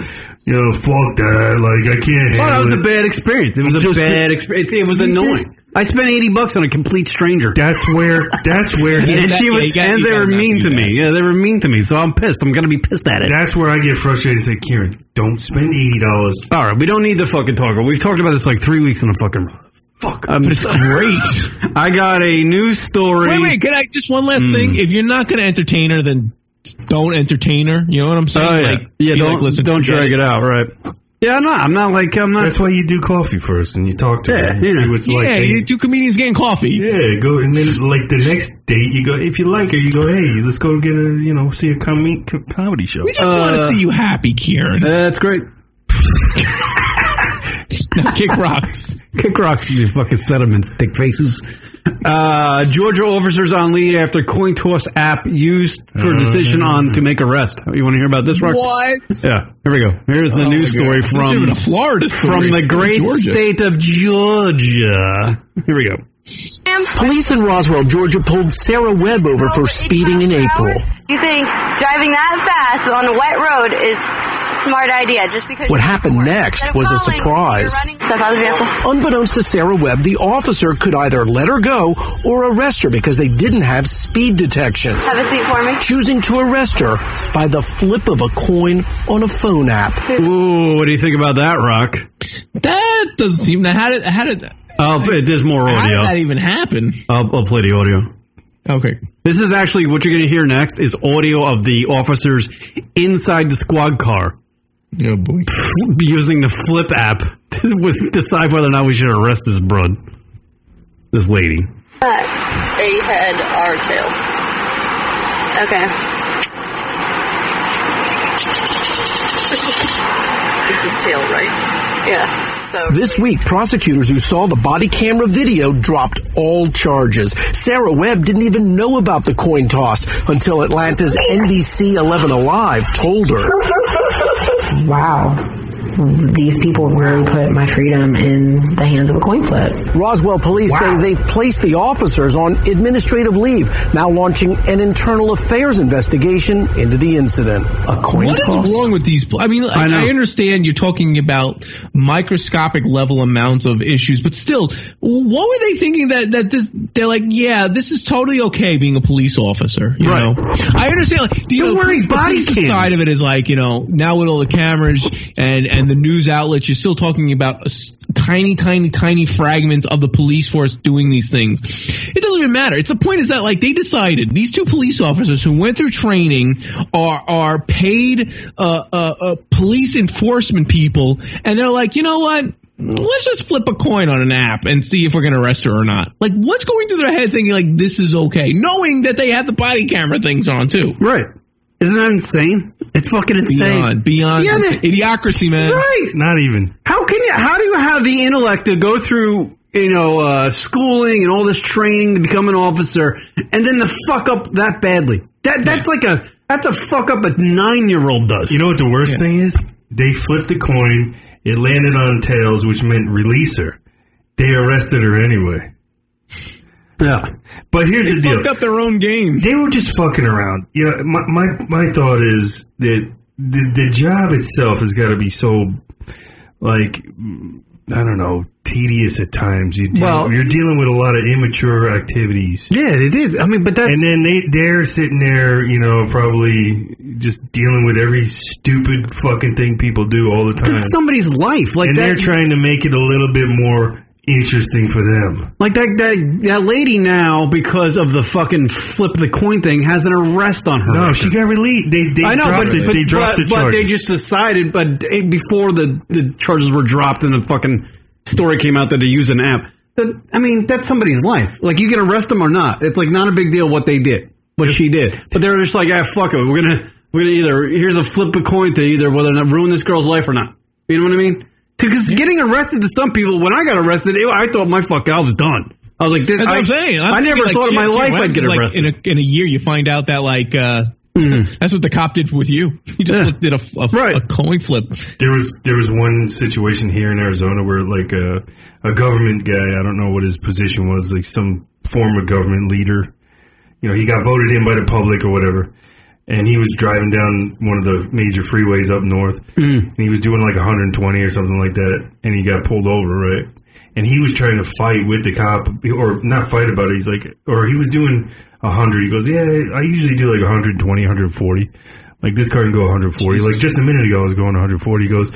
[SPEAKER 6] You know, fuck that. Like, I can't handle
[SPEAKER 2] Oh, that was
[SPEAKER 6] it.
[SPEAKER 2] a bad experience. It was a
[SPEAKER 6] Just-
[SPEAKER 2] bad experience. It was
[SPEAKER 6] You
[SPEAKER 2] annoying.
[SPEAKER 6] just-
[SPEAKER 2] I spent eighty bucks on a complete stranger.
[SPEAKER 6] That's where. That's where. he-
[SPEAKER 2] and she
[SPEAKER 6] Yeah,
[SPEAKER 2] was,
[SPEAKER 6] you gotta-
[SPEAKER 2] and
[SPEAKER 6] you
[SPEAKER 2] they
[SPEAKER 6] gotta
[SPEAKER 2] were
[SPEAKER 6] not
[SPEAKER 2] mean
[SPEAKER 6] do
[SPEAKER 2] to me. Yeah, they were mean to me. So I'm pissed. I'm gonna be pissed at it.
[SPEAKER 6] That's where I get frustrated and say, Kieran, don't spend eighty dollars.
[SPEAKER 2] All right, we don't need to fucking talk. about- We've talked about this like three weeks in a fucking. Fuck. I'm
[SPEAKER 3] But it's great.
[SPEAKER 2] I got a news story.
[SPEAKER 3] Wait, wait. Can I just one
[SPEAKER 2] Mm.
[SPEAKER 3] last thing? If you're not going to entertain her, then don't entertain her. You know what I'm saying?
[SPEAKER 2] Oh, yeah.
[SPEAKER 3] Like,
[SPEAKER 2] Yeah,
[SPEAKER 3] be
[SPEAKER 2] don't-
[SPEAKER 3] like, listen,
[SPEAKER 2] don't
[SPEAKER 3] forget
[SPEAKER 2] drag it out, right? Yeah, I'm not. I'm not like I'm not.
[SPEAKER 6] That's why you do coffee first and you talk to
[SPEAKER 2] Yeah,
[SPEAKER 6] her and
[SPEAKER 2] yeah.
[SPEAKER 6] see what's
[SPEAKER 3] Yeah,
[SPEAKER 6] like. They-
[SPEAKER 3] you two comedians getting coffee.
[SPEAKER 6] Yeah, go and then like the next date you go if you like her you go hey let's go get a you know see a com- com- comedy show.
[SPEAKER 3] We just want
[SPEAKER 2] Uh,
[SPEAKER 3] to see you happy, Kieran.
[SPEAKER 2] That's great.
[SPEAKER 3] Kick rocks.
[SPEAKER 2] Kick rocks, you fucking sediments, dick faces. Uh, Georgia officers on lead after coin toss app used for decision on to make arrest. Oh, You want to hear about this, Rock?
[SPEAKER 3] Uh, What?
[SPEAKER 2] Yeah, here we go. Here's the
[SPEAKER 3] Oh,
[SPEAKER 2] news
[SPEAKER 3] my
[SPEAKER 2] story
[SPEAKER 3] God. This is even
[SPEAKER 2] from
[SPEAKER 3] a Florida story.
[SPEAKER 2] from the great
[SPEAKER 3] Georgia.
[SPEAKER 2] state of Georgia. Here we go.
[SPEAKER 1] Police in Roswell, Georgia pulled Sarah Webb over for speeding in April.
[SPEAKER 11] You think driving that fast on a wet road is a smart idea just because
[SPEAKER 1] What happened next was a surprise.
[SPEAKER 11] stuff out of the vehicle?
[SPEAKER 1] Unbeknownst to Sarah Webb, the officer could either let her go or arrest her because they didn't have speed detection.
[SPEAKER 11] Have a seat for me.
[SPEAKER 1] Choosing to arrest her by the flip of a coin on a phone app.
[SPEAKER 2] Ooh, what do you think about that, Rock?
[SPEAKER 3] That doesn't seem. Now, how did how did
[SPEAKER 2] I'll, there's more
[SPEAKER 3] how did
[SPEAKER 2] audio.
[SPEAKER 3] that even happen?
[SPEAKER 2] I'll, I'll play the audio.
[SPEAKER 3] Okay.
[SPEAKER 2] This is actually what you're going to hear next is audio of the officers inside the squad car.
[SPEAKER 3] Oh boy!
[SPEAKER 2] Using the flip app to with- decide whether or not we should arrest this broad, this lady.
[SPEAKER 11] But a head or two. Okay. this is tail, right? Yeah. So
[SPEAKER 1] This week, prosecutors who saw the body camera video dropped all charges. Sarah Webb didn't even know about the coin toss until Atlanta's NBC 11 Alive told her.
[SPEAKER 14] Wow. These people really put my freedom in the hands of a coin flip.
[SPEAKER 1] Roswell police say they've placed the officers on administrative leave, now launching an internal affairs investigation into the incident. A coin
[SPEAKER 3] What
[SPEAKER 1] toss.
[SPEAKER 3] is wrong with these? pl- I mean, I, I, understand you're talking about microscopic level amounts of issues, but still, what were they thinking that that this? They're like, yeah, this is totally okay being a police officer. You know, I understand. Like, the, you
[SPEAKER 2] Don't
[SPEAKER 3] know,
[SPEAKER 2] worry,
[SPEAKER 3] police- the
[SPEAKER 2] body
[SPEAKER 3] police
[SPEAKER 2] cams.
[SPEAKER 3] side of it is like, you know, now with all the cameras and and the news outlets, you're still talking about a s- tiny, tiny, tiny fragments of the police force doing these things. It doesn't even matter. It's the point is that like they decided these two police officers who went through training are are paid uh, uh, uh, police enforcement people, and they're like, you know what? Let's just flip a coin on an app and see if we're going to arrest her or not. Like, what's going through their head thinking, like, this is okay, knowing that they have the body camera things on, too?
[SPEAKER 2] Right. Isn't that insane? It's fucking insane.
[SPEAKER 3] Beyond, beyond
[SPEAKER 2] Yeah,
[SPEAKER 3] insane. idiocracy, man.
[SPEAKER 2] Right.
[SPEAKER 6] Not even.
[SPEAKER 2] How can you? How do you have the intellect to go through you know uh, schooling and all this training to become an officer, and then to fuck up that badly? That that's like a that's a fuck up a nine year old does.
[SPEAKER 6] You know what the worst thing is? They flipped a coin. It landed on tails, which meant release her. They arrested her anyway.
[SPEAKER 2] Yeah,
[SPEAKER 6] but here's
[SPEAKER 3] They
[SPEAKER 6] the deal:
[SPEAKER 3] fucked up their own game.
[SPEAKER 6] They were just fucking around. You know, my my, my thought is that the, the job itself has got to be so like I don't know tedious at times. You deal,
[SPEAKER 2] Well-
[SPEAKER 6] you're dealing with a lot of immature activities.
[SPEAKER 2] Yeah, it is. I mean, but that's
[SPEAKER 6] and then they they're sitting there, you know, probably just dealing with every stupid fucking thing people do all the time.
[SPEAKER 2] That's somebody's life. Like
[SPEAKER 6] and
[SPEAKER 2] that.
[SPEAKER 6] they're trying to make it a little bit more interesting for them.
[SPEAKER 2] like that, that that lady now because of the fucking flip the coin thing has an arrest on
[SPEAKER 5] Oh,
[SPEAKER 2] her.
[SPEAKER 6] No, she got released. They, they
[SPEAKER 2] I know,
[SPEAKER 6] dropped
[SPEAKER 2] but,
[SPEAKER 6] it.
[SPEAKER 2] but,
[SPEAKER 6] they dropped
[SPEAKER 2] but,
[SPEAKER 6] the
[SPEAKER 2] but they
[SPEAKER 6] charges.
[SPEAKER 2] just decided. But eh, before the the charges were dropped and the fucking story came out that they use an app, that I mean, that's somebody's life. Like you can arrest them or not. It's like not a big deal what they did.
[SPEAKER 5] what she did. But they were just like, ah, fuck it. We're gonna we're gonna either here's a flip a coin to either whether or not ruin this girl's life or not. You know what I mean? Because getting arrested to some people, when I got arrested, it, I thought my fuck, I was done. I was like, this.
[SPEAKER 3] That's
[SPEAKER 5] I,
[SPEAKER 3] what I'm saying. I'm
[SPEAKER 5] I
[SPEAKER 3] thinking,
[SPEAKER 5] never
[SPEAKER 3] like,
[SPEAKER 5] thought in my
[SPEAKER 3] shit,
[SPEAKER 5] life
[SPEAKER 3] what
[SPEAKER 5] I'd
[SPEAKER 3] happens
[SPEAKER 5] get
[SPEAKER 3] if, like,
[SPEAKER 5] arrested. Mm-hmm.
[SPEAKER 3] in, a, in a year, you find out that like uh, that's what the cop did with you. He just did a, a, a coin flip.
[SPEAKER 6] There was there was one situation here in Arizona where like a a government guy, I don't know what his position was, like some form of government leader. You know, he got voted in by the public or whatever. And he was driving down one of the major freeways up north, and he was doing like 120 or something like that, and he got pulled over, right? And he was trying to fight with the cop, or not fight about it. He's like, or he was doing 100. He goes, yeah, I usually do like 120, 140. Like this car can go 140. Like just a minute ago, I was going 140. He goes,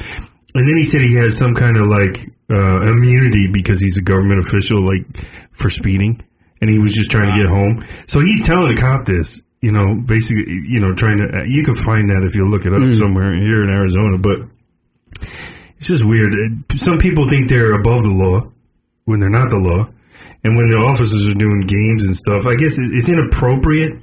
[SPEAKER 6] and then he said he has some kind of like uh, immunity because he's a government official, like for speeding, and he was just trying to get home. So he's telling the cop this, you know, basically, you know, trying to. You can find that if you look it up somewhere here in Arizona, but it's just weird. It- Some people think they're above the law when they're not the law, and when the officers are doing games and stuff. I guess it- it's inappropriate.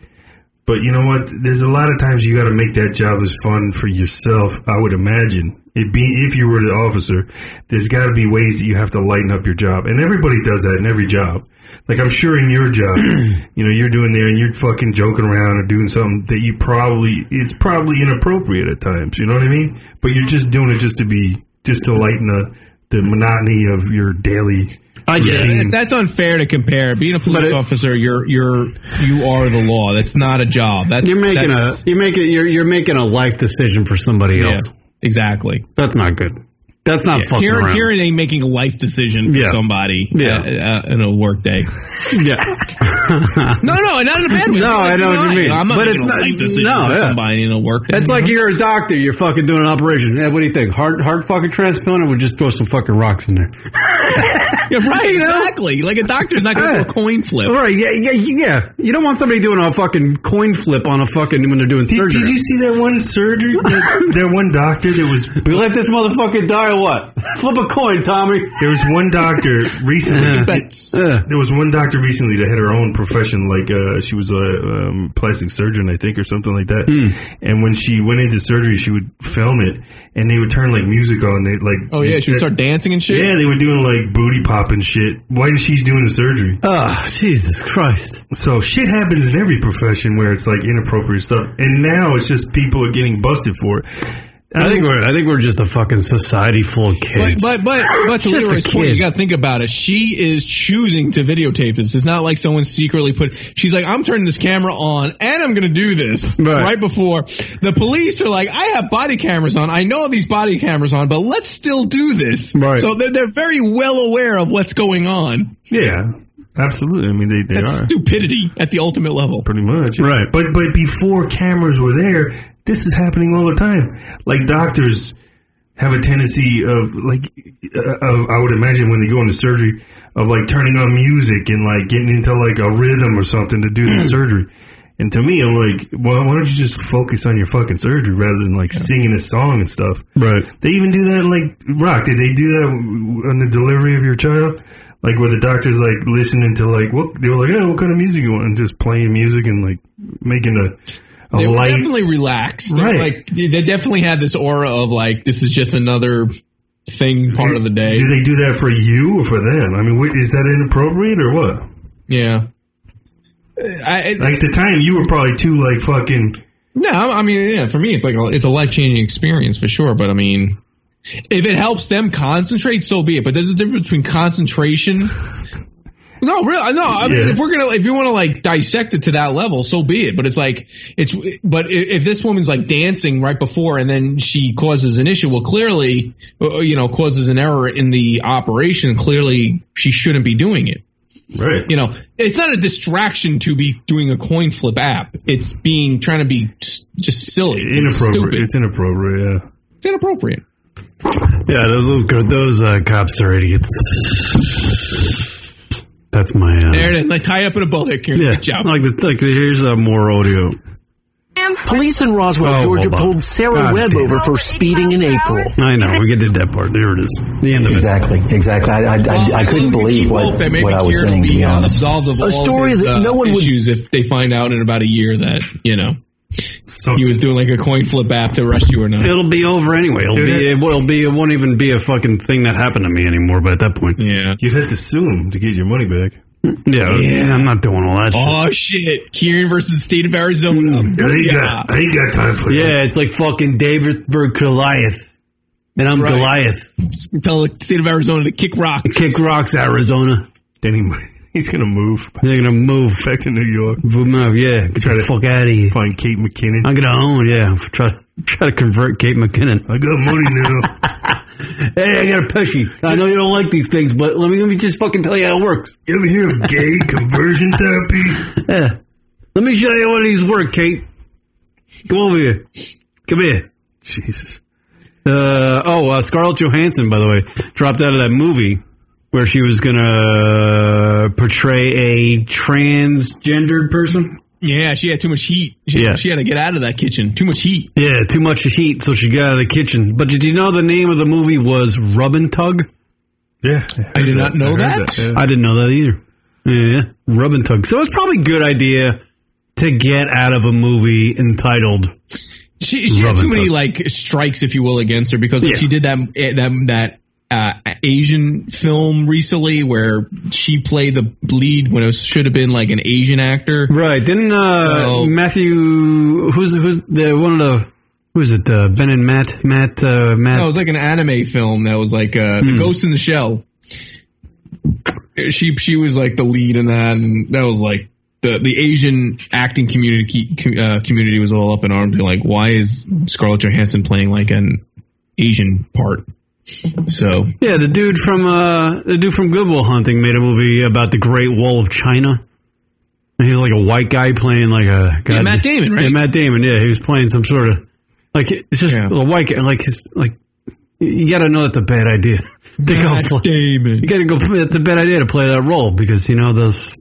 [SPEAKER 6] But you know what? There's a lot of times you got to make that job as fun for yourself. I would imagine it be if you were the officer. There's got to be ways that you have to lighten up your job, and everybody does that in every job. Like I'm sure in your job, you know, you're doing there and you're fucking joking around or doing something that you probably it's probably inappropriate at times. You know what I mean? But you're just doing it just to be just to lighten the the monotony of your daily.
[SPEAKER 3] I get
[SPEAKER 6] routine.
[SPEAKER 3] it. That's unfair to compare. Being a police officer, you're you're you are the law. That's not a job. That's
[SPEAKER 5] You're making a
[SPEAKER 3] that's,
[SPEAKER 5] you're making you're you're making a life decision for somebody
[SPEAKER 3] Yeah,
[SPEAKER 5] else.
[SPEAKER 3] Exactly.
[SPEAKER 5] That's not good. That's not fucking
[SPEAKER 3] Karen,
[SPEAKER 5] around.
[SPEAKER 3] Karen ain't making a life decision for
[SPEAKER 5] Yeah.
[SPEAKER 3] somebody
[SPEAKER 5] Yeah.
[SPEAKER 3] uh, uh, in a work day.
[SPEAKER 5] yeah.
[SPEAKER 3] No, no, not in a bad way.
[SPEAKER 5] No, I know what you
[SPEAKER 3] Not.
[SPEAKER 5] mean.
[SPEAKER 3] I'm not
[SPEAKER 5] But
[SPEAKER 3] making
[SPEAKER 5] it's
[SPEAKER 3] a
[SPEAKER 5] not-
[SPEAKER 3] life decision
[SPEAKER 5] no,
[SPEAKER 3] for
[SPEAKER 5] yeah.
[SPEAKER 3] somebody in a work day.
[SPEAKER 5] It's like you're a doctor. You're fucking doing an operation. Eh, what do you think? Heart heart fucking transplant? Or we just throw some fucking rocks in there?
[SPEAKER 3] Yeah, right, exactly. Like a doctor's not going to do a coin flip.
[SPEAKER 5] All right. Yeah, yeah, yeah. You don't want somebody doing a fucking coin flip on a fucking when they're doing
[SPEAKER 6] Did,
[SPEAKER 5] surgery.
[SPEAKER 6] did you see that one surgery? That, that one doctor that was
[SPEAKER 5] we let this motherfucker die or what? Flip a coin, Tommy.
[SPEAKER 6] There was one doctor recently.
[SPEAKER 5] uh,
[SPEAKER 6] There was one doctor recently that had her own profession, like uh, she was a um, plastic surgeon, I think, or something like that.
[SPEAKER 3] Hmm.
[SPEAKER 6] And when she went into surgery, she would film it, and they would turn like music on. They like,
[SPEAKER 3] Oh, yeah, she would start dancing and shit?
[SPEAKER 6] Yeah, they were doing like booty pop and shit. Why is she's doing the surgery?
[SPEAKER 5] Oh, Jesus Christ!
[SPEAKER 6] So shit happens in every profession where it's like inappropriate stuff, and now it's just people are getting busted for it.
[SPEAKER 5] I think we're I think we're just a fucking society full of kids.
[SPEAKER 3] But but but to
[SPEAKER 5] Just a
[SPEAKER 3] Leroy's point,
[SPEAKER 5] kid.
[SPEAKER 3] you got to think about it. She is choosing to videotape this. It's not like someone secretly put. She's like, I'm turning this camera on, and I'm going to do this right. before the police are like, I have body cameras on. I know all these body cameras on, but let's still do this. Right. So they're, they're very well aware of what's going on.
[SPEAKER 6] Yeah, absolutely. I mean, they, they
[SPEAKER 3] That's
[SPEAKER 6] are.
[SPEAKER 3] stupidity at the ultimate level.
[SPEAKER 6] Pretty much. Right. But but before cameras were there, this is happening all the time. Like doctors have a tendency of like uh, of I would imagine when they go into surgery of like turning on music and like getting into like a rhythm or something to do the surgery. And to me, I'm like, well, why don't you just focus on your fucking surgery rather than like singing a song and stuff?
[SPEAKER 5] Right.
[SPEAKER 6] They even do that in like rock. Did they do that on the delivery of your child? Like where the doctor's like listening to like what they were like, yeah, what kind of music you want? And just playing music and like making a a
[SPEAKER 3] they were
[SPEAKER 6] light.
[SPEAKER 3] definitely relaxed. They, were
[SPEAKER 6] Right.
[SPEAKER 3] like, they definitely had this aura of like, this is just another thing part of the day.
[SPEAKER 6] Do they do that for you or for them? I mean, wh- is that inappropriate or what?
[SPEAKER 3] Yeah. I,
[SPEAKER 6] like at the time, you were probably too like fucking.
[SPEAKER 3] No, I I mean, yeah, for me, it's like a, it's a life changing experience for sure. But I mean, if it helps them concentrate, so be it. But there's a difference between concentration. No, really, no. I mean,
[SPEAKER 6] Yeah.
[SPEAKER 3] if we're gonna, if you want to like dissect it to that level, so be it. But it's like it's, but i- if this woman's like dancing right before and then she causes an issue, well, clearly, uh, you know, causes an error in the operation. Clearly, she shouldn't be doing it.
[SPEAKER 6] Right.
[SPEAKER 3] You know, it's not a distraction to be doing a coin flip app. It's being trying to be s- just silly, and
[SPEAKER 6] Inappropriate.
[SPEAKER 3] stupid.
[SPEAKER 6] It's inappropriate. Yeah.
[SPEAKER 3] It's inappropriate.
[SPEAKER 5] yeah, those those gir- those uh, cops are idiots. That's my uh,
[SPEAKER 3] There it is. Like tie it up in a bow there, Kieran.
[SPEAKER 5] yeah.
[SPEAKER 3] Good job.
[SPEAKER 5] Like the like here's uh, more audio.
[SPEAKER 1] Police in Roswell,
[SPEAKER 2] Oh,
[SPEAKER 1] Georgia
[SPEAKER 2] hold on.
[SPEAKER 1] pulled Sarah
[SPEAKER 2] God
[SPEAKER 1] Webb
[SPEAKER 2] damn.
[SPEAKER 1] over for speeding in April.
[SPEAKER 2] I know. We get to that part. There it is. The end of
[SPEAKER 15] exactly, exactly. I, I, I, I couldn't believe what, what I was saying. To be honest,
[SPEAKER 3] Absolve of all
[SPEAKER 1] story
[SPEAKER 3] his,
[SPEAKER 1] that
[SPEAKER 3] uh,
[SPEAKER 1] no one would-
[SPEAKER 3] issues if they find out in about a year that you know he was doing like a coin flip app to arrest you or not.
[SPEAKER 2] It'll be over anyway. It'll
[SPEAKER 3] Dude,
[SPEAKER 2] be. It will be. It won't even be a fucking thing that happened to me anymore. By that point,
[SPEAKER 3] yeah,
[SPEAKER 2] you'd have to sue him to get your money back. Yeah, I'm not doing all that. shit.
[SPEAKER 3] Oh shit! Kieran versus State of Arizona.
[SPEAKER 6] Mm.
[SPEAKER 3] Booyah.
[SPEAKER 2] Yeah, it's like fucking David versus Goliath, and I'm
[SPEAKER 3] Right.
[SPEAKER 2] Goliath.
[SPEAKER 3] Tell the state of Arizona to kick rocks.
[SPEAKER 2] Kick rocks, Arizona. Then he, he's gonna move. They're gonna move back to New York. Move, yeah. Get the fuck out of here. Find Kate McKinnon. I'm gonna own. Yeah, try try to convert Kate McKinnon. I got money now. hey, I got a peshy. I know you don't like these things, but let me let me just fucking tell you how it works. You ever hear of gay conversion therapy? Yeah. Let me show you what these work, Kate. Come over here. Come here. Jesus. Uh, oh, uh, Scarlett Johansson, by the way, dropped out of that movie where she was going
[SPEAKER 5] uh,
[SPEAKER 2] to portray a transgendered person.
[SPEAKER 3] Yeah, she had too much heat. She,
[SPEAKER 2] Yeah.
[SPEAKER 3] she had to get out of that kitchen. Too much heat.
[SPEAKER 2] Yeah, too much heat, so she got out of the kitchen. But did you know the name of the movie was Rub and Tug? Yeah.
[SPEAKER 3] I did not know that.
[SPEAKER 2] I didn't know that either. Yeah, Rub and Tug. So it's probably a good idea to get out of a movie entitled
[SPEAKER 3] She, she had
[SPEAKER 2] Rub
[SPEAKER 3] too
[SPEAKER 2] and
[SPEAKER 3] many
[SPEAKER 2] tug.
[SPEAKER 3] like strikes, if you will, against her because like,
[SPEAKER 2] Yeah.
[SPEAKER 3] she did that eh, that that uh, Asian film recently where she played the lead when it was, should have been like an Asian actor.
[SPEAKER 2] Right? Didn't uh,
[SPEAKER 3] So-
[SPEAKER 2] Matthew? Who's who's the one of the? Who's it? Uh, ben and Matt. Matt. Uh, Matt.
[SPEAKER 3] No, it was like an anime film that was like uh,
[SPEAKER 2] Hmm.
[SPEAKER 3] The Ghost in the Shell. She she was like the lead in that, and that was like the the Asian acting community uh, community was all up in arms, being like, why is Scarlett Johansson playing like an Asian part? So
[SPEAKER 2] yeah, the dude from uh, the dude from Goodwill Hunting made a movie about the Great Wall of China. And he's like a white guy playing like a
[SPEAKER 3] Yeah, Matt Damon, right?
[SPEAKER 2] Yeah, Matt Damon. Yeah, he was playing some sort of like it's just a white guy. Like his like you got to know that's a bad idea. To
[SPEAKER 3] Matt
[SPEAKER 2] play,
[SPEAKER 3] Damon.
[SPEAKER 2] You got to go. play- That's a bad idea to play that role because you know those.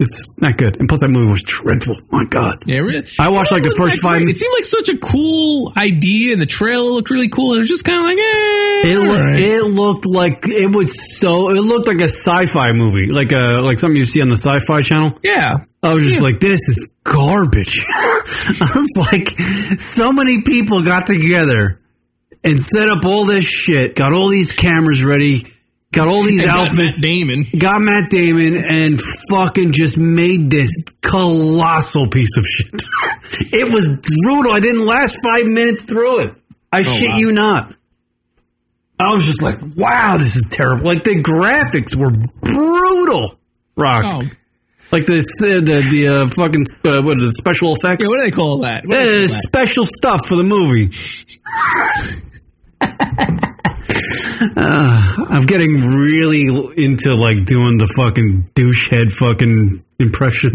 [SPEAKER 2] It's not good. And plus, that movie was dreadful. My God.
[SPEAKER 3] Yeah, really.
[SPEAKER 2] I watched, like, the
[SPEAKER 3] It wasn't
[SPEAKER 2] first
[SPEAKER 3] that
[SPEAKER 2] five-
[SPEAKER 3] great. It seemed like such a cool idea, and the trailer looked really cool. And it was just kind of like, eh,
[SPEAKER 2] It,
[SPEAKER 3] all
[SPEAKER 2] loo-
[SPEAKER 3] right.
[SPEAKER 2] it looked like it was so. It looked like a sci-fi movie, like a like something you see on the sci-fi channel.
[SPEAKER 3] Yeah,
[SPEAKER 2] I was just like, this is garbage. I was like, so many people got together and set up all this shit, got all these cameras ready, got all these
[SPEAKER 3] And got
[SPEAKER 2] outfits,
[SPEAKER 3] Matt Damon.
[SPEAKER 2] got Matt Damon, and fucking just made this colossal piece of shit. it was brutal. I didn't last five minutes through it. I
[SPEAKER 1] Oh,
[SPEAKER 2] shit
[SPEAKER 3] wow.
[SPEAKER 2] you not. I was just like, wow, this is terrible. Like the graphics were brutal, Rock.
[SPEAKER 3] Oh.
[SPEAKER 2] Like the uh, the the uh, fucking uh, what are the special effects?
[SPEAKER 3] Yeah, what do they call that? What do
[SPEAKER 2] Uh,
[SPEAKER 3] they call that?
[SPEAKER 2] special stuff for the movie. Uh, I'm getting really into like doing the fucking douchehead fucking impression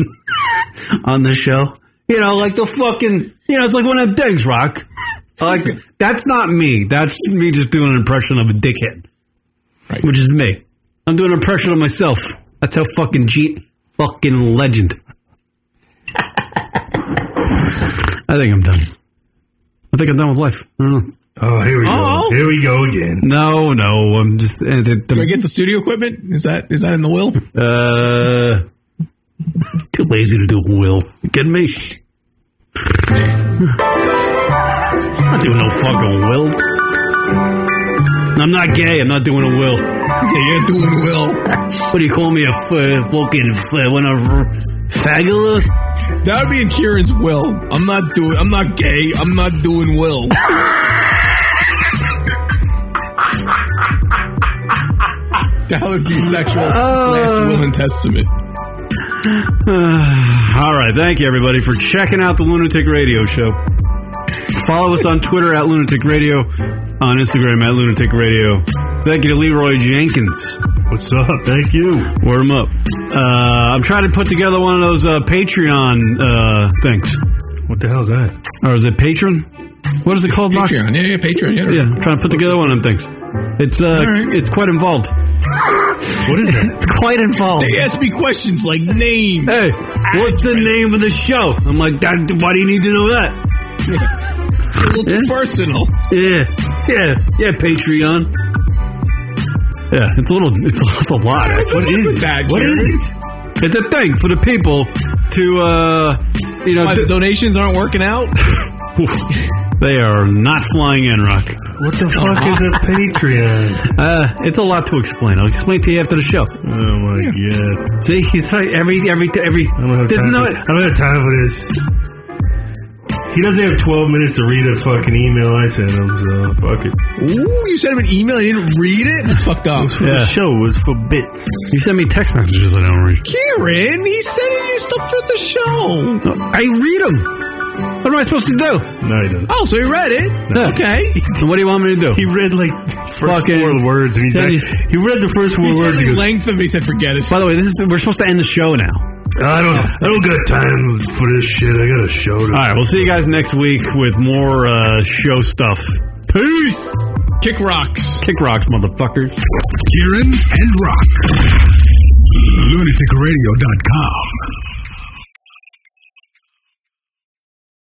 [SPEAKER 2] on the show. You know, like the fucking you know, it's like one of them things, Rock. I Like that's not me. That's me just doing an impression of a dickhead, which is me. I'm doing an impression of myself. That's how fucking Jeet fucking legend. I think I'm done. I think I'm done with life. I don't know.
[SPEAKER 6] Oh, here we go.
[SPEAKER 3] Oh.
[SPEAKER 6] Here we go again.
[SPEAKER 2] No, no, I'm just. Uh, the- the-
[SPEAKER 3] Do I get the studio equipment? Is that is that in the will?
[SPEAKER 2] Uh, too lazy to do a will. You kidding me? I'm not doing no fucking will. I'm not gay. I'm not doing a will.
[SPEAKER 3] Yeah, you're doing a will.
[SPEAKER 2] What do you call me? A f- uh, fucking f- uh, one of r- fagula?
[SPEAKER 3] That would be in Kieran's will. I'm not doing. I'm not gay. I'm not doing will. that would be sexual
[SPEAKER 2] Uh.
[SPEAKER 3] last will and testament.
[SPEAKER 2] All right. Thank you, everybody, for checking out the Lunatic Radio Show. Follow us on Twitter at Lunatic Radio, on Instagram at Lunatic Radio. Thank you to Leroy Jenkins. What's up? Thank you. Word him up. Uh, I'm trying to put together one of those uh, Patreon uh, things. What the hell's that? Or is it patron? What is it called? Mark?
[SPEAKER 3] Patreon. Yeah, yeah, Patreon. Yeah.
[SPEAKER 2] Yeah, I'm trying to put together one of them things. It's uh, it's quite involved. What is it? it's quite involved.
[SPEAKER 3] They ask me questions like name.
[SPEAKER 2] Hey, what's the name of the show? I'm like, that, why do you need to know that?
[SPEAKER 3] little personal.
[SPEAKER 2] Yeah, yeah, yeah. Patreon. Yeah, it's a little. It's, it's a lot.
[SPEAKER 3] What is it?
[SPEAKER 2] What is it? It's a thing for the people to, uh, you know,
[SPEAKER 3] Why, the donations aren't working out?
[SPEAKER 2] they are not flying in, Rock.
[SPEAKER 6] What the fuck is a Patreon?
[SPEAKER 2] Uh, it's a lot to explain. I'll explain to you after the show.
[SPEAKER 6] Oh my god!
[SPEAKER 2] See, he's like every every every.
[SPEAKER 6] I don't have
[SPEAKER 2] There's
[SPEAKER 6] time
[SPEAKER 2] no.
[SPEAKER 6] For, I don't have time for this. He doesn't have 12 minutes to read a fucking email I sent him, so fuck it.
[SPEAKER 3] Ooh, you sent him an email. You didn't read it. That's fucked up.
[SPEAKER 6] For the show it was for bits.
[SPEAKER 2] You send me text messages I don't read.
[SPEAKER 3] Karen, he's sending you stuff for the show.
[SPEAKER 2] I read them. What am I supposed to do?
[SPEAKER 6] No, he doesn't.
[SPEAKER 3] Oh, so he read it.
[SPEAKER 2] No.
[SPEAKER 3] Okay.
[SPEAKER 2] So what do you want me to do?
[SPEAKER 6] He read like first
[SPEAKER 2] Fucking
[SPEAKER 6] four words, and he's
[SPEAKER 2] send
[SPEAKER 6] like,
[SPEAKER 2] me-
[SPEAKER 6] he read the first four
[SPEAKER 3] He said
[SPEAKER 6] words. He
[SPEAKER 3] the
[SPEAKER 6] goes,
[SPEAKER 3] length of it. He said, forget it.
[SPEAKER 2] By the way, this is we're supposed to end the show now.
[SPEAKER 6] I don't, I don't got time for this shit. I got a show. To
[SPEAKER 2] All right, we'll see you guys next week with more uh, show stuff. Peace.
[SPEAKER 3] Kick rocks.
[SPEAKER 2] Kick rocks, motherfuckers.
[SPEAKER 1] Kieran and Rock. LunaticRadio.com.